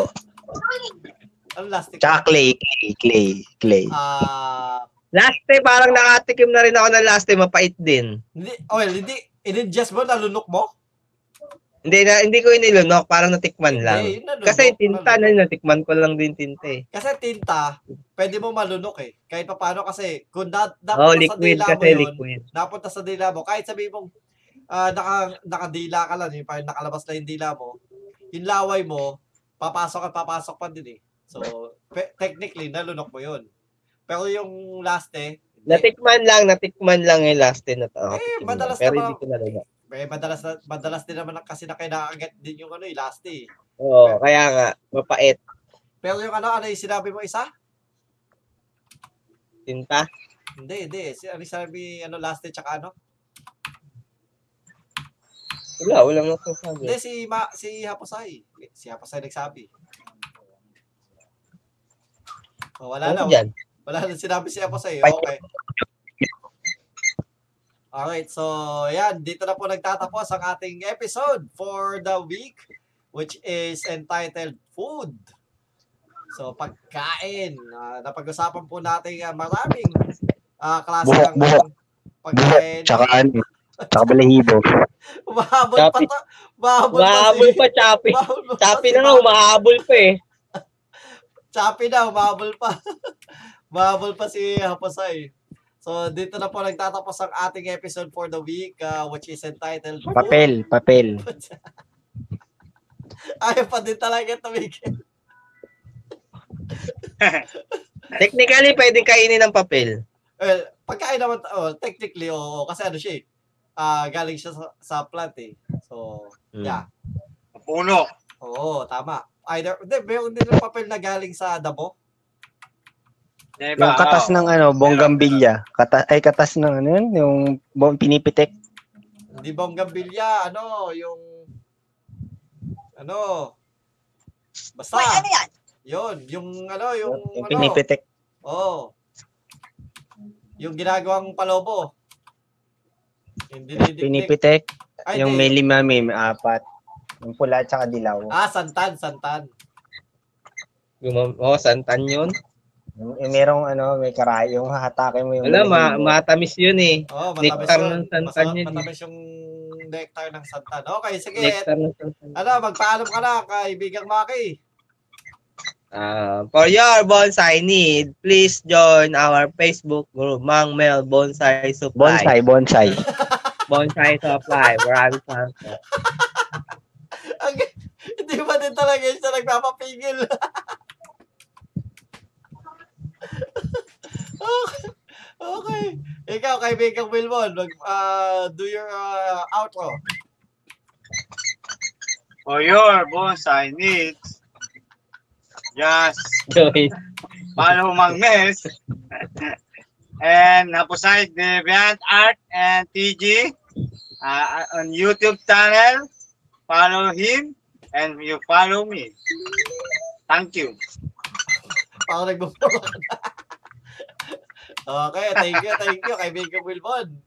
[SPEAKER 1] Ano lastiko?
[SPEAKER 11] Tsaka clay, clay, clay, clay.
[SPEAKER 1] Ah,
[SPEAKER 2] Last day, parang nakatikim na rin ako ng last day, mapait din.
[SPEAKER 1] hindi, oh, well, hindi, in-ingest mo, nalunok mo?
[SPEAKER 2] Hindi na hindi ko inilunok, parang natikman lang.
[SPEAKER 1] Hindi, yun, nalunok,
[SPEAKER 2] Kasi tinta na
[SPEAKER 1] nalunok.
[SPEAKER 2] yun, natikman ko lang din tinta eh.
[SPEAKER 1] Kasi tinta, pwede mo malunok eh. Kahit pa paano kasi, kung na,
[SPEAKER 2] Oh,
[SPEAKER 1] napunta sa
[SPEAKER 2] liquid
[SPEAKER 1] dila mo
[SPEAKER 2] kasi
[SPEAKER 1] yun,
[SPEAKER 2] liquid.
[SPEAKER 1] napunta sa dila mo, kahit sabihin mong ah, naka, nakadila ka lang, yung parang nakalabas na yung dila mo, yung laway mo, papasok at papasok pa din eh. So, pe- technically, nalunok mo yun. Pero yung last eh, hindi.
[SPEAKER 2] Natikman lang, natikman lang yung last din na to.
[SPEAKER 1] Eh,
[SPEAKER 2] tikim lang.
[SPEAKER 1] madalas
[SPEAKER 2] Pero
[SPEAKER 1] naman-
[SPEAKER 2] hindi ko nalunok.
[SPEAKER 1] Eh, madalas, na- madalas din naman kasi na kinakagat din yung ano, yung last eh.
[SPEAKER 2] Oo, kaya nga, mapait.
[SPEAKER 1] Pero yung ano, ano yung sinabi mo isa?
[SPEAKER 2] Tinta.
[SPEAKER 1] Hindi, hindi. Si, ano yung sinabi, ano, last eh, tsaka ano?
[SPEAKER 2] Wala, wala mo sasabi.
[SPEAKER 1] Hindi, si, Ma, si Haposay. Si Haposay nagsabi. Oh, wala
[SPEAKER 2] Ano
[SPEAKER 1] na.
[SPEAKER 2] dyan?
[SPEAKER 1] Wala na sinabi si Haposay. Okay. Alright, so yan. Dito na po nagtatapos ang ating episode for the week which is entitled Food. So, pagkain. Ah, napag-usapan po natin ah, maraming ah, klase
[SPEAKER 11] Buhok,
[SPEAKER 1] ng
[SPEAKER 11] buhok.
[SPEAKER 1] pagkain.
[SPEAKER 11] Tsaka ano, tsaka balahibo.
[SPEAKER 1] (laughs) Mahabol pa
[SPEAKER 2] Chapi.
[SPEAKER 1] to. Mahabol pa
[SPEAKER 2] Umahabol
[SPEAKER 1] si-
[SPEAKER 2] pa, Chapi.
[SPEAKER 1] mahabol pa
[SPEAKER 2] Chapi
[SPEAKER 1] si
[SPEAKER 2] na nga,
[SPEAKER 1] Ma-
[SPEAKER 2] umahabol pa eh.
[SPEAKER 1] Chappy na, umabol pa. (laughs) umabol pa si Haposay. So, dito na po nagtatapos ang ating episode for the week, uh, which is entitled... (laughs)
[SPEAKER 4] Papel, papel.
[SPEAKER 1] Ayaw pa din talaga tumigil.
[SPEAKER 2] Technically, pwedeng kainin ng papel.
[SPEAKER 1] Well, pagkain naman, oh, technically, oo. kasi ano siya eh, ah, galing siya sa, sa plant eh. So, yeah.
[SPEAKER 3] Puno.
[SPEAKER 1] Oo, tama. Either, hindi, meron din ng papel na galing sa damo.
[SPEAKER 3] Yan
[SPEAKER 1] Diba?
[SPEAKER 3] iba,
[SPEAKER 4] Yung katas
[SPEAKER 3] oo.
[SPEAKER 4] ng ano, bonggambilya. Kata ay katas ng ano yun, yung bong, pinipitik.
[SPEAKER 1] Hindi ba ang gambilya, ano, yung, ano, basta,
[SPEAKER 10] Wait, ano yan?
[SPEAKER 1] yun, yung, ano, yung,
[SPEAKER 4] Yung
[SPEAKER 1] ano,
[SPEAKER 4] pinipitik.
[SPEAKER 1] Oo. Yung ginagawang palobo. Yung dinidikdik.
[SPEAKER 4] Pinipitik.
[SPEAKER 1] Ay,
[SPEAKER 4] yung
[SPEAKER 1] di.
[SPEAKER 4] may lima, may, may apat. Yung pula at saka dilaw.
[SPEAKER 1] Ah, santan, santan.
[SPEAKER 2] Gumam- oh, santan yun.
[SPEAKER 4] Yung, yung merong ano, may karay. Yung hahatakin mo yung...
[SPEAKER 2] Wala, ma
[SPEAKER 4] maliliit.
[SPEAKER 2] matamis yun eh.
[SPEAKER 1] Oh, matamis
[SPEAKER 2] Nectar
[SPEAKER 1] yun.
[SPEAKER 2] ng santan
[SPEAKER 1] Masarap,
[SPEAKER 2] yun. eh.
[SPEAKER 1] matamis yung nectar ng santan. Okay, sige.
[SPEAKER 2] Nectar ng santan.
[SPEAKER 1] Ano, magpaalam ka na, kaibigang Maki. (laughs)
[SPEAKER 2] Uh, for your bonsai need, please join our Facebook group, Mang Mel Bonsai Supply.
[SPEAKER 4] Bonsai,
[SPEAKER 2] (laughs)
[SPEAKER 4] bonsai.
[SPEAKER 2] Bonsai Supply. Maraming (laughs) salamat.
[SPEAKER 1] Ang, hindi ba din talaga yun siya nagpapapigil? (laughs) okay. okay. Ikaw, kaibigang Wilmon, mag, ah, do your ah, outro.
[SPEAKER 3] For Oh, your bonsai needs, just
[SPEAKER 2] Join.
[SPEAKER 3] follow Mang Ness. (laughs) and Hapusay Deviant Art and TG uh, on YouTube channel. Follow him and you follow me. Thank you.
[SPEAKER 1] Parang nagbubulak na. (laughs) okay, thank you, thank you, kaibigan Wilmon.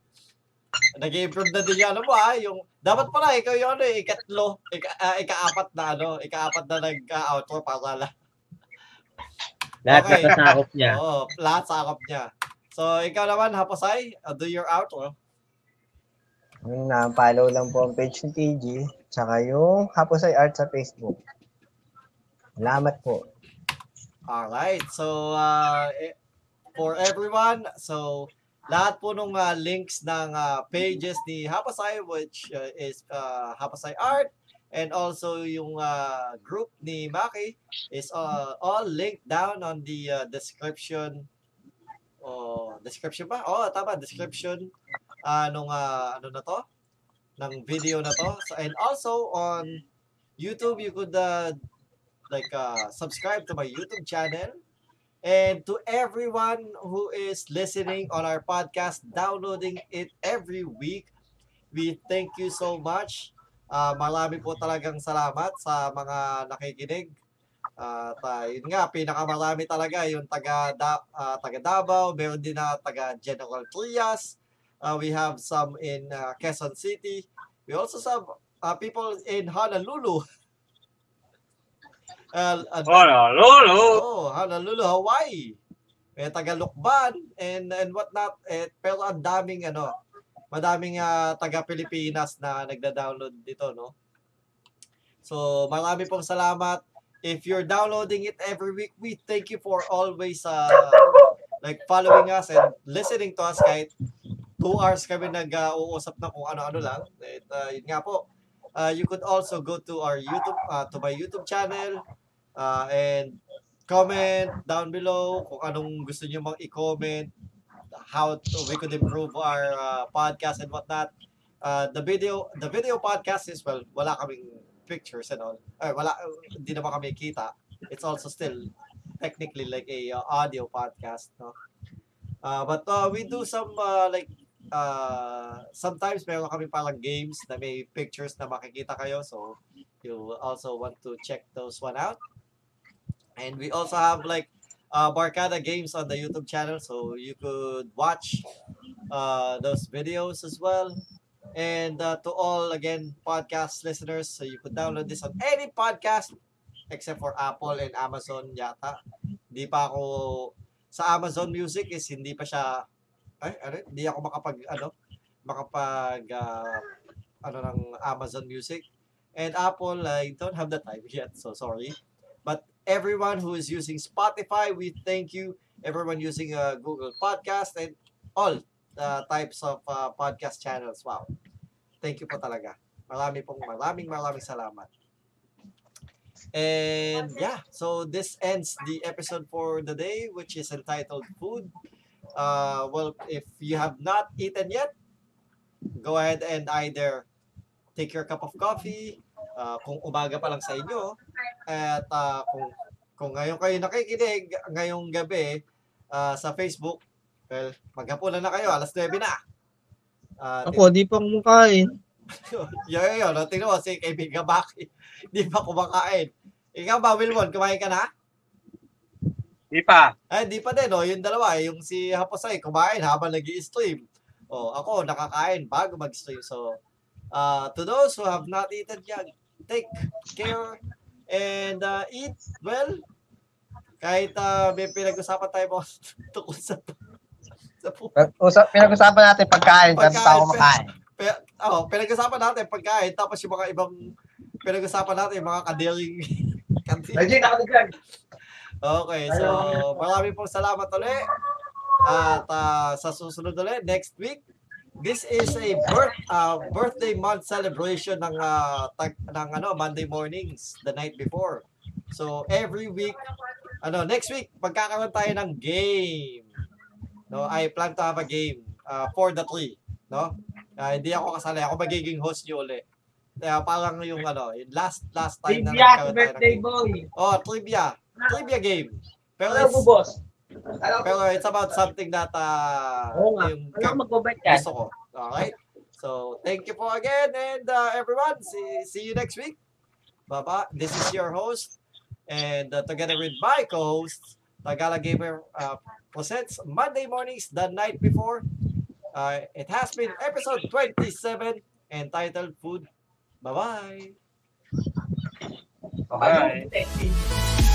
[SPEAKER 1] Nag-improve na din yung ano mo ha, yung, dapat pala ikaw yung ano, eh, ikatlo, ika, ah, ikaapat na ano, ikaapat na nag-outro para lang.
[SPEAKER 2] Lahat
[SPEAKER 1] Okay.
[SPEAKER 2] na kasakop niya.
[SPEAKER 1] Oo, oh, lahat sakop niya. So, ikaw naman, Hapasay, uh, do your outro.
[SPEAKER 4] Yun na, follow lang po ang page ni TG. Tsaka yung Haposay Art sa Facebook. Salamat po.
[SPEAKER 1] Alright, so, uh, eh, for everyone, so, lahat po nung uh, links ng uh, pages ni Hapasay, which uh, is uh, Hapasay Art, and also yung uh, group ni Maki, is uh, all linked down on the uh, description. Oh, description ba? Oh, tama, description uh, nung, uh, ano na to? ng video na to. So, and also on YouTube, you could uh, like uh, subscribe to my YouTube channel. And to everyone who is listening on our podcast, downloading it every week, we thank you so much. Ah, marami po talagang salamat sa mga nakikinig. At ah, yun nga, pinakamarami talaga yung taga, da, ah, taga Davao, meron din na taga General Trias, Uh, we have some in uh, Quezon City. We also have uh, people in Honolulu. (laughs) Uh, uh,
[SPEAKER 3] Hola, Lolo.
[SPEAKER 1] oh, Honolulu, Hawaii. May Tagalukban and and whatnot. Eh, pero ang daming ano, madaming ah, taga Pilipinas na nagda-download dito, no? So, marami pong salamat. If you're downloading it every week, we thank you for always uh, like following us and listening to us kahit two hours kami nag-uusap na kung ano-ano lang. At, uh, yun nga po, uh, you could also go to our YouTube, uh, to my YouTube channel uh, and comment down below kung anong gusto nyo mang i-comment, how to, we could improve our uh, podcast and whatnot. Uh, the video the video podcast is well wala kaming pictures and all ay wala hindi naman kami kita it's also still technically like a uh, audio podcast no Uh, but uh, we do some uh, like uh, sometimes meron kami parang games na may pictures na makikita kayo so you also want to check those one out. And we also have like uh, Barkada games on the YouTube channel so you could watch uh, those videos as well. And uh, to all again podcast listeners, so you could download this on any podcast except for Apple and Amazon yata. Di pa ako sa Amazon Music is hindi pa siya ay ano, hindi ako makapag ano makapag ah, ano ng Amazon Music and Apple I don't have the time (laughs) yet so sorry but everyone who is using Spotify we thank you everyone using uh, Google Podcast and all the types of ah, podcast channels wow thank you po talaga marami pong maraming maraming salamat and yeah, so this ends the episode for the day, which is entitled Food. Uh, well, if you have not eaten yet, go ahead and either take your cup of coffee, uh, kung umaga pa lang sa inyo, at uh, kung, kung ngayon kayo nakikinig, ngayong gabi uh, sa Facebook, well, maghapunan na kayo, alas 9 na. Uh,
[SPEAKER 2] Ako, di pa kumakain.
[SPEAKER 1] yo, yo, yo, no, tingnan mo si kaibigan (laughs) Maki. Hindi pa kumakain. Ikaw ba, Wilmon, kumain ka na?
[SPEAKER 3] Di pa.
[SPEAKER 1] Ay, hindi pa din, oh. Yung dalawa, eh, yung si Haposay, kumain habang nag stream Oh, ako, nakakain bago mag-stream. So, Uh, to those who have not eaten yet, take care and uh, eat well. Kahit uh, may pinag-usapan tayo mga (laughs) tungkol sa sa pu-
[SPEAKER 2] Usap, pinag-usapan natin pagkain,
[SPEAKER 1] Pagkain,
[SPEAKER 2] tapos ako
[SPEAKER 1] pero-
[SPEAKER 2] kumakain.
[SPEAKER 1] Pe- oh, pinag-usapan natin pagkain tapos yung mga ibang pinag-usapan natin yung mga kadiling (laughs) kadiling.
[SPEAKER 6] Legit, nakaligyan.
[SPEAKER 1] Okay, so marami pong salamat ulit. At ah, sa susunod ulit, next week, this is a birth ah, birthday month celebration ng ah, tag, ng ano Monday mornings the night before. So every week, ano next week magkakaroon tayo ng game. No, I plan to have a game ah, for the three, no? Ah, hindi ako kasali, ako magiging host niyo ulit. Kaya parang yung ano, yung last last time na
[SPEAKER 6] Bibias,
[SPEAKER 1] nagkaroon tayo ng
[SPEAKER 6] birthday
[SPEAKER 1] game.
[SPEAKER 6] boy.
[SPEAKER 1] Oh, trivia. Trivia game. Pero
[SPEAKER 6] Ano
[SPEAKER 1] it's,
[SPEAKER 6] mo, boss? Ano
[SPEAKER 1] pero it's about something that uh,
[SPEAKER 6] Oo nga.
[SPEAKER 1] yung
[SPEAKER 10] Ano
[SPEAKER 1] kam-
[SPEAKER 10] magbabait ka?
[SPEAKER 1] gusto ko. Alright? So, thank you po again and uh, everyone, see, see you next week. Baba, this is your host and uh, together with my co-host, Tagala Gamer uh, presents Monday mornings the night before. Uh, it has been episode 27 entitled Food. Bye-bye.
[SPEAKER 6] Ano mo, detective?